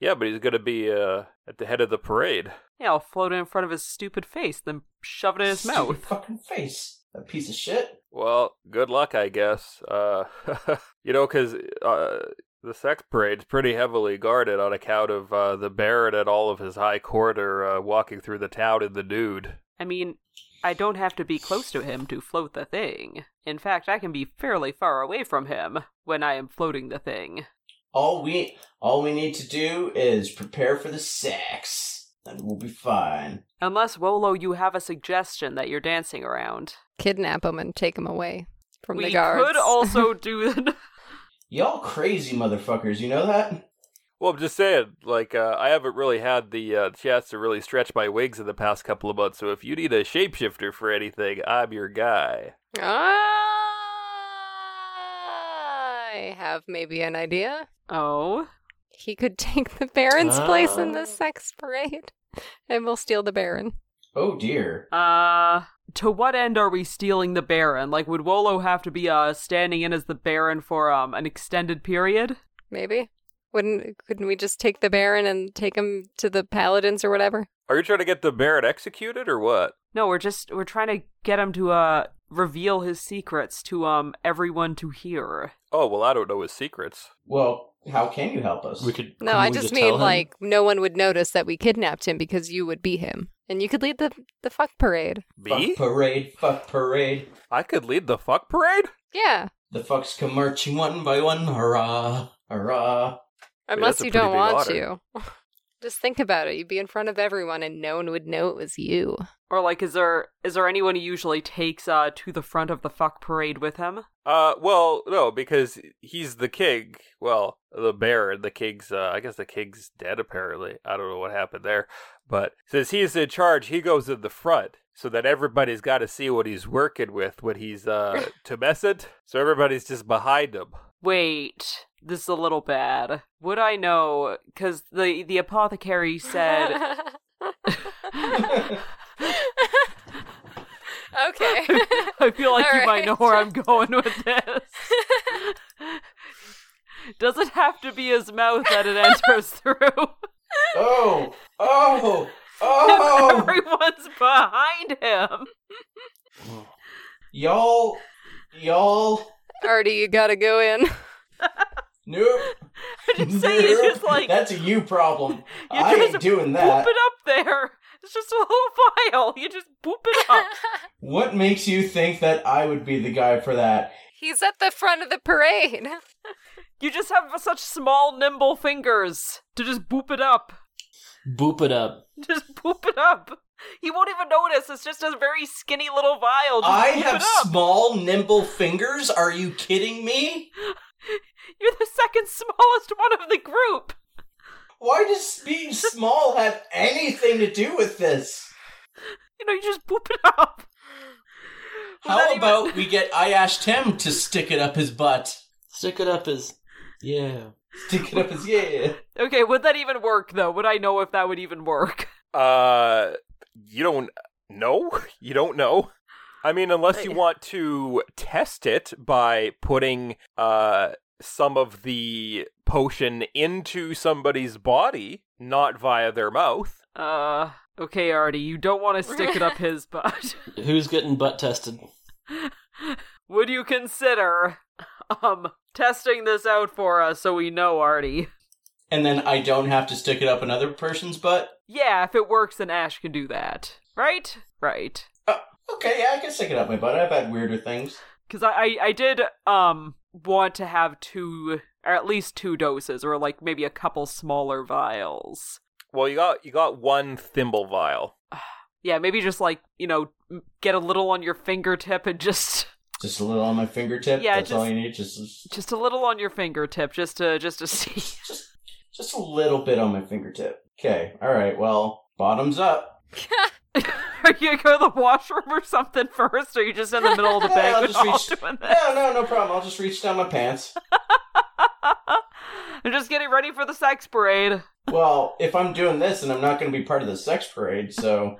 Speaker 1: Yeah, but he's gonna be uh, at the head of the parade.
Speaker 2: Yeah, I'll float it in front of his stupid face, then shove it in his
Speaker 3: Stupid *laughs*
Speaker 2: mouth.
Speaker 3: Fucking face. That piece of shit.
Speaker 1: Well, good luck, I guess. Uh, *laughs* you know, because uh, the sex parade's pretty heavily guarded on account of uh, the Baron and all of his high court are uh, walking through the town in the nude.
Speaker 2: I mean, I don't have to be close to him to float the thing. In fact, I can be fairly far away from him when I am floating the thing.
Speaker 3: All we all we need to do is prepare for the sex, and we'll be fine.
Speaker 2: Unless, Wolo, you have a suggestion that you're dancing around.
Speaker 5: Kidnap him and take him away from
Speaker 2: we
Speaker 5: the guards. *laughs*
Speaker 2: could also do that.
Speaker 3: Y'all crazy motherfuckers. You know that?
Speaker 1: Well, I'm just saying, like, uh, I haven't really had the uh, chance to really stretch my wings in the past couple of months, so if you need a shapeshifter for anything, I'm your guy.
Speaker 5: I have maybe an idea.
Speaker 2: *laughs* Oh.
Speaker 5: He could take the Baron's place in
Speaker 4: Ah.
Speaker 5: the sex parade, and we'll steal the Baron.
Speaker 3: Oh dear.
Speaker 2: Uh. To what end are we stealing the Baron? Like, would Wolo have to be uh standing in as the Baron for um an extended period?
Speaker 5: Maybe wouldn't couldn't we just take the Baron and take him to the Paladins or whatever?
Speaker 1: Are you trying to get the Baron executed or what?
Speaker 2: No, we're just we're trying to get him to uh reveal his secrets to um everyone to hear.
Speaker 1: Oh, well, I don't know his secrets.
Speaker 3: Well, how can you help us?
Speaker 4: We could.
Speaker 5: No,
Speaker 4: couldn't
Speaker 5: I
Speaker 4: we
Speaker 5: just,
Speaker 4: tell
Speaker 5: mean
Speaker 4: him?
Speaker 5: like no one would notice that we kidnapped him because you would be him, and you could lead the the fuck parade.
Speaker 1: Me?
Speaker 3: Fuck parade, fuck parade.
Speaker 1: I could lead the fuck parade?
Speaker 5: Yeah,
Speaker 3: The fucks come marching one by one. Hurrah, hurrah.
Speaker 1: mean,
Speaker 5: unless
Speaker 1: that's a
Speaker 5: you
Speaker 1: pretty
Speaker 5: don't
Speaker 1: big
Speaker 5: want
Speaker 1: order.
Speaker 5: to. *laughs* just think about it. You'd be in front of everyone, and no one would know it was you.
Speaker 2: Or like, is there is there anyone who usually takes uh to the front of the fuck parade with him?
Speaker 1: Uh, well, no, because he's the king. Well, the Baron, the king's. Uh, I guess the king's dead. Apparently, I don't know what happened there, but since he's in charge, he goes in the front so that everybody's got to see what he's working with when he's uh tumescent. So everybody's just behind him.
Speaker 2: Wait, this is a little bad. Would I know? Because the the apothecary said.
Speaker 3: *laughs*
Speaker 5: *laughs* okay. *laughs*
Speaker 2: *laughs* I feel like you might
Speaker 5: Alright.
Speaker 2: know where I'm going with this. Does it have to be his mouth that it enters through?
Speaker 3: Oh, oh,
Speaker 2: *laughs*
Speaker 3: oh.
Speaker 2: Everyone's behind him.
Speaker 3: y'all, y'all.
Speaker 5: Artie, you gotta go in.
Speaker 2: *laughs*
Speaker 3: Nope.
Speaker 2: I'm just saying, it's just like
Speaker 3: That's a you problem.
Speaker 2: You're
Speaker 3: I ain't
Speaker 2: just
Speaker 3: doing
Speaker 2: boop
Speaker 3: that.
Speaker 2: it up there. It's just a little vial. You just boop it up.
Speaker 3: What makes you think that I would be the guy for that?
Speaker 5: He's at the front of the parade.
Speaker 2: You just have such small, nimble fingers to just boop it up. *laughs*
Speaker 4: boop it up.
Speaker 2: Just boop it up. He won't even notice. It's just a very skinny little vial. Just
Speaker 3: I
Speaker 2: boop
Speaker 3: have
Speaker 2: it up.
Speaker 3: small, nimble fingers. Are you kidding me?
Speaker 2: You're the second *laughs* smallest one of the group.
Speaker 3: Why does
Speaker 2: *laughs*
Speaker 3: being small have anything to do with this?
Speaker 2: You know, you just boop it up. Was that
Speaker 3: How
Speaker 2: even-
Speaker 3: about we get Ayash Tem to stick it up his butt?
Speaker 4: Stick it up as yeah.
Speaker 3: Stick it up his yeah.
Speaker 2: Okay, would that even work though? Would I know if that would even work? *laughs*
Speaker 1: Uh, you don't know. *laughs* You don't know. I mean, unless you
Speaker 2: Right.
Speaker 1: want to test it by putting uh some of the potion into somebody's body, not via their mouth.
Speaker 2: Uh, okay, Artie, you don't want to stick it up his *laughs* butt.
Speaker 4: Who's getting butt tested?
Speaker 2: Would you consider um testing this out for us so we know, Artie?
Speaker 3: And then I don't have to stick it up another person's butt?
Speaker 2: Yeah, if it works, then Ash can do that. Right? Right.
Speaker 3: Okay, yeah, I can stick it up my butt. I've had weirder things.
Speaker 2: Because I, I, I did um want to have two, or at least two doses, or like maybe a couple smaller vials.
Speaker 1: Well, you got you got one thimble vial.
Speaker 2: Yeah, maybe just like, you know, m- get a little on your fingertip and just. *laughs*
Speaker 3: Just a little on my fingertip.
Speaker 2: Yeah,
Speaker 3: that's
Speaker 2: just-
Speaker 3: all you need. Just,
Speaker 2: Just a little on your fingertip, just to just to *laughs* see.
Speaker 3: just, just a little bit on my fingertip. Okay. All right. Well, bottoms up.
Speaker 2: Are you gonna go to the washroom or something first? Or are you just in the middle of the
Speaker 3: Yeah, I'll
Speaker 2: banquet
Speaker 3: just
Speaker 2: hall
Speaker 3: reach-
Speaker 2: doing this?
Speaker 3: No, no, no problem. I'll just reach down my pants.
Speaker 2: *laughs* I'm just getting ready for the sex parade.
Speaker 3: Well, if I'm doing this, and I'm not going to be part of the sex parade, so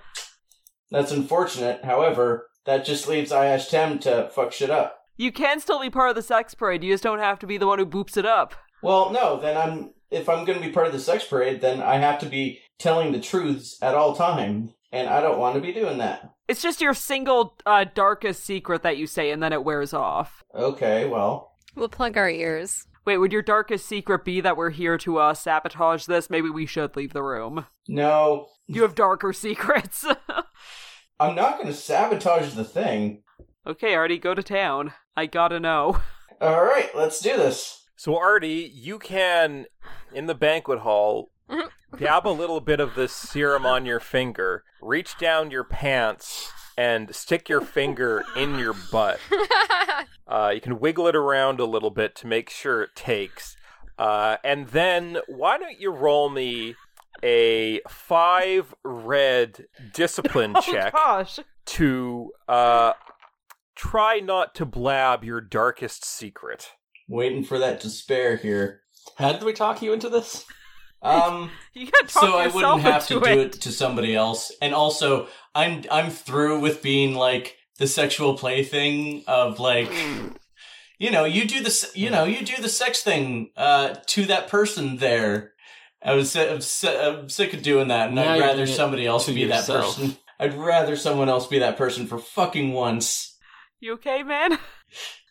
Speaker 3: that's unfortunate. However, that just leaves Ayash Tem E to fuck shit up.
Speaker 2: You can still be part of the sex parade. You just don't have to be the one who boops it up.
Speaker 3: Well, no, then I'm if I'm going to be part of the sex parade, then I have to be telling the truths at all time, and I don't want to be doing that.
Speaker 2: It's just your single uh, darkest secret that you say, and then it wears off.
Speaker 3: Okay, well,
Speaker 5: We'll plug our ears.
Speaker 2: Wait, would your darkest secret be that we're here to uh, sabotage this? Maybe we should leave the room.
Speaker 3: no,
Speaker 2: You have darker *laughs* secrets.
Speaker 3: I'm not going to sabotage the thing.
Speaker 2: okay, Artie, go to town. I gotta know. *laughs*
Speaker 3: All right, let's do this.
Speaker 1: So Artie, you can in the banquet hall dab a little bit of this serum on your finger, reach down your pants, and stick your finger in your butt. Uh, you can wiggle it around a little bit to make sure it takes. Uh, and then why don't you roll me a five red
Speaker 3: *laughs*
Speaker 1: discipline check
Speaker 2: Oh gosh.
Speaker 1: to uh, try not to blab your darkest secret.
Speaker 3: Waiting for that despair here.
Speaker 4: How did we talk you into this?
Speaker 3: Um,
Speaker 2: You gotta talk
Speaker 3: so I
Speaker 2: yourself
Speaker 3: wouldn't have to
Speaker 2: into
Speaker 3: do it to somebody else. And also, I'm I'm through with being like the sexual play thing of like, you know, you do this, you know, you do the sex thing uh, to that person there. I was si- I'm, si- I'm sick of doing that, and
Speaker 4: Now
Speaker 3: I'd
Speaker 4: you're
Speaker 3: rather
Speaker 4: doing it
Speaker 3: somebody else
Speaker 4: to
Speaker 3: be
Speaker 4: yourself.
Speaker 3: that person. I'd rather someone else be that person for fucking once.
Speaker 2: You okay, man? *laughs*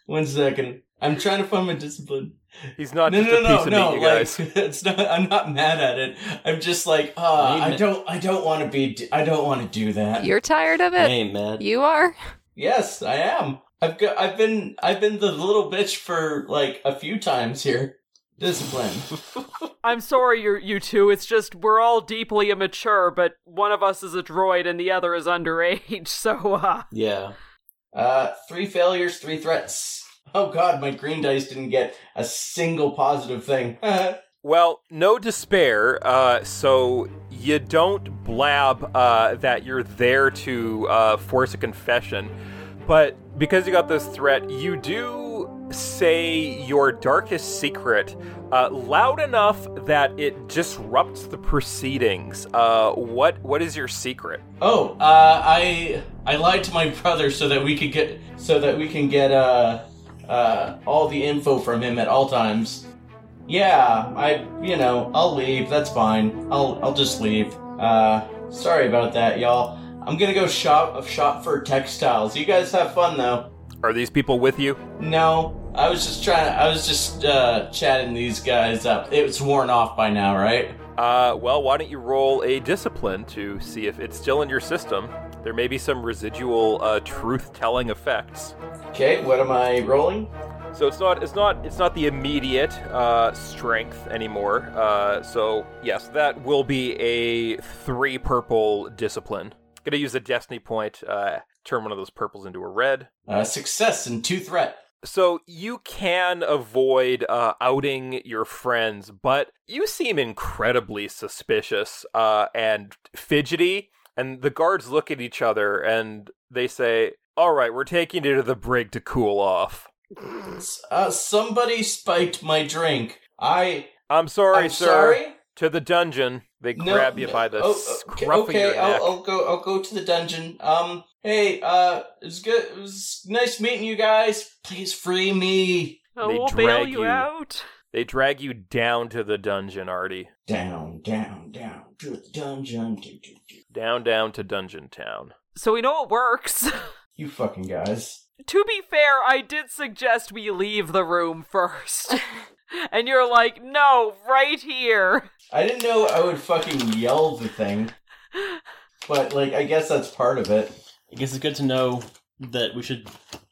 Speaker 3: One second, I'm trying to find my discipline.
Speaker 1: He's not
Speaker 3: no,
Speaker 1: just
Speaker 3: no,
Speaker 1: a
Speaker 3: no,
Speaker 1: piece of
Speaker 3: no.
Speaker 1: meat, you
Speaker 3: like,
Speaker 1: guys.
Speaker 3: *laughs* it's not. I'm not mad at it. I'm just like, uh,
Speaker 4: Wait a
Speaker 3: I
Speaker 4: minute.
Speaker 3: don't, I don't want to be, I don't want to do that.
Speaker 5: *laughs* You're tired of it?
Speaker 4: hey, man.
Speaker 5: You are?
Speaker 3: yes, I am. I've got, I've been, I've been the little bitch for like a few times here. Discipline.
Speaker 1: *laughs*
Speaker 2: I'm sorry, you you two. It's just we're all deeply immature, but one of us is a droid and the other is underage. *laughs* So, uh,
Speaker 4: Yeah.
Speaker 3: uh, three failures, three threats. Oh God, my green dice didn't get a single positive thing. *laughs*
Speaker 1: Well, no despair. Uh, so you don't blab uh, that you're there to uh, force a confession, but because you got this threat, you do say your darkest secret uh, loud enough that it disrupts the proceedings. Uh, what what is your secret?
Speaker 3: Oh, uh, I I lied to my brother so that we could get so that we can get uh, uh, all the info from him at all times. Yeah, I you know I'll leave. That's fine. I'll I'll just leave. Uh, sorry about that, y'all. I'm gonna go shop of shop for textiles. You guys have fun though.
Speaker 1: Are these people with you?
Speaker 3: No, I was just trying. I was just uh, chatting these guys up. It's worn off by now, right?
Speaker 1: Uh, well, why don't you roll a discipline to see if it's still in your system? There may be some residual uh, truth-telling effects.
Speaker 3: Okay, what am I rolling?
Speaker 1: So it's not it's not it's not the immediate uh, strength anymore. Uh, so yes, that will be a three purple discipline. Gonna use a destiny point. Uh, turn one of those purples into a red.
Speaker 3: Uh, success and two threat.
Speaker 1: So you can avoid uh, outing your friends, but you seem incredibly suspicious uh, and fidgety. And the guards look at each other and they say, "All right, we're taking you to the brig to cool off."
Speaker 3: Uh, somebody spiked my drink. I.
Speaker 1: I'm sorry,
Speaker 3: I'm
Speaker 1: sir.
Speaker 3: sorry.
Speaker 1: to the dungeon. They
Speaker 3: No,
Speaker 1: grab you by the
Speaker 3: no, Oh, okay,
Speaker 1: scruff
Speaker 3: okay,
Speaker 1: of your
Speaker 3: I'll,
Speaker 1: neck.
Speaker 3: I'll go. I'll go to the dungeon. Um. Hey. Uh. It was good. It was nice meeting you guys. Please free me
Speaker 2: oh,
Speaker 1: They
Speaker 2: we'll bail
Speaker 1: drag
Speaker 2: you,
Speaker 1: you.
Speaker 2: out.
Speaker 1: They drag you down to the dungeon, Artie.
Speaker 3: down, down, down to the dungeon. Do, do, do.
Speaker 1: Down, down to Dungeon Town.
Speaker 2: So we know it works. *laughs*
Speaker 3: You fucking guys.
Speaker 2: to be fair, I did suggest we leave the room *laughs*
Speaker 4: *laughs*
Speaker 2: first. and you're like, no, right here.
Speaker 3: I didn't know I would fucking yell the thing, but like I guess that's part of it.
Speaker 4: I guess it's good to know that we should,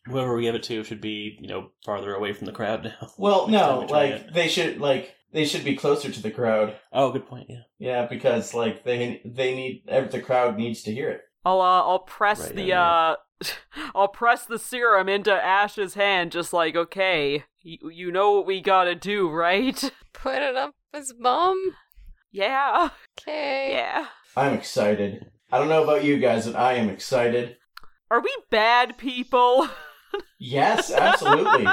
Speaker 4: whoever we give it to, should be, you know, farther away from the crowd now. *laughs*
Speaker 3: Well,
Speaker 4: Next time
Speaker 3: no,
Speaker 4: we try
Speaker 3: like
Speaker 4: it.
Speaker 3: they should like they should be closer to the crowd.
Speaker 4: Oh, good point, yeah.
Speaker 3: Yeah, because like they they need ev- the crowd needs to hear it.
Speaker 2: I'll uh, I'll press
Speaker 4: Right,
Speaker 2: the
Speaker 4: yeah,
Speaker 2: uh *laughs* I'll press the serum into Ash's hand just like, okay, you, you know what we got to do, right? *laughs*
Speaker 5: Put it up his bum.
Speaker 2: Yeah.
Speaker 5: Okay.
Speaker 2: Yeah.
Speaker 3: I'm excited. I don't know about you guys, but I am excited.
Speaker 2: Are we bad people? *laughs*
Speaker 3: *laughs* Yes, absolutely.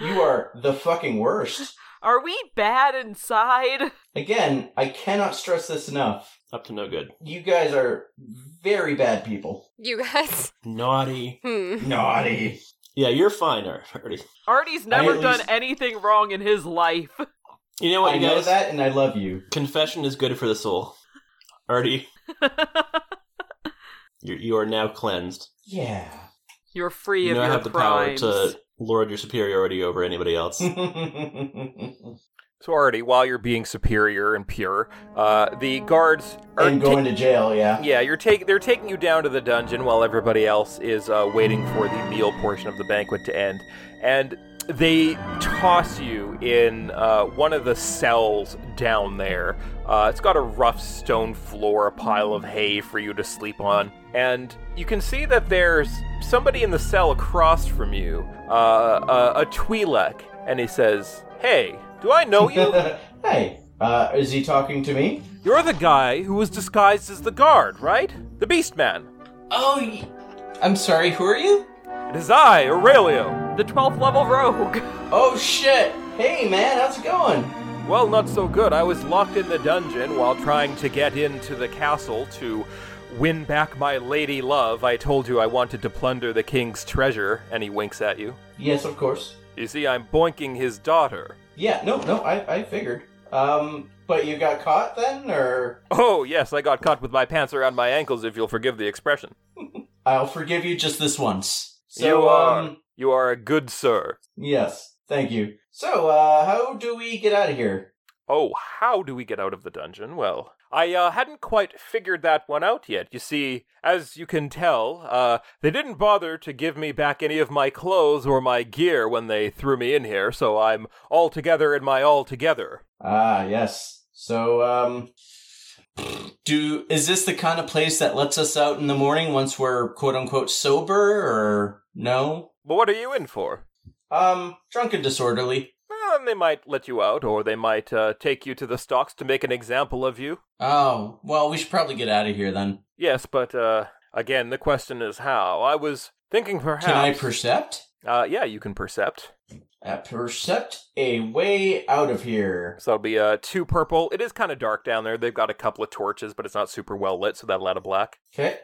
Speaker 3: you are the fucking worst.
Speaker 2: Are we bad inside?
Speaker 3: Again, I cannot stress this enough.
Speaker 4: Up to no good.
Speaker 3: You guys are very bad people.
Speaker 5: You guys.
Speaker 4: Naughty.
Speaker 5: Hmm.
Speaker 3: Naughty.
Speaker 4: Yeah, you're fine, Ar- Artie.
Speaker 2: Artie's never
Speaker 3: at
Speaker 2: done
Speaker 3: least-
Speaker 2: anything wrong in his life. *laughs*
Speaker 4: You know what,
Speaker 3: I
Speaker 4: you
Speaker 3: know
Speaker 4: guys?
Speaker 3: that, and I love you.
Speaker 4: Confession is good for the soul. Artie, you're, you are now cleansed.
Speaker 3: Yeah.
Speaker 2: You're free
Speaker 4: you
Speaker 2: of
Speaker 4: now
Speaker 2: your
Speaker 4: have the
Speaker 2: crimes.
Speaker 4: power to lord your superiority over anybody else.
Speaker 3: and
Speaker 1: So already, while you're being superior and pure, uh, the guards
Speaker 3: *laughs*
Speaker 1: are ta-
Speaker 3: going to jail, *laughs* yeah.
Speaker 1: yeah, you're take they're taking you down to the dungeon while everybody else is uh, waiting for the meal portion of the banquet to end, and they toss you in uh, one of the cells down there. Uh, it's got a rough stone floor, a pile of hay for you to sleep on, and you can see that there's somebody in the cell across from you, uh, a, a Twi'lek, and he says, "Hey, do I know you?"
Speaker 3: *laughs* hey, uh, is he talking to me?
Speaker 1: You're the guy who was disguised as the guard, right? The Beast Man.
Speaker 3: Oh, y- I'm sorry, who are you?
Speaker 1: It is I, Aurelio.
Speaker 2: The 12th level rogue.
Speaker 3: Oh, shit. Hey, man, how's it going?
Speaker 1: Well, not so good. I was locked in the dungeon while trying to get into the castle to win back my lady love. I told you I wanted to plunder the king's treasure, and he winks at you.
Speaker 3: Yes, of course.
Speaker 1: You see, I'm boinking his daughter.
Speaker 3: Yeah, no, no, I, I figured. Um, but you got caught then, or
Speaker 1: Oh, yes, I got caught with my pants around my ankles, if you'll forgive the expression.
Speaker 3: I'll forgive you just this once. So,
Speaker 1: you are.
Speaker 3: um,
Speaker 1: You are a good sir.
Speaker 3: yes, thank you. So, uh, how do we get out of here?
Speaker 1: Oh, how do we get out of the dungeon? Well, I uh, hadn't quite figured that one out yet. You see, as you can tell, uh, they didn't bother to give me back any of my clothes or my gear when they threw me in here, so I'm altogether in my altogether.
Speaker 3: Ah, yes. So, um, do is this the kind of place that lets us out in the morning once we're quote unquote sober, or no?
Speaker 1: But what are you in for?
Speaker 3: Um, drunk and disorderly.
Speaker 1: Well, they might let you out, or they might uh, take you to the stocks to make an example of you.
Speaker 3: Oh, well, we should probably get out of here then.
Speaker 1: Yes, but uh, again, the question is how. I was thinking perhaps.
Speaker 3: Can I percept?
Speaker 1: uh, yeah, you can percept.
Speaker 3: Uh, percept a way out of here.
Speaker 1: So that'll be uh, two purple. It is kind of dark down there. They've got a couple of torches, but it's not super well lit, so that'll add a black.
Speaker 3: Okay.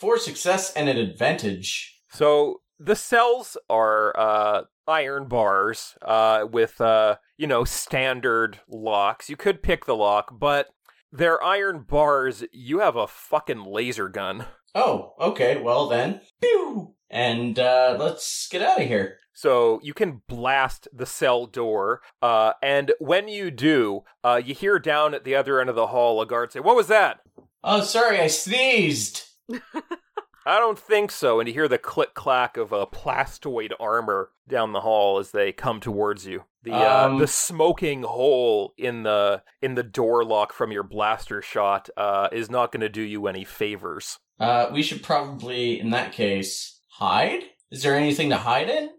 Speaker 3: For success and an advantage.
Speaker 1: So the cells are uh, iron bars uh, with, uh, you know, standard locks. You could pick the lock, but they're iron bars. You have a fucking laser gun.
Speaker 3: Oh, okay. Well then. Pew! And uh, let's get out of here.
Speaker 1: So you can blast the cell door, uh, and when you do, uh, you hear down at the other end of the hall a guard say, "What was that?"
Speaker 3: Oh, sorry, I sneezed.
Speaker 1: I don't think so. And you hear the click clack of a plastoid armor down the hall as they come towards you. The uh,
Speaker 3: Um.
Speaker 1: the smoking hole in the in the door lock from your blaster shot uh, is not going to do you any favors.
Speaker 3: Uh, we should probably, in that case, hide. Is there anything to hide in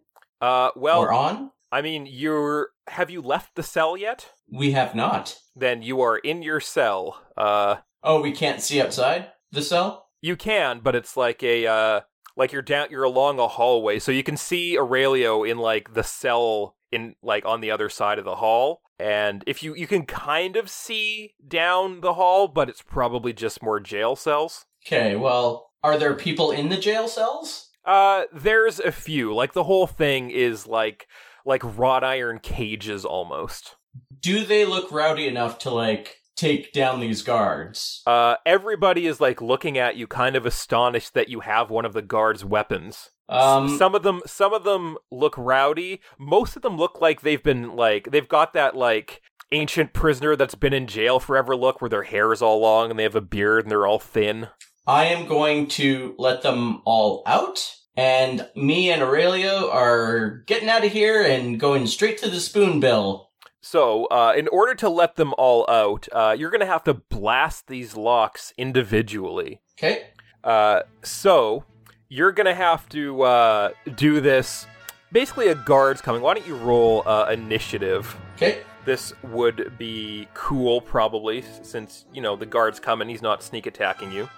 Speaker 1: Uh, well,
Speaker 3: or on?
Speaker 1: I mean, you're have you left the cell yet?
Speaker 3: We have not.
Speaker 1: Then you are in your cell. Uh,
Speaker 3: Oh, we can't see outside the cell.
Speaker 1: you can, but it's like a uh, like you're down you're along a hallway, so you can see Aurelio in like the cell in like on the other side of the hall. And if you you can kind of see down the hall, but it's probably just more jail cells.
Speaker 3: Okay. Well, are there people in the jail cells?
Speaker 1: Uh, there's a few. Like the whole thing is like like wrought iron cages almost.
Speaker 3: Do they look rowdy enough to like take down these guards?
Speaker 1: Uh, everybody is like looking at you, kind of astonished that you have one of the guards' weapons.
Speaker 3: Um,
Speaker 1: some of them some of them look rowdy most of them look like they've been like they've got that like ancient prisoner that's been in jail forever look where their hair is all long and they have a beard and they're all thin
Speaker 3: I am going to let them all out, and me and Aurelio are getting out of here and going straight to the spoonbill.
Speaker 1: so uh, in order to let them all out uh, you're gonna have to blast these locks individually
Speaker 3: Okay.
Speaker 1: Uh, so you're gonna have to uh, do this basically a guard's coming why don't you roll uh, initiative
Speaker 3: Okay.
Speaker 1: this would be cool probably s- since you know the guard's coming he's not sneak attacking you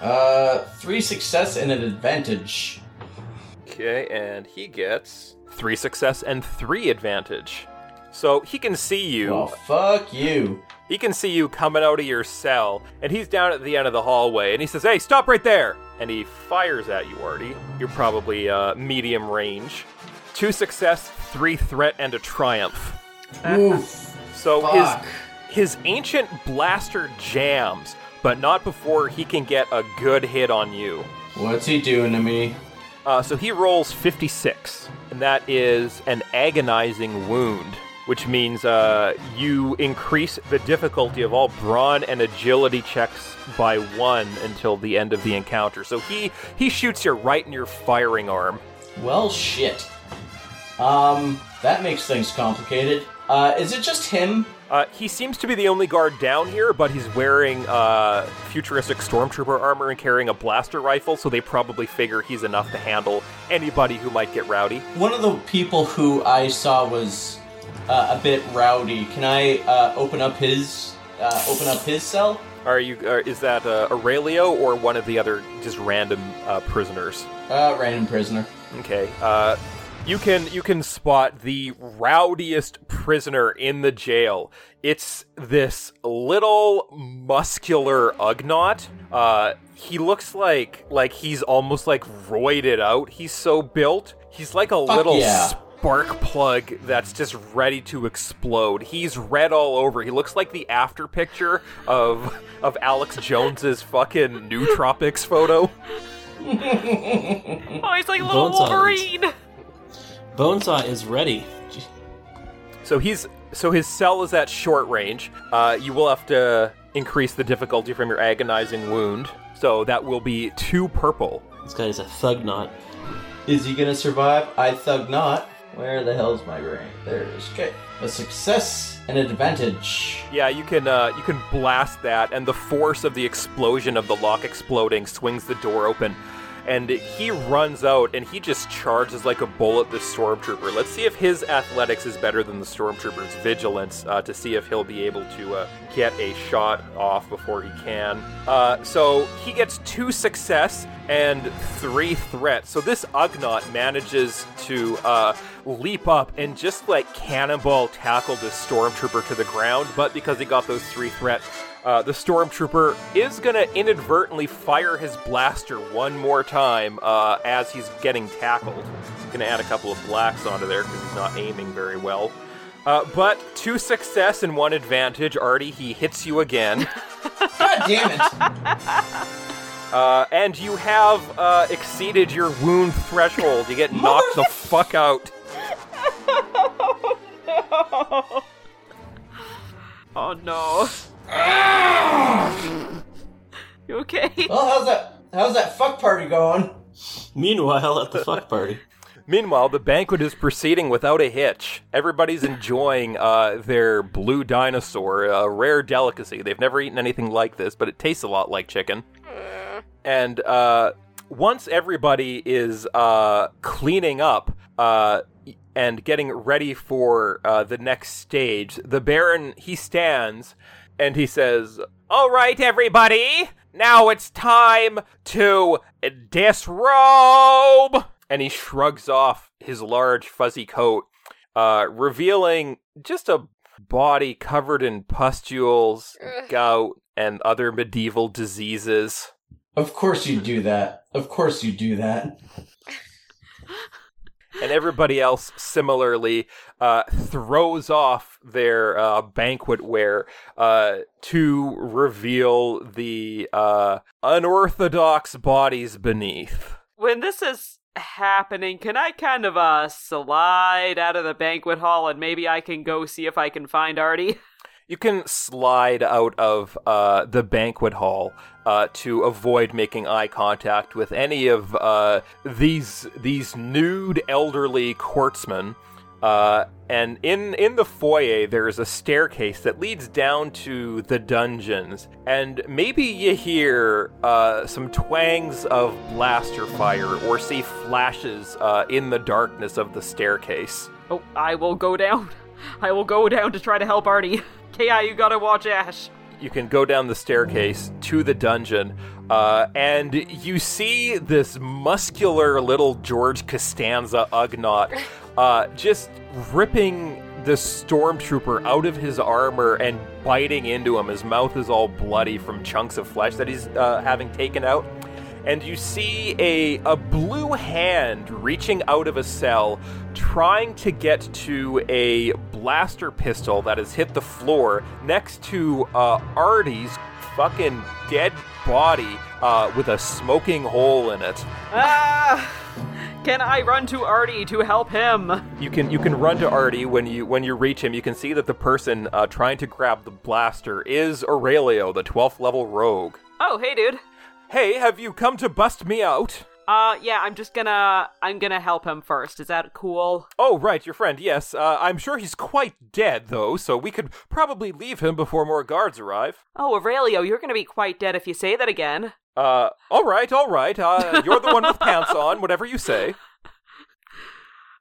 Speaker 3: Uh, three success and an advantage.
Speaker 1: okay and he gets three success and three advantage So he can see you.
Speaker 3: Well, fuck you.
Speaker 1: He can see you coming out of your cell, and he's down at the end of the hallway, and he says, Hey, stop right there! And he fires at you, Artie. You're probably uh, medium range. Two success, three threat, and a triumph.
Speaker 3: Oof.
Speaker 1: So
Speaker 3: Fuck.
Speaker 1: his his ancient blaster jams, but not before he can get a good hit on you.
Speaker 3: What's he doing to me?
Speaker 1: Uh, so he rolls 56, and that is an agonizing wound, which means uh, you increase the difficulty of all brawn and agility checks by one until the end of the encounter. So he he shoots you right in your firing arm.
Speaker 3: Well, shit. Um, that makes things complicated. Uh, is it just him?
Speaker 1: Uh, he seems to be the only guard down here, but he's wearing uh, futuristic stormtrooper armor and carrying a blaster rifle, so they probably figure he's enough to handle anybody who might get rowdy.
Speaker 3: One of the people who I saw was uh, a bit rowdy. Can I uh, open up his uh, open up his cell?
Speaker 1: Are you? Uh, is that uh, Aurelio or one of the other just random uh, prisoners?
Speaker 3: Uh, random prisoner.
Speaker 1: Okay. Uh, you can you can spot the rowdiest prisoner in the jail. It's this little muscular Ugnaught. Uh, he looks like like he's almost like roided out. He's so built. He's like a
Speaker 3: Fuck
Speaker 1: little
Speaker 3: yeah.
Speaker 1: spark plug that's just ready to explode. He's red all over. He looks like the after picture of of Alex Jones's fucking New Tropics photo.
Speaker 2: Oh, he's like little
Speaker 4: Bonesaw is-
Speaker 2: Wolverine.
Speaker 4: *laughs* Bonesaw is ready.
Speaker 1: So he's so his cell is at short range. Uh, you will have to increase the difficulty from your agonizing wound. So that will be two purple.
Speaker 4: This guy is a thug knot.
Speaker 3: Is he gonna survive? I thug not. Where the hell's my brain? There it is. Okay. A success and an advantage.
Speaker 1: Yeah, you can uh, you can blast that, and the force of the explosion of the lock exploding swings the door open. And he runs out and he just charges like a bullet the stormtrooper. Let's see if his athletics is better than the stormtrooper's vigilance uh, to see if he'll be able to uh, get a shot off before he can. Uh, so he gets two success and three threats. So this Ugnaught manages to uh, leap up and just like cannonball tackle the stormtrooper to the ground, but because he got those three threats, uh, the stormtrooper is gonna inadvertently fire his blaster one more time uh, as he's getting tackled. He's gonna add a couple of blacks onto there because he's not aiming very well. Uh, but two success and one advantage. Artie, he hits you again.
Speaker 3: God damn it!
Speaker 1: Uh, and you have uh, exceeded your wound threshold. You get knocked the fuck out.
Speaker 2: Oh no. you okay?
Speaker 3: well, how's that? How's that fuck party going?
Speaker 4: Meanwhile, at the fuck party.
Speaker 1: Meanwhile, the banquet is proceeding without a hitch. Everybody's enjoying uh, their blue dinosaur, a rare delicacy. They've never eaten anything like this, but it tastes a lot like chicken. And uh, once everybody is uh, cleaning up uh, and getting ready for uh, the next stage, the Baron he stands and he says, "All right, everybody, now it's time to disrobe." And he shrugs off his large fuzzy coat, uh, revealing just a body covered in pustules,
Speaker 5: Ugh.
Speaker 1: gout, and other medieval diseases.
Speaker 3: Of course you do that. Of course you do that.
Speaker 1: and everybody else similarly uh, throws off their uh, banquet wear uh, to reveal the uh, unorthodox bodies beneath.
Speaker 2: When this is happening, can I kind of uh slide out of the banquet hall and maybe I can go see if I can find Artie?
Speaker 1: You can slide out of uh, the banquet hall uh, to avoid making eye contact with any of uh, these these nude elderly courtsmen. Uh, and in in the foyer, there is a staircase that leads down to the dungeons, and maybe you hear uh, some twangs of blaster fire or see flashes uh, in the darkness of the staircase.
Speaker 2: Oh, I will go down. I will go down to try to help Artie. Ki, you gotta watch Ash.
Speaker 1: you can go down the staircase to the dungeon, uh, and you see this muscular little George Costanza Ugnaught uh, just ripping this stormtrooper out of his armor and biting into him. His mouth is all bloody from chunks of flesh that he's uh, having taken out. And you see a, a blue hand reaching out of a cell, trying to get to a blaster pistol that has hit the floor next to uh, Artie's fucking dead body uh, with a smoking hole in it.
Speaker 2: Ah! Can I run to Artie to help him?
Speaker 1: You can you can run to Artie when you when you reach him. You can see that the person uh, trying to grab the blaster is Aurelio, the 12th level rogue.
Speaker 2: Oh, hey, dude.
Speaker 1: Hey, have you come to bust me out?
Speaker 2: Uh, yeah, I'm just gonna, I'm gonna help him first. Is that cool?
Speaker 1: Oh, right, your friend. Yes, uh, I'm sure he's quite dead though, so we could probably leave him before more guards arrive.
Speaker 2: Oh, Aurelio, you're gonna be quite dead if you say that again.
Speaker 1: Uh, all right, all right. Uh, you're the one with pants on. Whatever you say.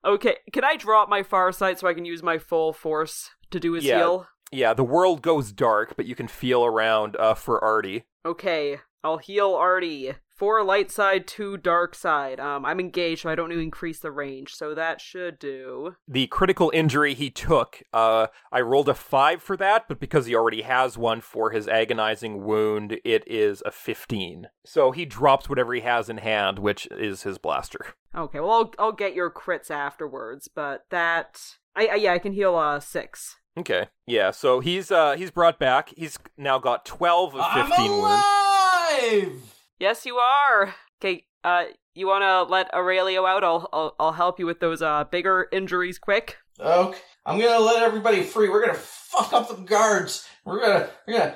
Speaker 2: Okay, can I drop my Farsight so I can use my full force to do his
Speaker 1: Yeah.
Speaker 2: heal?
Speaker 1: Yeah, the world goes dark, but you can feel around uh, for Artie.
Speaker 2: Okay, I'll heal Artie. Four light side, two dark side. Um, I'm engaged, so I don't need to increase the range, so that should do.
Speaker 1: the critical injury he took. Uh, I rolled a five for that, but because he already has one for his agonizing wound, it is a 15. So he drops whatever he has in hand, which is his blaster.
Speaker 2: Okay, well, I'll, I'll get your crits afterwards, but that, I, I yeah, I can heal uh six.
Speaker 1: Okay. Yeah, so he's uh he's brought back. He's now got 12 of 15
Speaker 3: I'm
Speaker 1: wounds.
Speaker 3: alive.
Speaker 2: Yes, you are. Okay, uh, you wanna let Aurelio out? I'll, I'll, I'll help you with those uh bigger injuries quick.
Speaker 3: Okay, I'm gonna let everybody free. We're gonna fuck up the guards. We're gonna we're gonna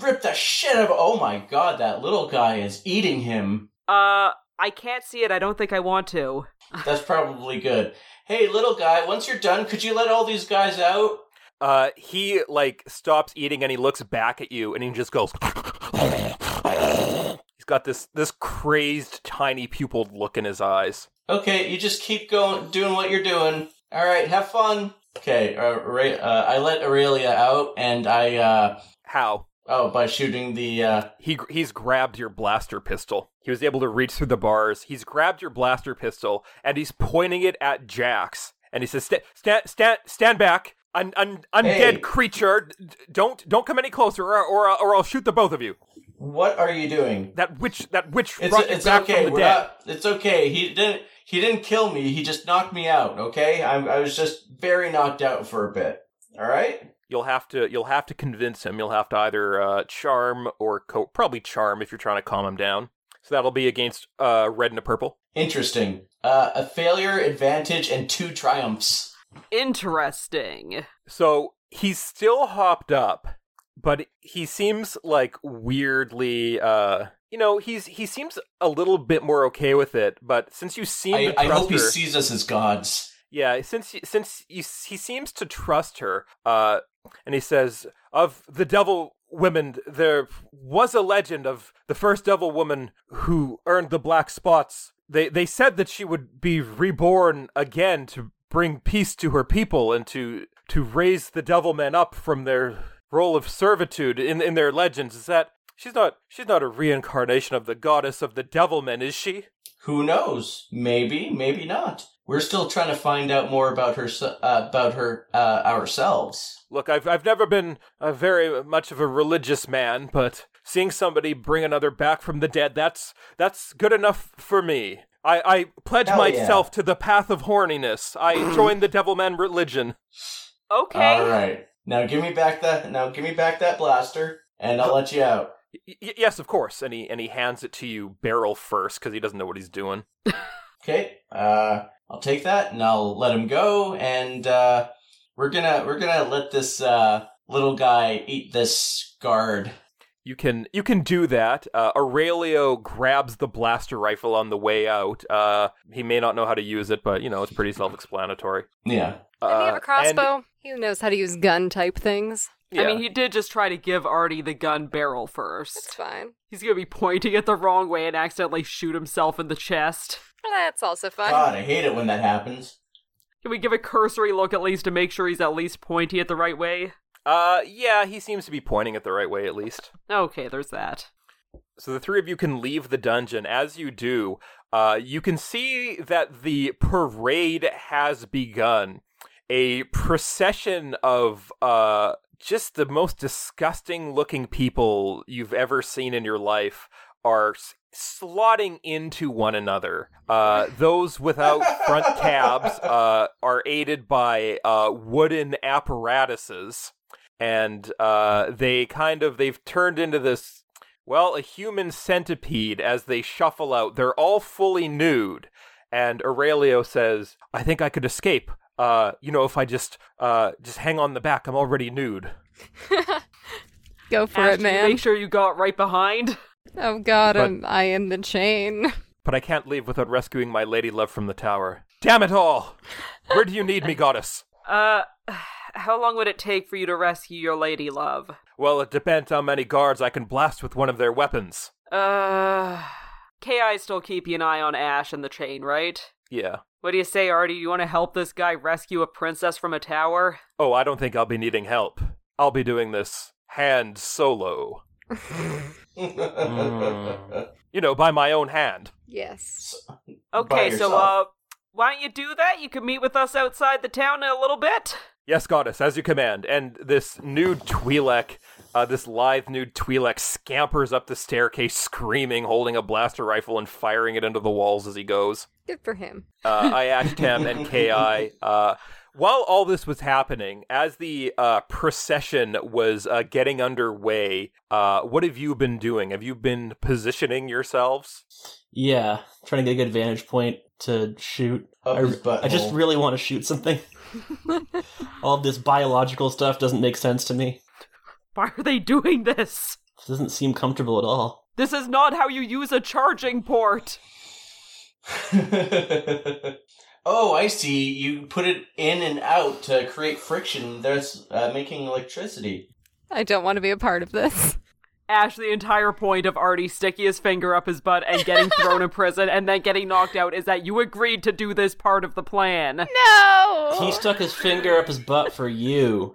Speaker 3: rip the shit out of. Oh my god, that little guy is eating him.
Speaker 2: Uh, I can't see it. I don't think I want to.
Speaker 3: That's probably good. Hey, little guy, once you're done, could you let all these guys out?
Speaker 1: Uh he like stops eating and he looks back at you and he just goes He's got this this crazed tiny pupilled look in his eyes.
Speaker 3: Okay, you just keep going, doing what you're doing. All right, have fun. Okay, uh, Ra- uh, I let Aurelia out, and I uh,
Speaker 1: How?
Speaker 3: oh by shooting the uh,
Speaker 1: He he's grabbed your blaster pistol. He was able to reach through the bars. He's grabbed your blaster pistol and he's pointing it at Jax. And he says, "Stand stand stand stand back, un, un, undead
Speaker 3: Hey.
Speaker 1: creature! D- d- Don't don't come any closer, or or, or I'll shoot the both of you."
Speaker 3: what are you doing?
Speaker 1: That witch that witch
Speaker 3: It's
Speaker 1: brought you
Speaker 3: it's
Speaker 1: back
Speaker 3: okay.
Speaker 1: from the
Speaker 3: We're
Speaker 1: dead.
Speaker 3: not. It's okay. He didn't he didn't kill me. He just knocked me out. Okay, I, I was just very knocked out for a bit. All right.
Speaker 1: You'll have to you'll have to convince him. You'll have to either uh, charm or co- probably charm if you're trying to calm him down. So that'll be against uh, red and a purple.
Speaker 3: Interesting. Uh, a failure, advantage, and two triumphs.
Speaker 2: Interesting.
Speaker 1: So he's still hopped up, but he seems like weirdly uh you know, he's he seems a little bit more okay with it, but since you seem
Speaker 3: I,
Speaker 1: to
Speaker 3: I
Speaker 1: trust
Speaker 3: hope
Speaker 1: her,
Speaker 3: he sees us as gods.
Speaker 1: yeah, since you, since you, he seems to trust her, uh, and he says of the devil women, there was a legend of the first devil woman who earned the black spots. They they said that she would be reborn again to bring peace to her people and to to raise the devil men up from their role of servitude in in their legends. Is that she's not she's not a reincarnation of the goddess of the devil men, is she?
Speaker 3: Who knows? Maybe, maybe not. We're still trying to find out more about her, uh, about her, uh, ourselves.
Speaker 1: Look, I've I've never been a very much of a religious man, but seeing somebody bring another back from the dead, that's that's good enough for me. I, I pledge
Speaker 3: Hell yeah.
Speaker 1: myself to the path of horniness.
Speaker 3: *clears throat*
Speaker 1: I join the Devilman religion.
Speaker 2: Okay.
Speaker 3: All right, now give me back that. Now give me back that blaster, and I'll let you out.
Speaker 1: Y- y- yes, of course. And he and he hands it to you barrel first because he doesn't know what he's doing.
Speaker 3: Okay. Uh, I'll take that, and I'll let him go. And uh, we're gonna we're gonna let this uh, little guy eat this guard.
Speaker 1: You can you can do that. Uh, Aurelio grabs the blaster rifle on the way out. Uh, he may not know how to use it, but you know it's pretty self-explanatory.
Speaker 3: Yeah.
Speaker 5: Doesn't he
Speaker 1: Uh,
Speaker 5: have a
Speaker 1: and-
Speaker 5: crossbow? He knows how to use gun type things.
Speaker 2: I
Speaker 1: yeah.
Speaker 2: mean, he did just try to give Artie the gun barrel
Speaker 5: It's
Speaker 2: first.
Speaker 5: fine.
Speaker 2: He's gonna be pointing it the wrong way and accidentally shoot himself in the chest.
Speaker 5: That's also fun.
Speaker 3: God, I hate it when that happens.
Speaker 2: Can we give a cursory look at least to make sure he's at least pointy at the right way?
Speaker 1: Uh, yeah, he seems to be pointing it the right way at least.
Speaker 2: Okay, there's that.
Speaker 1: So the three of you can leave the dungeon. As you do, uh, you can see that the parade has begun. a procession of uh, just the most disgusting looking people you've ever seen in your life are s- slotting into one another. Uh, those without front cabs uh, are aided by uh, wooden apparatuses, and uh, they kind of they've turned into this. Well, a human centipede as they shuffle out. They're all fully nude. And Aurelio says, I think I could escape. Uh, you know, if I just uh, just hang on the back, I'm already nude.
Speaker 5: Go for
Speaker 2: Ash,
Speaker 5: it,
Speaker 2: did you
Speaker 5: man.
Speaker 2: Make sure you got right behind.
Speaker 5: Oh god,
Speaker 1: But-
Speaker 5: I'm, I am the chain. *laughs*
Speaker 1: But I can't leave without rescuing my lady love from the tower. Damn it all! Where do you need me, goddess?
Speaker 2: Uh, *sighs* how long would it take for you to rescue your lady love?
Speaker 1: Well, it depends how many guards I can blast with one of their weapons.
Speaker 2: Uh, Ki still keeping an eye on Ash and the chain, right?
Speaker 1: Yeah.
Speaker 2: What do you say, Artie? Do you want to help this guy rescue a princess from a tower?
Speaker 1: Oh, I don't think I'll be needing help. I'll be doing this hand solo.
Speaker 5: Mm.
Speaker 1: You know, by my own hand.
Speaker 5: Yes.
Speaker 2: Okay, so uh,
Speaker 3: yourself.
Speaker 2: why don't you do that? You can meet with us outside the town in a little bit. *laughs*
Speaker 1: Yes, goddess, as you command. And this nude Twi'lek, uh, this lithe nude Twi'lek, scampers up the staircase, screaming, holding a blaster rifle and firing it into the walls as he goes.
Speaker 5: Good for him.
Speaker 1: Uh, I asked him and Ki. Uh, while all this was happening, as the uh, procession was uh, getting underway, uh, what have you been doing? Have you been positioning yourselves?
Speaker 4: Yeah, trying to get a good vantage point to shoot.
Speaker 3: Up
Speaker 4: I,
Speaker 3: his butthole.
Speaker 4: I just really want to shoot
Speaker 2: *laughs*
Speaker 4: something. All this biological stuff doesn't make sense to me.
Speaker 2: Why are they doing this?
Speaker 4: It doesn't seem comfortable at all.
Speaker 2: This is not how you use a charging port.
Speaker 3: *laughs* oh, I see. You put it in and out to create friction. That's uh, making electricity.
Speaker 5: I don't want to be a part of this.
Speaker 2: Ash, the entire point of Artie sticking his finger up his butt and getting
Speaker 3: *laughs*
Speaker 2: thrown in prison and then getting knocked out is that you agreed to do this part of the plan.
Speaker 5: No.
Speaker 4: He stuck his finger up his butt for you.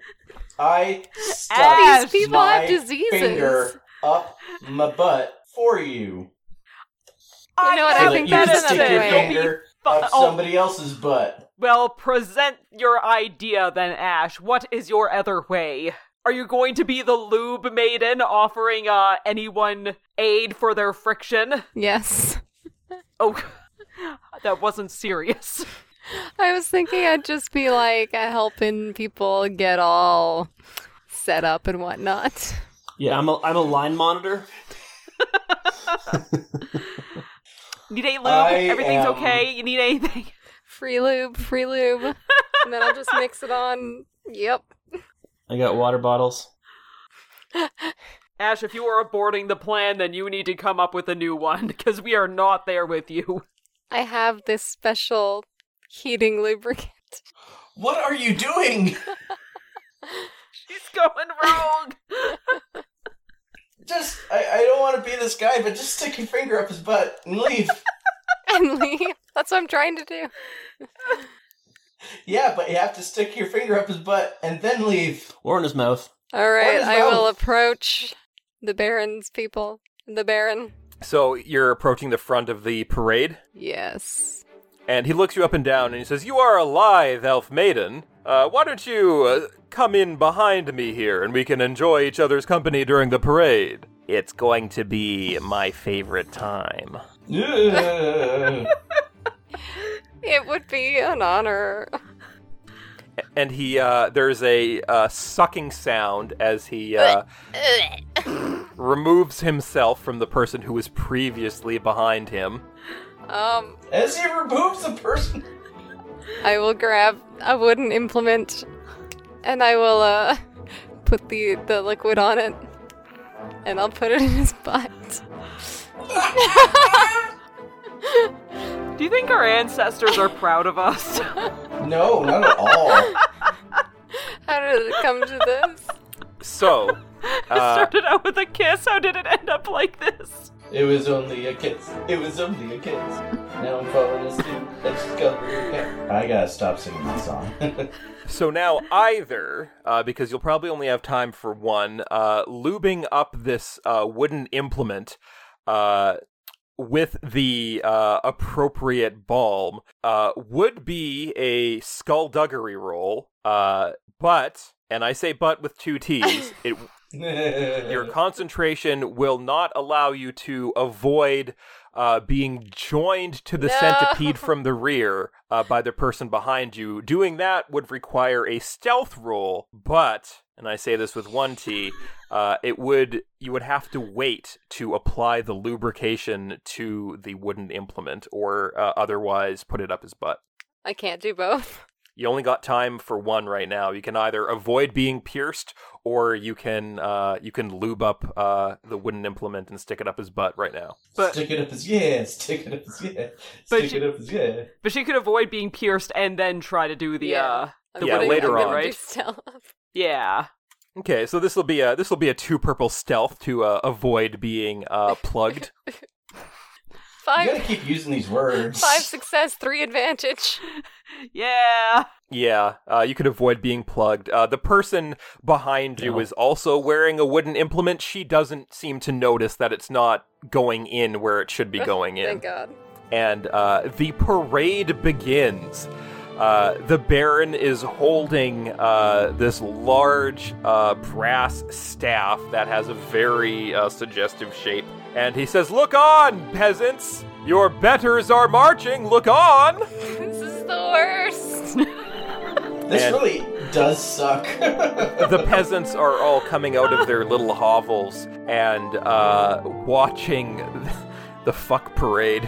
Speaker 3: I stuck
Speaker 2: Ash,
Speaker 5: These people
Speaker 3: my
Speaker 5: have diseases.
Speaker 3: finger up my butt for you.
Speaker 5: You know what,
Speaker 3: So
Speaker 5: I
Speaker 3: that
Speaker 5: think
Speaker 3: you
Speaker 5: that's
Speaker 3: can stick
Speaker 5: another
Speaker 3: your
Speaker 5: way.
Speaker 3: finger up
Speaker 2: Oh.
Speaker 3: somebody else's butt.
Speaker 2: Well, present your idea then, Ash. What is your other way? Are you going to be the lube maiden offering uh, anyone aid for their friction?
Speaker 5: yes.
Speaker 2: Oh, *laughs* that wasn't serious. *laughs*
Speaker 5: I was thinking I'd just be like uh, helping people get all set up and whatnot.
Speaker 4: Yeah, I'm a I'm a line monitor.
Speaker 2: Need a lube?
Speaker 3: I
Speaker 2: Everything's
Speaker 3: am-
Speaker 2: okay? You need anything? *laughs*
Speaker 5: Free lube, free lube. and then I'll just mix it on. Yep.
Speaker 4: I got water bottles.
Speaker 2: Ash, if you are aborting the plan, then you need to come up with a new one because we are not there with you. *laughs*
Speaker 5: I have this special heating lubricant. *laughs*
Speaker 3: What are you doing? *laughs*
Speaker 2: She's going wrong. *laughs*
Speaker 3: Just, I, I don't want to be this guy, but just stick your finger up his butt and leave. *laughs*
Speaker 5: And leave. That's what I'm trying to do.
Speaker 3: yeah, but you have to stick your finger up his butt and then *laughs* leave.
Speaker 4: Or in his mouth.
Speaker 5: All right,
Speaker 3: is
Speaker 5: I will
Speaker 3: wrong?
Speaker 5: approach the Baron's people. The Baron.
Speaker 1: So you're approaching the front of the parade,
Speaker 5: Yes.
Speaker 1: and he looks you up and down and he says, You are a lithe elf maiden. Uh, why don't you uh, come in behind me here and we can enjoy each other's company during the parade? It's going to be my favorite time.
Speaker 3: Ugh.
Speaker 5: It would be an honor.
Speaker 1: and he uh, there's a uh, sucking sound as he uh, removes himself from the person who was previously behind him.
Speaker 5: Um,
Speaker 3: As he removes the person.
Speaker 5: I will grab a wooden implement and I will uh put the the liquid on it and I'll put it in his butt.
Speaker 2: Do you think our ancestors are proud of us? *laughs*
Speaker 3: No, not at all.
Speaker 5: How did it come to this?
Speaker 1: So, uh,
Speaker 2: Started out with a kiss. How did it end up like this?
Speaker 3: It was only a kiss. It was only a kiss. Now I'm falling asleep. Let's go. I gotta stop singing this song. *laughs*
Speaker 1: so now either uh, because you'll probably only have time for one, uh, lubing up this uh, wooden implement uh, with the uh, appropriate balm uh, would be a skullduggery roll. Uh, but, and I say but with two T's, it, your concentration will not allow you to avoid uh, being joined to the
Speaker 5: No.
Speaker 1: centipede from the rear uh, by the person behind you. Doing that would require a stealth roll, but, and I say this with one T, uh, it would you would have to wait to apply the lubrication to the wooden implement, or uh, otherwise put it up his butt.
Speaker 5: I can't do both. *laughs*
Speaker 1: You only got time for one right now. You can either avoid being pierced, or you can uh, you can lube up uh, the wooden implement and stick it up his butt right now.
Speaker 2: But-
Speaker 3: stick it up his yeah, stick it up his yeah,
Speaker 2: But
Speaker 3: stick
Speaker 2: you-
Speaker 3: it up his yeah.
Speaker 2: But she could avoid being pierced and then try to do the
Speaker 5: Yeah.
Speaker 2: uh
Speaker 5: I'm
Speaker 2: the
Speaker 1: Yeah,
Speaker 5: gonna-
Speaker 2: wooden
Speaker 1: later
Speaker 5: I'm
Speaker 2: implement,
Speaker 5: gonna
Speaker 1: on.
Speaker 5: do
Speaker 2: right?
Speaker 5: *laughs* stealth.
Speaker 2: Yeah.
Speaker 1: Okay, so this will be a this will be a two purple stealth to uh, avoid being uh, plugged.
Speaker 3: You gotta
Speaker 5: Five,
Speaker 3: keep using these words.
Speaker 5: *laughs* five success, three advantage.
Speaker 2: Yeah.
Speaker 1: yeah, uh, you could avoid being plugged. Uh, the person behind you
Speaker 6: Yeah.
Speaker 1: is also wearing a wooden implement. She doesn't seem to notice that it's not going in where it should be *laughs* going in.
Speaker 5: Thank God.
Speaker 1: and uh, the parade begins. Uh, the Baron is holding uh, this large uh, brass staff that has a very uh, suggestive shape. And he says, Look on, peasants! Your betters are marching! Look on!
Speaker 5: This is the worst. *laughs*
Speaker 3: This
Speaker 1: And-
Speaker 3: really does suck.
Speaker 1: *laughs* the peasants are all coming out of their little hovels and uh, watching *laughs* the fuck parade.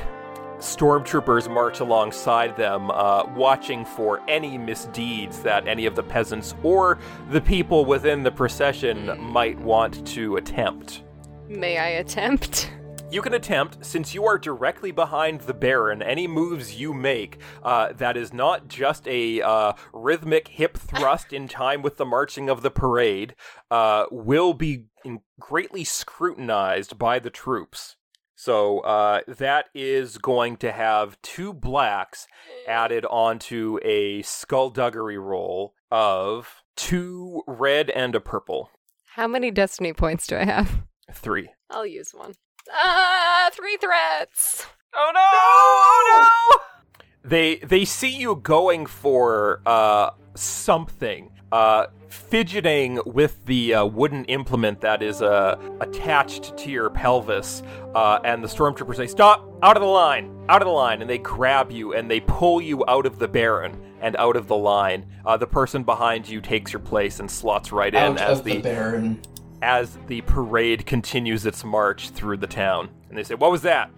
Speaker 1: Stormtroopers march alongside them, uh, watching for any misdeeds that any of the peasants or the people within the procession might want to attempt.
Speaker 5: May I attempt? *laughs*
Speaker 1: You can attempt, since you are directly behind the Baron, any moves you make uh, that is not just a uh, rhythmic hip thrust in time with the marching of the parade uh, will be in- greatly scrutinized by the troops. So uh, that is going to have two blacks added onto a skullduggery roll of two red and a purple.
Speaker 5: How many destiny points do I have?
Speaker 1: Three.
Speaker 5: I'll use one. Ah, three threats.
Speaker 2: Oh no! Oh no!
Speaker 1: they they see you going for uh something uh fidgeting with the uh, wooden implement that is uh attached to your pelvis uh and the stormtroopers say stop out of the line out of the line and they grab you and they pull you out of the baron and out of the line uh the person behind you takes your place and slots right in
Speaker 3: Out
Speaker 1: as
Speaker 3: of the, Baron.
Speaker 1: as the parade continues its march through the town and they say what was that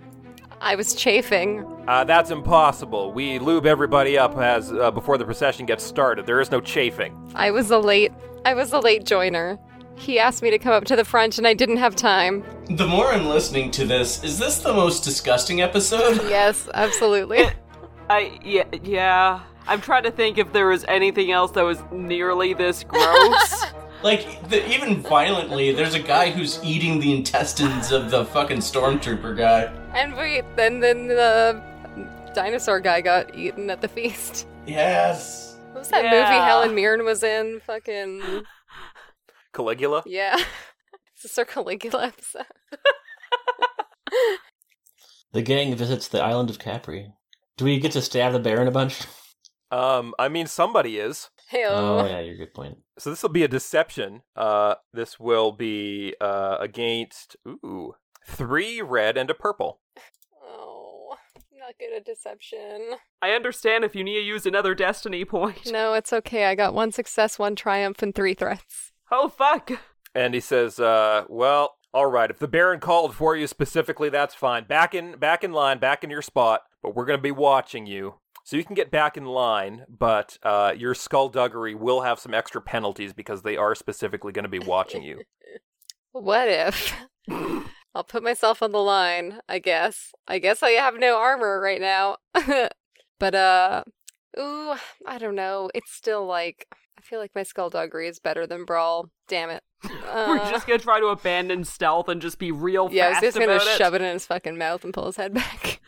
Speaker 5: I was chafing.
Speaker 1: uh, that's impossible. We lube everybody up as uh, before the procession gets started. There is no chafing.
Speaker 5: I was a late. I was a late joiner. He asked me to come up to the front, and I didn't have time. *laughs*
Speaker 3: The more I'm listening to this, is this the most disgusting episode? *laughs*
Speaker 5: Yes,
Speaker 1: *laughs*
Speaker 5: absolutely.
Speaker 2: I yeah yeah. I'm trying to think if there was anything else that was nearly this
Speaker 5: *laughs*
Speaker 2: gross.
Speaker 3: Like, the, even violently, there's a guy who's eating the intestines of the fucking stormtrooper guy.
Speaker 5: and we then then the dinosaur guy got eaten at the feast.
Speaker 3: Yes.
Speaker 5: What was that movie
Speaker 2: Yeah.
Speaker 5: Helen Mirren was in? Fucking
Speaker 1: Caligula?
Speaker 5: yeah. *laughs* It's a Sir Caligula episode. *laughs*
Speaker 4: The gang visits the island of Capri. Do we get to stab the Baron a bunch?
Speaker 1: Um, I mean, somebody is.
Speaker 5: Hell.
Speaker 6: Oh yeah, you're a good point.
Speaker 1: So this will be a deception. Uh, this will be uh, against ooh three red and a purple.
Speaker 5: Oh, not good at deception.
Speaker 2: I understand if you need to use another destiny point.
Speaker 5: No, it's okay. I got one success, one triumph, and three threats.
Speaker 2: Oh fuck.
Speaker 1: And he says, uh, "Well, all right. If the Baron called for you specifically, that's fine. Back in, back in line, back in your spot. But we're gonna be watching you." So you can get back in line, but uh, your skullduggery will have some extra penalties because they are specifically going to be watching
Speaker 2: *laughs*
Speaker 1: you.
Speaker 5: What if? I'll put myself on the line, I guess. I guess I have no armor right now. *laughs* but, uh, ooh, I don't know. It's still like, I feel like my skullduggery is better than Brawl. Damn it.
Speaker 2: *laughs* We're
Speaker 5: Uh,
Speaker 2: just gonna try to abandon stealth and just be real
Speaker 5: yeah, I was
Speaker 2: fast
Speaker 5: just gonna
Speaker 2: about it.
Speaker 5: shove it in his fucking mouth and pull his head *laughs* back.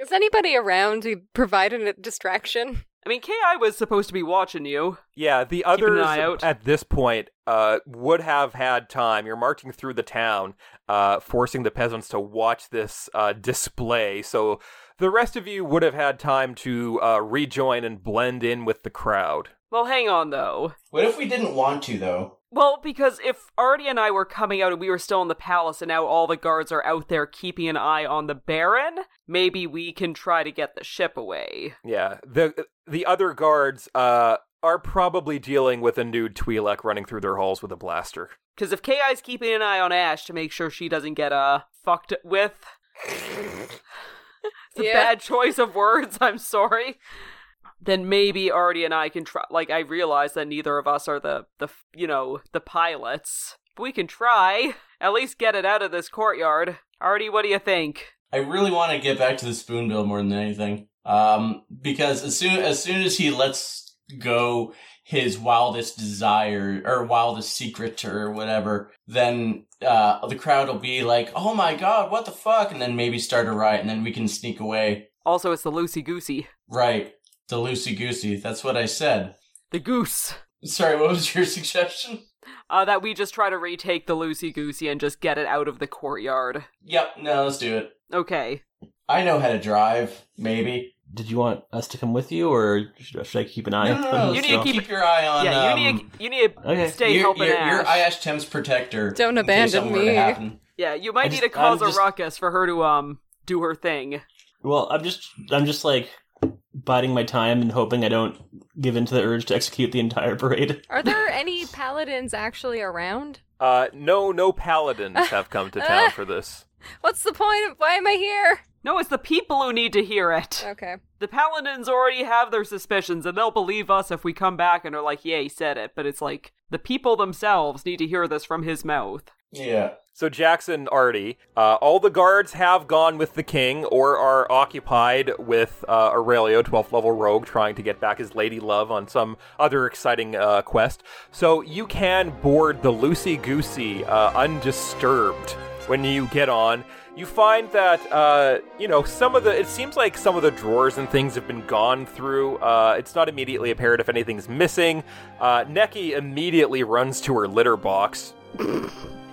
Speaker 5: is anybody around to provide a distraction?
Speaker 2: I mean, Ki was supposed to be watching you.
Speaker 1: Yeah, the
Speaker 2: an
Speaker 1: others
Speaker 2: eye out.
Speaker 1: at this point uh, would have had time. You're marching through the town, uh, forcing the peasants to watch this uh, display. So the rest of you would have had time to uh, rejoin and blend in with the crowd.
Speaker 2: Well, hang on though.
Speaker 3: What if we didn't want to though?
Speaker 2: Well, because if Artie and I were coming out and we were still in the palace and now all the guards are out there keeping an eye on the Baron, maybe we can try to get the ship away.
Speaker 1: Yeah, the uh, the other guards uh, are probably dealing with a nude Twi'lek running through their halls with a blaster.
Speaker 2: Because if KI's keeping an eye on Ash to make sure she doesn't get uh, fucked with. *laughs* it's a
Speaker 5: Yeah.
Speaker 2: bad choice of words, *laughs* I'm sorry. Then maybe Artie and I can try. Like, I realize that neither of us are the, the you know, the pilots. But we can try. At least get it out of this courtyard. Artie, what do you think?
Speaker 3: I really want to get back to the spoon bill more than anything. Um, because as soon as soon as he lets go his wildest desire or wildest secret or whatever, then uh, the crowd will be like, "Oh my god, what the fuck!" and then maybe start a riot, and then we can sneak away.
Speaker 2: Also, it's the loosey goosey.
Speaker 3: Right, the loosey goosey. That's what I said.
Speaker 2: The goose.
Speaker 3: Sorry, what was your *laughs* suggestion?
Speaker 2: Uh, that we just try to retake the loosey goosey and just get it out of the courtyard.
Speaker 3: Yep, no, let's do it.
Speaker 2: Okay.
Speaker 3: I know how to drive. Maybe
Speaker 6: Did you want us to come with you, or should, should I keep an eye?
Speaker 3: No, no, no,
Speaker 6: on
Speaker 3: you
Speaker 2: You
Speaker 6: this
Speaker 2: need to
Speaker 6: stuff?
Speaker 3: keep, your eye on.
Speaker 2: yeah,
Speaker 3: um,
Speaker 2: you need you need to
Speaker 6: Okay.
Speaker 2: stay
Speaker 3: you're,
Speaker 2: helping
Speaker 3: you're,
Speaker 2: Ash.
Speaker 3: you're Ayash Thames protector.
Speaker 5: Don't
Speaker 3: in case
Speaker 5: abandon
Speaker 3: something were to
Speaker 5: me.
Speaker 3: happen.
Speaker 2: yeah, you might
Speaker 6: I
Speaker 2: need
Speaker 6: just-
Speaker 2: to cause
Speaker 6: I'm
Speaker 2: a
Speaker 6: just-
Speaker 2: ruckus for her to um do her thing.
Speaker 6: Well,
Speaker 4: Well, I'm just I'm just like biding my time and hoping I don't give in to the urge to execute the entire parade. *laughs*
Speaker 2: *laughs*
Speaker 5: Are there any paladins actually around?
Speaker 1: Uh, no, no paladins have come to town for this.
Speaker 5: What's the point? Of, why am I here?
Speaker 2: No, it's the people who need to hear it.
Speaker 5: Okay.
Speaker 2: The paladins already have their suspicions, and they'll believe us if we come back and are like, "Yeah, he said it." But it's like the people themselves need to hear this from his mouth.
Speaker 3: Yeah.
Speaker 1: So Jackson, Artie, uh, all the guards have gone with the king or are occupied with uh, Aurelio, 12th level rogue, trying to get back his lady love on some other exciting uh, quest. So you can board the loosey goosey uh, undisturbed when you get on. You find that uh, you know some of the. It seems like some of the drawers and things have been gone through. Uh, it's not immediately apparent if anything's missing. Uh, Neki immediately runs to her litter box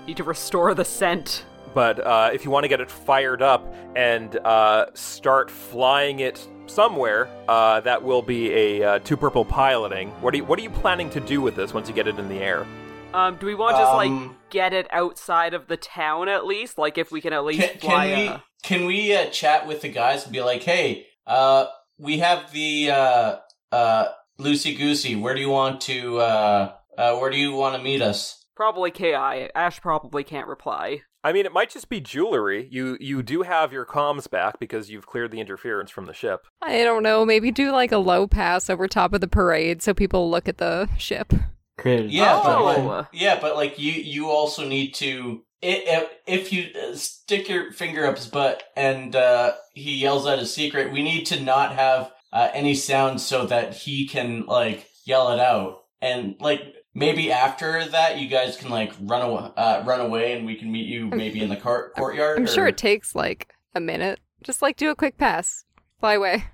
Speaker 2: Need to restore the scent.
Speaker 1: but uh, if you want to get it fired up and uh, start flying it somewhere, uh, that will be a uh, two purple piloting. What are you, what are you planning to do with this once you get it in the air?
Speaker 2: Um, do we want to just like
Speaker 3: Um,
Speaker 2: get it outside of the town at least? Like if we can at least
Speaker 3: Can,
Speaker 2: fly
Speaker 3: can we
Speaker 2: a-
Speaker 3: can we uh, chat with the guys and be like, hey, uh, we have the uh, uh, loosey goosey. Where do you want to? Uh, uh, where do you want to meet us?
Speaker 2: probably Ki. Ash probably can't reply.
Speaker 1: I mean, it might just be jewelry. You you do have your comms back because you've cleared the interference from the ship.
Speaker 5: I don't know. Maybe do like a low pass over top of the parade so people look at the ship.
Speaker 6: Created.
Speaker 3: Yeah, but
Speaker 2: Oh.
Speaker 3: like, yeah, but like you, you also need to. i- i- If you uh, stick your finger up his butt and uh, he yells out a secret, we need to not have uh, any sound so that he can like yell it out. And like maybe after that, you guys can like run away, uh, run away, and we can meet
Speaker 5: *laughs*
Speaker 3: you maybe in the court courtyard.
Speaker 5: I'm sure
Speaker 3: or-
Speaker 5: it takes like a minute. Just like do a quick pass, fly away.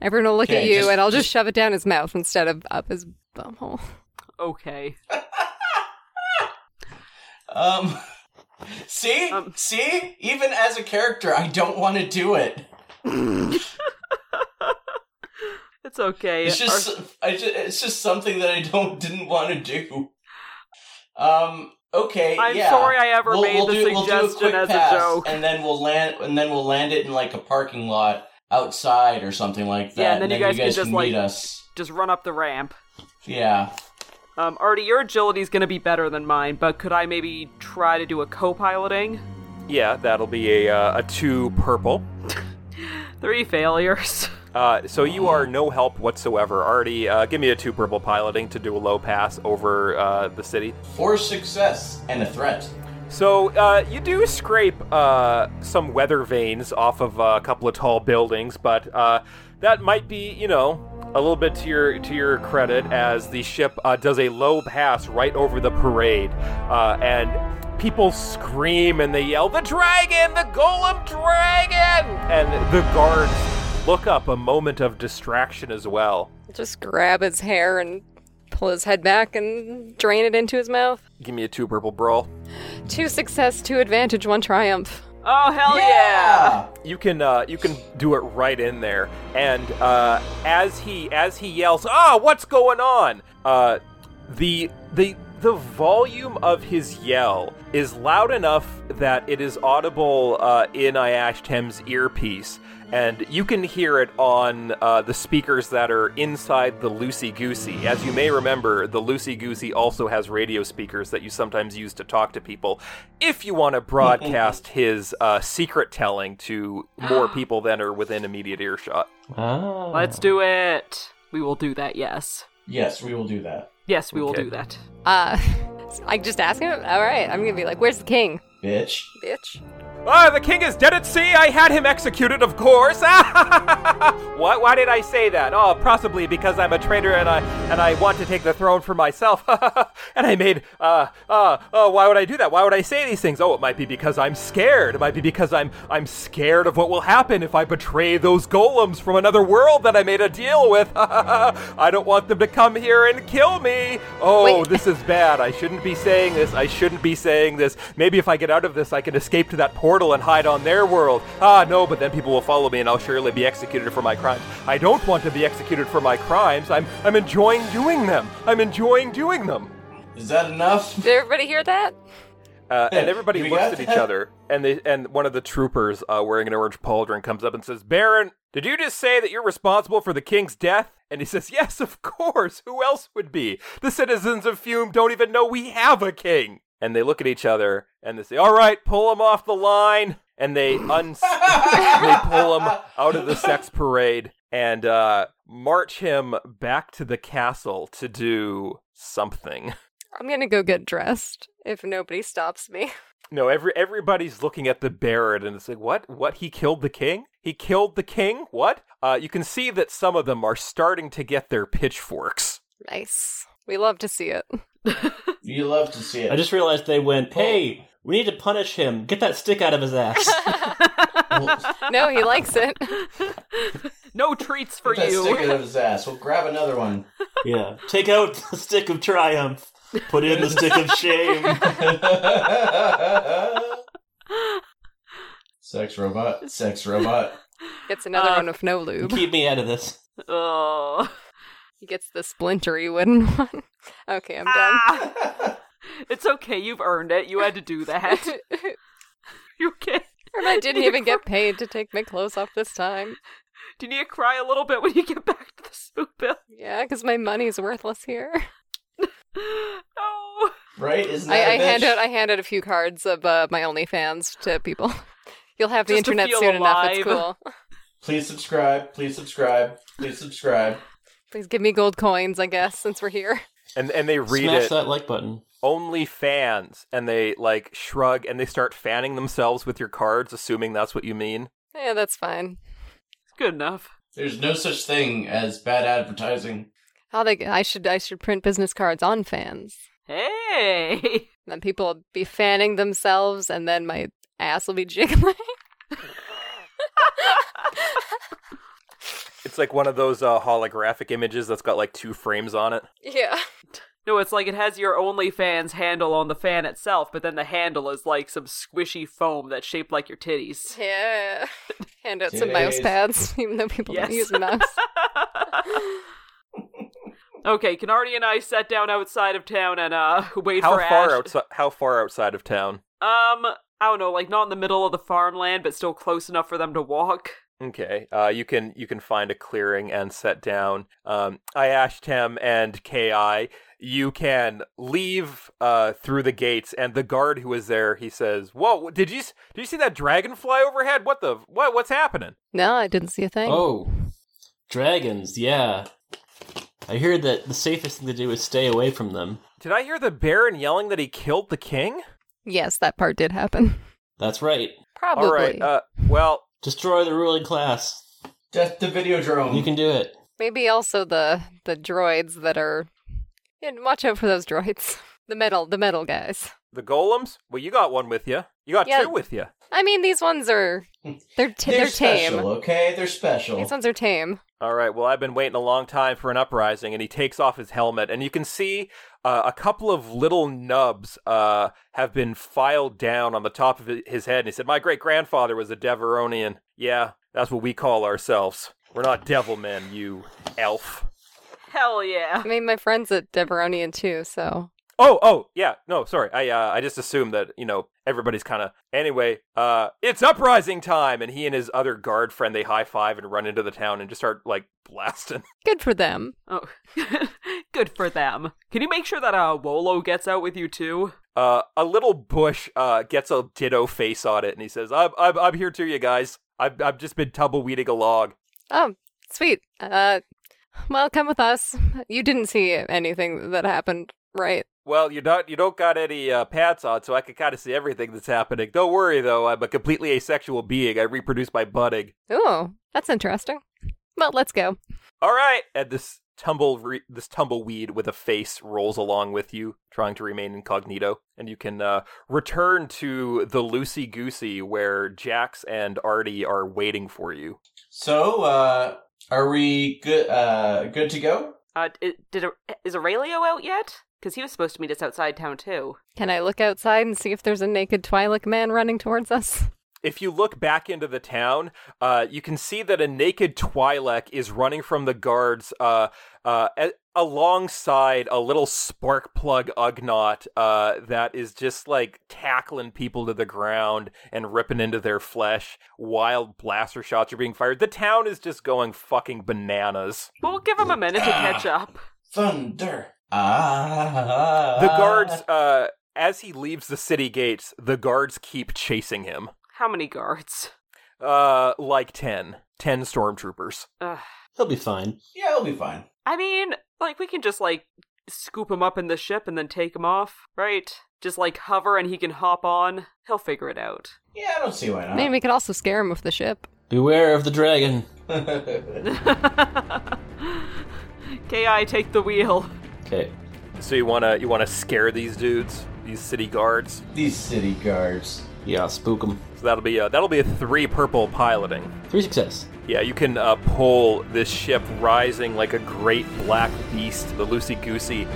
Speaker 5: Everyone will look at
Speaker 3: Okay,
Speaker 5: you,
Speaker 3: just-
Speaker 5: and I'll just
Speaker 3: just-
Speaker 5: shove it down his mouth instead of up his bumhole.
Speaker 2: Okay.
Speaker 3: *laughs* Um, *laughs* see,
Speaker 2: Um.
Speaker 3: see, even as a character, I don't want to do it.
Speaker 2: It's okay.
Speaker 3: It's just, I just, it's just something that I don't didn't want to do. Um. Okay.
Speaker 2: Our- I'm
Speaker 3: yeah.
Speaker 2: sorry I ever
Speaker 3: We'll-
Speaker 2: made
Speaker 3: we'll
Speaker 2: the
Speaker 3: do- we'll do a
Speaker 2: suggestion
Speaker 3: quick
Speaker 2: as
Speaker 3: pass,
Speaker 2: a joke.
Speaker 3: and then we'll land, and then we'll land it in like a parking lot outside or something like that.
Speaker 2: Yeah, and then you guys can
Speaker 3: can,
Speaker 2: just, like-
Speaker 3: meet us.
Speaker 2: Just run up the ramp.
Speaker 3: Yeah.
Speaker 2: Um, Artie, your agility's gonna be better than mine, but could I maybe try to do a co-piloting?
Speaker 1: Yeah, that'll be a uh, a two purple.
Speaker 2: Three failures. *laughs*
Speaker 1: Uh, so you are no help whatsoever. Already, uh, give me a two purple piloting to do a low pass over uh, the city.
Speaker 3: For success and a threat.
Speaker 1: So uh, you do scrape uh, some weather vanes off of uh, a couple of tall buildings, but uh, that might be, you know, a little bit to your to your credit as the ship uh, does a low pass right over the parade, uh, and people scream and they yell, "The dragon! The golem dragon!" and the guards look up a moment of distraction as well.
Speaker 5: Just grab his hair and pull his head back and drain it into his mouth.
Speaker 1: Give me a two purple brawl.
Speaker 5: Two success, two advantage, one triumph.
Speaker 2: Oh hell yeah!
Speaker 3: Yeah.
Speaker 1: You can uh, you can do it right in there, and uh, as he as he yells, "Ah, what's going on?" Uh, the the the volume of his yell is loud enough that it is audible uh, in Iashtem's earpiece, and you can hear it on uh, the speakers that are inside the Loosey Goosey. As you may remember, the Loosey Goosey also has radio speakers that you sometimes use to talk to people if you want to broadcast his uh, secret telling to more people than are within immediate earshot.
Speaker 6: Ah.
Speaker 2: Let's do it. We will do that. Yes,
Speaker 3: Yes, we will do that.
Speaker 2: yes, we will
Speaker 1: Okay.
Speaker 2: do that.
Speaker 5: Uh, *laughs* I just ask him. All right, I'm gonna be like, "Where's the king,
Speaker 3: Bitch.
Speaker 5: bitch?"
Speaker 1: Ah, the king is dead at sea. I had him executed, of course. *laughs* what? Why did I say that? Oh, possibly because I'm a traitor and I and I want to take the throne for myself. *laughs* and I made. Uh, uh, oh, why would I do that? Why would I say these things? Oh, it might be because I'm scared. It might be because I'm I'm scared of what will happen if I betray those golems from another world that I made a deal with. *laughs* I don't want them to come here and kill me. Oh,
Speaker 5: Wait.
Speaker 1: this is bad. I shouldn't be saying this. I shouldn't be saying this. Maybe if I get out of this, I can escape to that portal and hide on their world. Ah, no, but then people will follow me and I'll surely be executed for my crimes. I don't want to be executed for my crimes. I'm I'm enjoying doing them. I'm enjoying doing them.
Speaker 3: Is that enough?
Speaker 5: Did everybody hear that?
Speaker 1: Uh, and everybody
Speaker 3: We
Speaker 1: looks
Speaker 3: got
Speaker 1: at each
Speaker 3: that.
Speaker 1: other, and they and one of the troopers uh, wearing an orange pauldron comes up and says, "Baron, did you just say that you're responsible for the king's death?" And he says, "Yes, of course. Who else would be? The citizens of Fume don't even know we have a king." And they look at each other and they say, "All right, pull him off the line." And they
Speaker 3: *laughs*
Speaker 1: uns they pull him out of the sex parade and uh, march him back to the castle to do something.
Speaker 5: I'm gonna go get dressed if nobody stops me. *laughs*
Speaker 1: No, every everybody's looking at the Barrett, and it's like, what? What? He killed the king? He killed the king? What? Uh, you can see that some of them are starting to get their pitchforks.
Speaker 5: Nice. We love to see it.
Speaker 3: You love to see it.
Speaker 4: I just realized they went, hey, we need to punish him. Get that stick out of his ass.
Speaker 2: *laughs*
Speaker 3: Well,
Speaker 5: No, he likes it.
Speaker 2: no treats for
Speaker 3: get that
Speaker 2: you.
Speaker 3: stick out of his ass. We'll grab another one.
Speaker 4: yeah. Take out the stick of triumph. Put in the stick of shame.
Speaker 3: *laughs* sex robot. Sex robot.
Speaker 5: Gets another
Speaker 2: Uh,
Speaker 5: one with no
Speaker 2: *laughs*
Speaker 5: lube.
Speaker 4: Keep me out of this.
Speaker 2: Oh.
Speaker 5: He gets the splintery wooden *laughs* one. Okay, I'm done. *laughs*
Speaker 2: Ah! it's okay. You've earned it. You had to do that.
Speaker 3: *laughs*
Speaker 2: you okay?
Speaker 5: and I didn't
Speaker 2: *laughs*
Speaker 5: even get paid to take my clothes off this time.
Speaker 2: Do you need to cry a little bit when you get back to the spoon bill?
Speaker 5: Yeah, because my money's worthless here.
Speaker 2: No.
Speaker 3: Right? Isn't that
Speaker 5: I, I
Speaker 3: a bitch?
Speaker 5: hand out I hand out a few cards of uh, my OnlyFans to people. *laughs* You'll have the
Speaker 2: Just to
Speaker 5: internet
Speaker 2: feel
Speaker 5: soon enough. It's
Speaker 2: alive.
Speaker 5: cool.
Speaker 3: Please subscribe. Please subscribe. Please subscribe.
Speaker 5: Please give me gold coins, I guess, since we're here. *laughs*
Speaker 1: And and they read
Speaker 4: Smash
Speaker 1: it
Speaker 4: that like button.
Speaker 1: only fans, and they like shrug and they start fanning themselves with your cards, assuming that's what you mean.
Speaker 5: Yeah, that's fine.
Speaker 2: It's good enough.
Speaker 3: There's no such thing as bad advertising.
Speaker 5: How they? I should I should print business cards on fans.
Speaker 2: Hey. *laughs*
Speaker 5: Then people will be fanning themselves, and then my ass will be jiggling. *laughs*
Speaker 1: It's like one of those uh, holographic images that's got like two frames on it.
Speaker 5: yeah.
Speaker 2: No, it's like it has your OnlyFans handle on the fan itself, but then the handle is like some squishy foam that's shaped like your titties. *laughs*
Speaker 5: Yeah. *laughs* Hand out some mouse
Speaker 3: Jeez.
Speaker 5: pads, *laughs* even though people don't
Speaker 2: Yes.
Speaker 5: use a mouse.
Speaker 2: okay, Canardi and I sat down outside of town and uh *laughs* wait
Speaker 1: How
Speaker 2: for
Speaker 1: far
Speaker 2: Ash.
Speaker 1: outside? How far outside of town?
Speaker 2: Um, I don't know, like not in the middle of the farmland, but still close enough for them to walk.
Speaker 1: Okay. Uh, you can you can find a clearing and set down. Um, I asked him and Ki. You can leave uh, through the gates, and the guard who was there, he says, "Whoa! Did you s- did you see that dragonfly overhead? What the what what's happening?"
Speaker 5: No, I didn't see a thing.
Speaker 4: Oh, dragons, yeah. I hear that the safest thing to do is stay away from them.
Speaker 1: Did I hear the baron yelling that he killed the king?
Speaker 5: Yes, that part did happen.
Speaker 4: That's right.
Speaker 5: Probably.
Speaker 1: All right. Uh, well,
Speaker 4: Destroy the ruling class.
Speaker 3: Death to Videodrome.
Speaker 4: You can do it.
Speaker 5: Maybe also the the droids *laughs* that are. Yeah, watch out for those droids. The metal, the metal guys.
Speaker 1: The golems? Well, you got one with you. You got
Speaker 5: Yeah.
Speaker 1: two with you.
Speaker 5: I mean, these ones are they're t-
Speaker 3: They're,
Speaker 5: they're, tame.
Speaker 3: special, okay? They're special.
Speaker 5: These ones are tame.
Speaker 1: All right. Well, I've been waiting a long time for an uprising, and he takes off his helmet, and you can see uh, a couple of little nubs uh, have been filed down on the top of his head. And he said, "My great grandfather was a Deveronian. Yeah, that's what we call ourselves. We're not devil men, you elf."
Speaker 2: Hell yeah.
Speaker 5: I mean, my friend's a Deveronian too, so
Speaker 1: Oh, oh, yeah. No, sorry. I uh, I just assumed that you know everybody's kind of anyway. Uh, it's uprising time, and he and his other guard friend they high five and run into the town and just start like *laughs* blasting.
Speaker 5: good for them.
Speaker 2: *laughs* Oh, *laughs* good for them. Can you make sure that uh, Wolo gets out with you too?
Speaker 1: Uh, a little bush uh, gets a ditto face on it, and he says, "I'm I'm, I'm here too, you guys. I've I've just been tumbleweeding a log."
Speaker 5: Oh, sweet. Uh, well, come with us. You didn't see anything that happened, right?
Speaker 1: Well, you don't you don't got any uh, pads on, so I can kind of see everything that's happening. Don't worry though, I'm a completely asexual being. I reproduce by budding.
Speaker 5: Oh, that's interesting. Well, let's go.
Speaker 1: All right, and this tumble re- this tumbleweed with a face rolls along with you, trying to remain incognito, and you can uh, return to the loosey goosey where Jax and Artie are waiting for you.
Speaker 3: so, uh, are we good? Uh, good to go?
Speaker 2: Uh, i- did a- is Aurelio out yet? Because he was supposed to meet us outside town too.
Speaker 5: Can I look outside and see if there's a naked Twi'lek man running towards us?
Speaker 1: if you look back into the town, uh, you can see that a naked Twi'lek is running from the guards uh, uh, a- alongside a little spark plug Ugnaught uh, that is just like tackling people to the ground and ripping into their flesh. Wild blaster shots are being fired. The town is just going fucking bananas.
Speaker 2: But we'll give him a minute to catch up.
Speaker 3: Thunder. Ah.
Speaker 1: The guards, uh, as he leaves the city gates, the guards keep chasing him.
Speaker 2: How many guards?
Speaker 1: Uh, like 10. 10 stormtroopers.
Speaker 2: Ugh.
Speaker 4: He'll be fine.
Speaker 3: Yeah, it'll be fine.
Speaker 2: I mean, like we can just like scoop him up in the ship and then take him off, right? Just like hover and he can hop on. He'll figure it out.
Speaker 3: Yeah, I don't see why
Speaker 5: I mean, we could also scare him with the ship.
Speaker 4: Beware of the dragon.
Speaker 3: not.
Speaker 2: Ki, take the wheel.
Speaker 6: Okay.
Speaker 1: So you wanna you wanna scare these dudes, these city guards.
Speaker 3: These city guards.
Speaker 4: Yeah, spook him.
Speaker 1: So that'll be uh that'll be a three purple piloting.
Speaker 4: Three success.
Speaker 1: Yeah, you can uh, pull this ship rising like a great black beast. The loosey goosey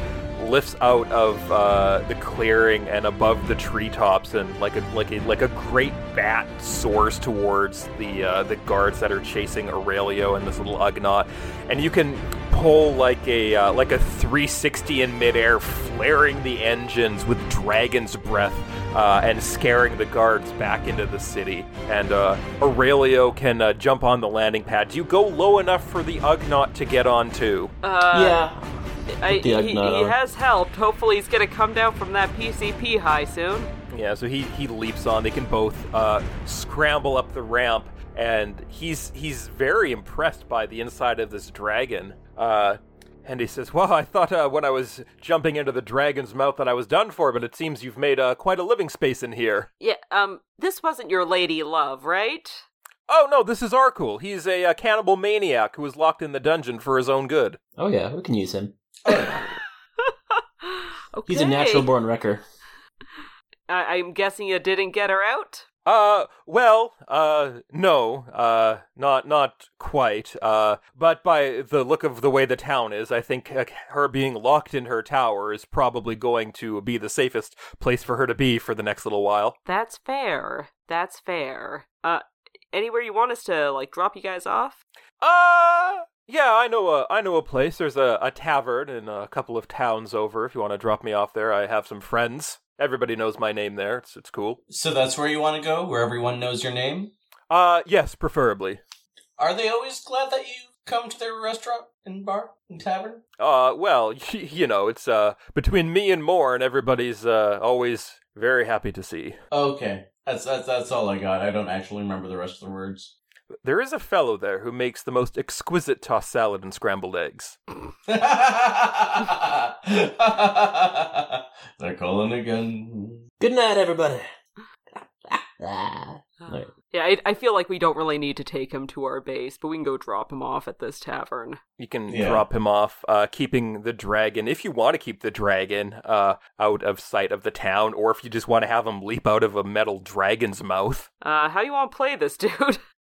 Speaker 1: lifts out of uh, the clearing and above the treetops, and like a like a like a great bat soars towards the uh, the guards that are chasing Aurelio and this little Ugnaught. And you can pull like a uh, like a 360 in midair, flaring the engines with dragon's breath uh, and scaring the guards back into the city. And uh, Aurelio can uh, jump on the landing pad. You go low enough for the Ugnaught to get on too.
Speaker 2: Uh,
Speaker 4: yeah.
Speaker 2: I,
Speaker 4: Put the
Speaker 2: he, he
Speaker 4: Ugnaught on.
Speaker 2: has helped. Hopefully, he's gonna come down from that PCP high soon.
Speaker 1: Yeah, so he, he leaps on. They can both uh, scramble up the ramp, and he's he's very impressed by the inside of this dragon. Uh, and he says, "Well, I thought uh, when I was jumping into the dragon's mouth that I was done for, but it seems you've made uh, quite a living space in here."
Speaker 2: Yeah. Um. This wasn't your lady love, right?
Speaker 1: Oh no, this is Arkul. He's a, uh cannibal maniac who was locked in the dungeon for his own good.
Speaker 6: Oh yeah, we can use him.
Speaker 2: Okay.
Speaker 4: He's a natural born wrecker.
Speaker 2: I- I'm guessing you didn't get her out.
Speaker 1: Uh, well, uh, no, uh, not not quite. Uh, but by the look of the way the town is, I think uh, her being locked in her tower is probably going to be the safest place for her to be for the next little while.
Speaker 2: That's fair. That's fair. Uh, anywhere you want us to like drop you guys off?
Speaker 1: Uh, yeah, I know a I know a place. There's a, a tavern in a couple of towns over. If you want to drop me off there, I have some friends. Everybody knows my name there. It's it's cool.
Speaker 3: So that's where you want to go, where everyone knows your name?
Speaker 1: Uh, yes, preferably.
Speaker 3: Are they always glad that you come to their restaurant and bar and tavern?
Speaker 1: Uh, well, *laughs* you know, it's uh between me and Morn, everybody's uh always very happy to see.
Speaker 3: Okay. That's, that's that's all I got. I don't actually remember the rest of the words. *laughs*
Speaker 1: There is a fellow there who makes the most exquisite tossed salad and scrambled eggs.
Speaker 3: They're calling again.
Speaker 4: Good night, everybody. *laughs*
Speaker 2: Uh,
Speaker 6: Right.
Speaker 2: *sighs* Yeah, I, I feel like we don't really need to take him to our base, but we can go drop him off at this tavern.
Speaker 1: You can
Speaker 3: Yeah.
Speaker 1: drop him off, uh, keeping the dragon, if you want to keep the dragon uh, out of sight of the town, or if you just want to have him leap out of a metal dragon's mouth.
Speaker 2: Uh, how you want to play this, *laughs* dude?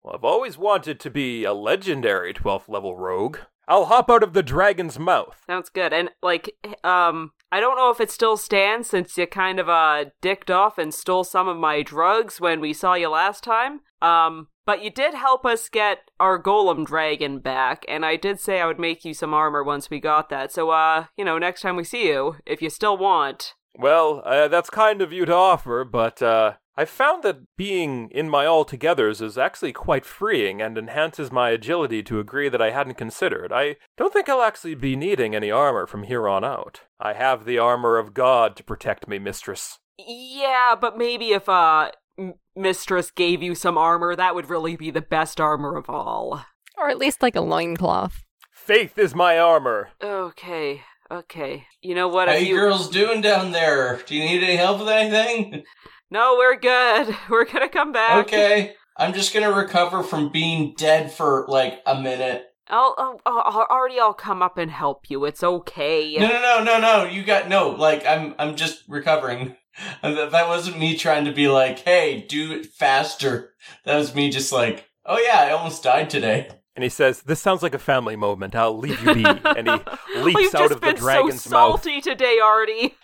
Speaker 1: Well, I've always wanted to be a legendary 12th level rogue. I'll hop out of the dragon's mouth.
Speaker 2: Sounds good. And like, um, I don't know if it still stands since you kind of uh dicked off and stole some of my drugs when we saw you last time. Um, but you did help us get our golem dragon back, and I did say I would make you some armor once we got that. So uh, you know, next time we see you, if you still want,
Speaker 1: Well, uh, that's kind of you to offer, but uh, I found that being in my altogether's is actually quite freeing and enhances my agility to a degree that I hadn't considered. I don't think I'll actually be needing any armor from here on out. I have the armor of God to protect me, mistress.
Speaker 2: Yeah, but maybe if uh M- mistress gave you some armor, that would really be the best armor of all.
Speaker 5: Or at least like a loincloth.
Speaker 1: Faith is my armor.
Speaker 2: Okay. Okay. You know what?
Speaker 3: How
Speaker 2: if
Speaker 3: you
Speaker 2: you
Speaker 3: girls doing down there? Do you need any help with anything?
Speaker 2: No, we're good. *laughs* We're going to come back.
Speaker 3: Okay. I'm just gonna recover from being dead for like a minute.
Speaker 2: I'll, I'll, I'll already I'll come up and help you. It's okay. *laughs*
Speaker 3: No, no, no, no, no. You got no. Like I'm, I'm just recovering. *laughs* And That that wasn't me trying to be like, "Hey, do it faster." That was me just like, "Oh yeah, I almost died today."
Speaker 1: And he says, This sounds like a family moment. I'll leave you be.
Speaker 2: *laughs*
Speaker 1: and he
Speaker 2: Well, you've
Speaker 1: leaps
Speaker 2: just
Speaker 1: out of the
Speaker 2: been
Speaker 1: dragon's
Speaker 2: so
Speaker 1: mouth.
Speaker 2: salty today, Artie.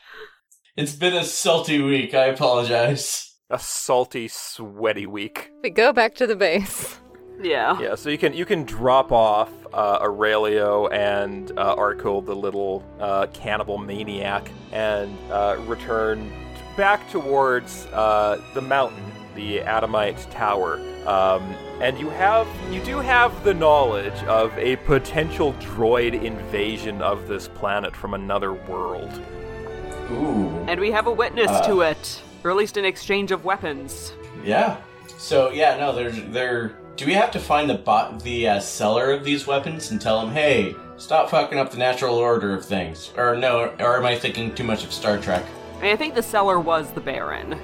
Speaker 3: It's been a salty week. I apologize.
Speaker 1: A salty, sweaty week.
Speaker 5: We go back to the base.
Speaker 2: Yeah.
Speaker 1: Yeah, so you can you can drop off uh, Aurelio and uh, Arco, the little uh, cannibal maniac, and uh, return back towards uh, the mountain, the Adamite Tower. Um, and you have you do have the knowledge of a potential droid invasion of this planet from another world.
Speaker 3: Ooh.
Speaker 2: And we have a witness
Speaker 3: Uh.
Speaker 2: to it, or at least an exchange of weapons.
Speaker 3: Yeah. So yeah, no. There's there. Do we have to find the bot, the uh, seller of these weapons, and tell him, "Hey, stop fucking up the natural order of things"? Or no? Or am I thinking too much of Star Trek?
Speaker 2: I, mean, I think the seller was the Baron.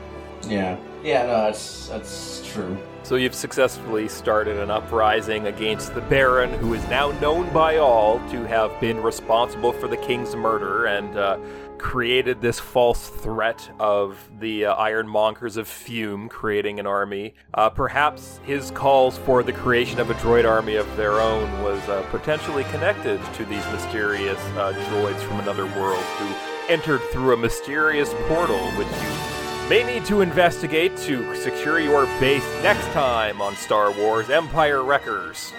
Speaker 3: Yeah. Yeah. No. That's that's true.
Speaker 1: So you've successfully started an uprising against the Baron, who is now known by all to have been responsible for the king's murder and uh, created this false threat of the uh, Ironmongers of Fume creating an army. Uh, perhaps his calls for the creation of a droid army of their own was uh, potentially connected to these mysterious uh, droids from another world who entered through a mysterious portal, which you may need to investigate to secure your base next time on Star Wars Empire Wreckers.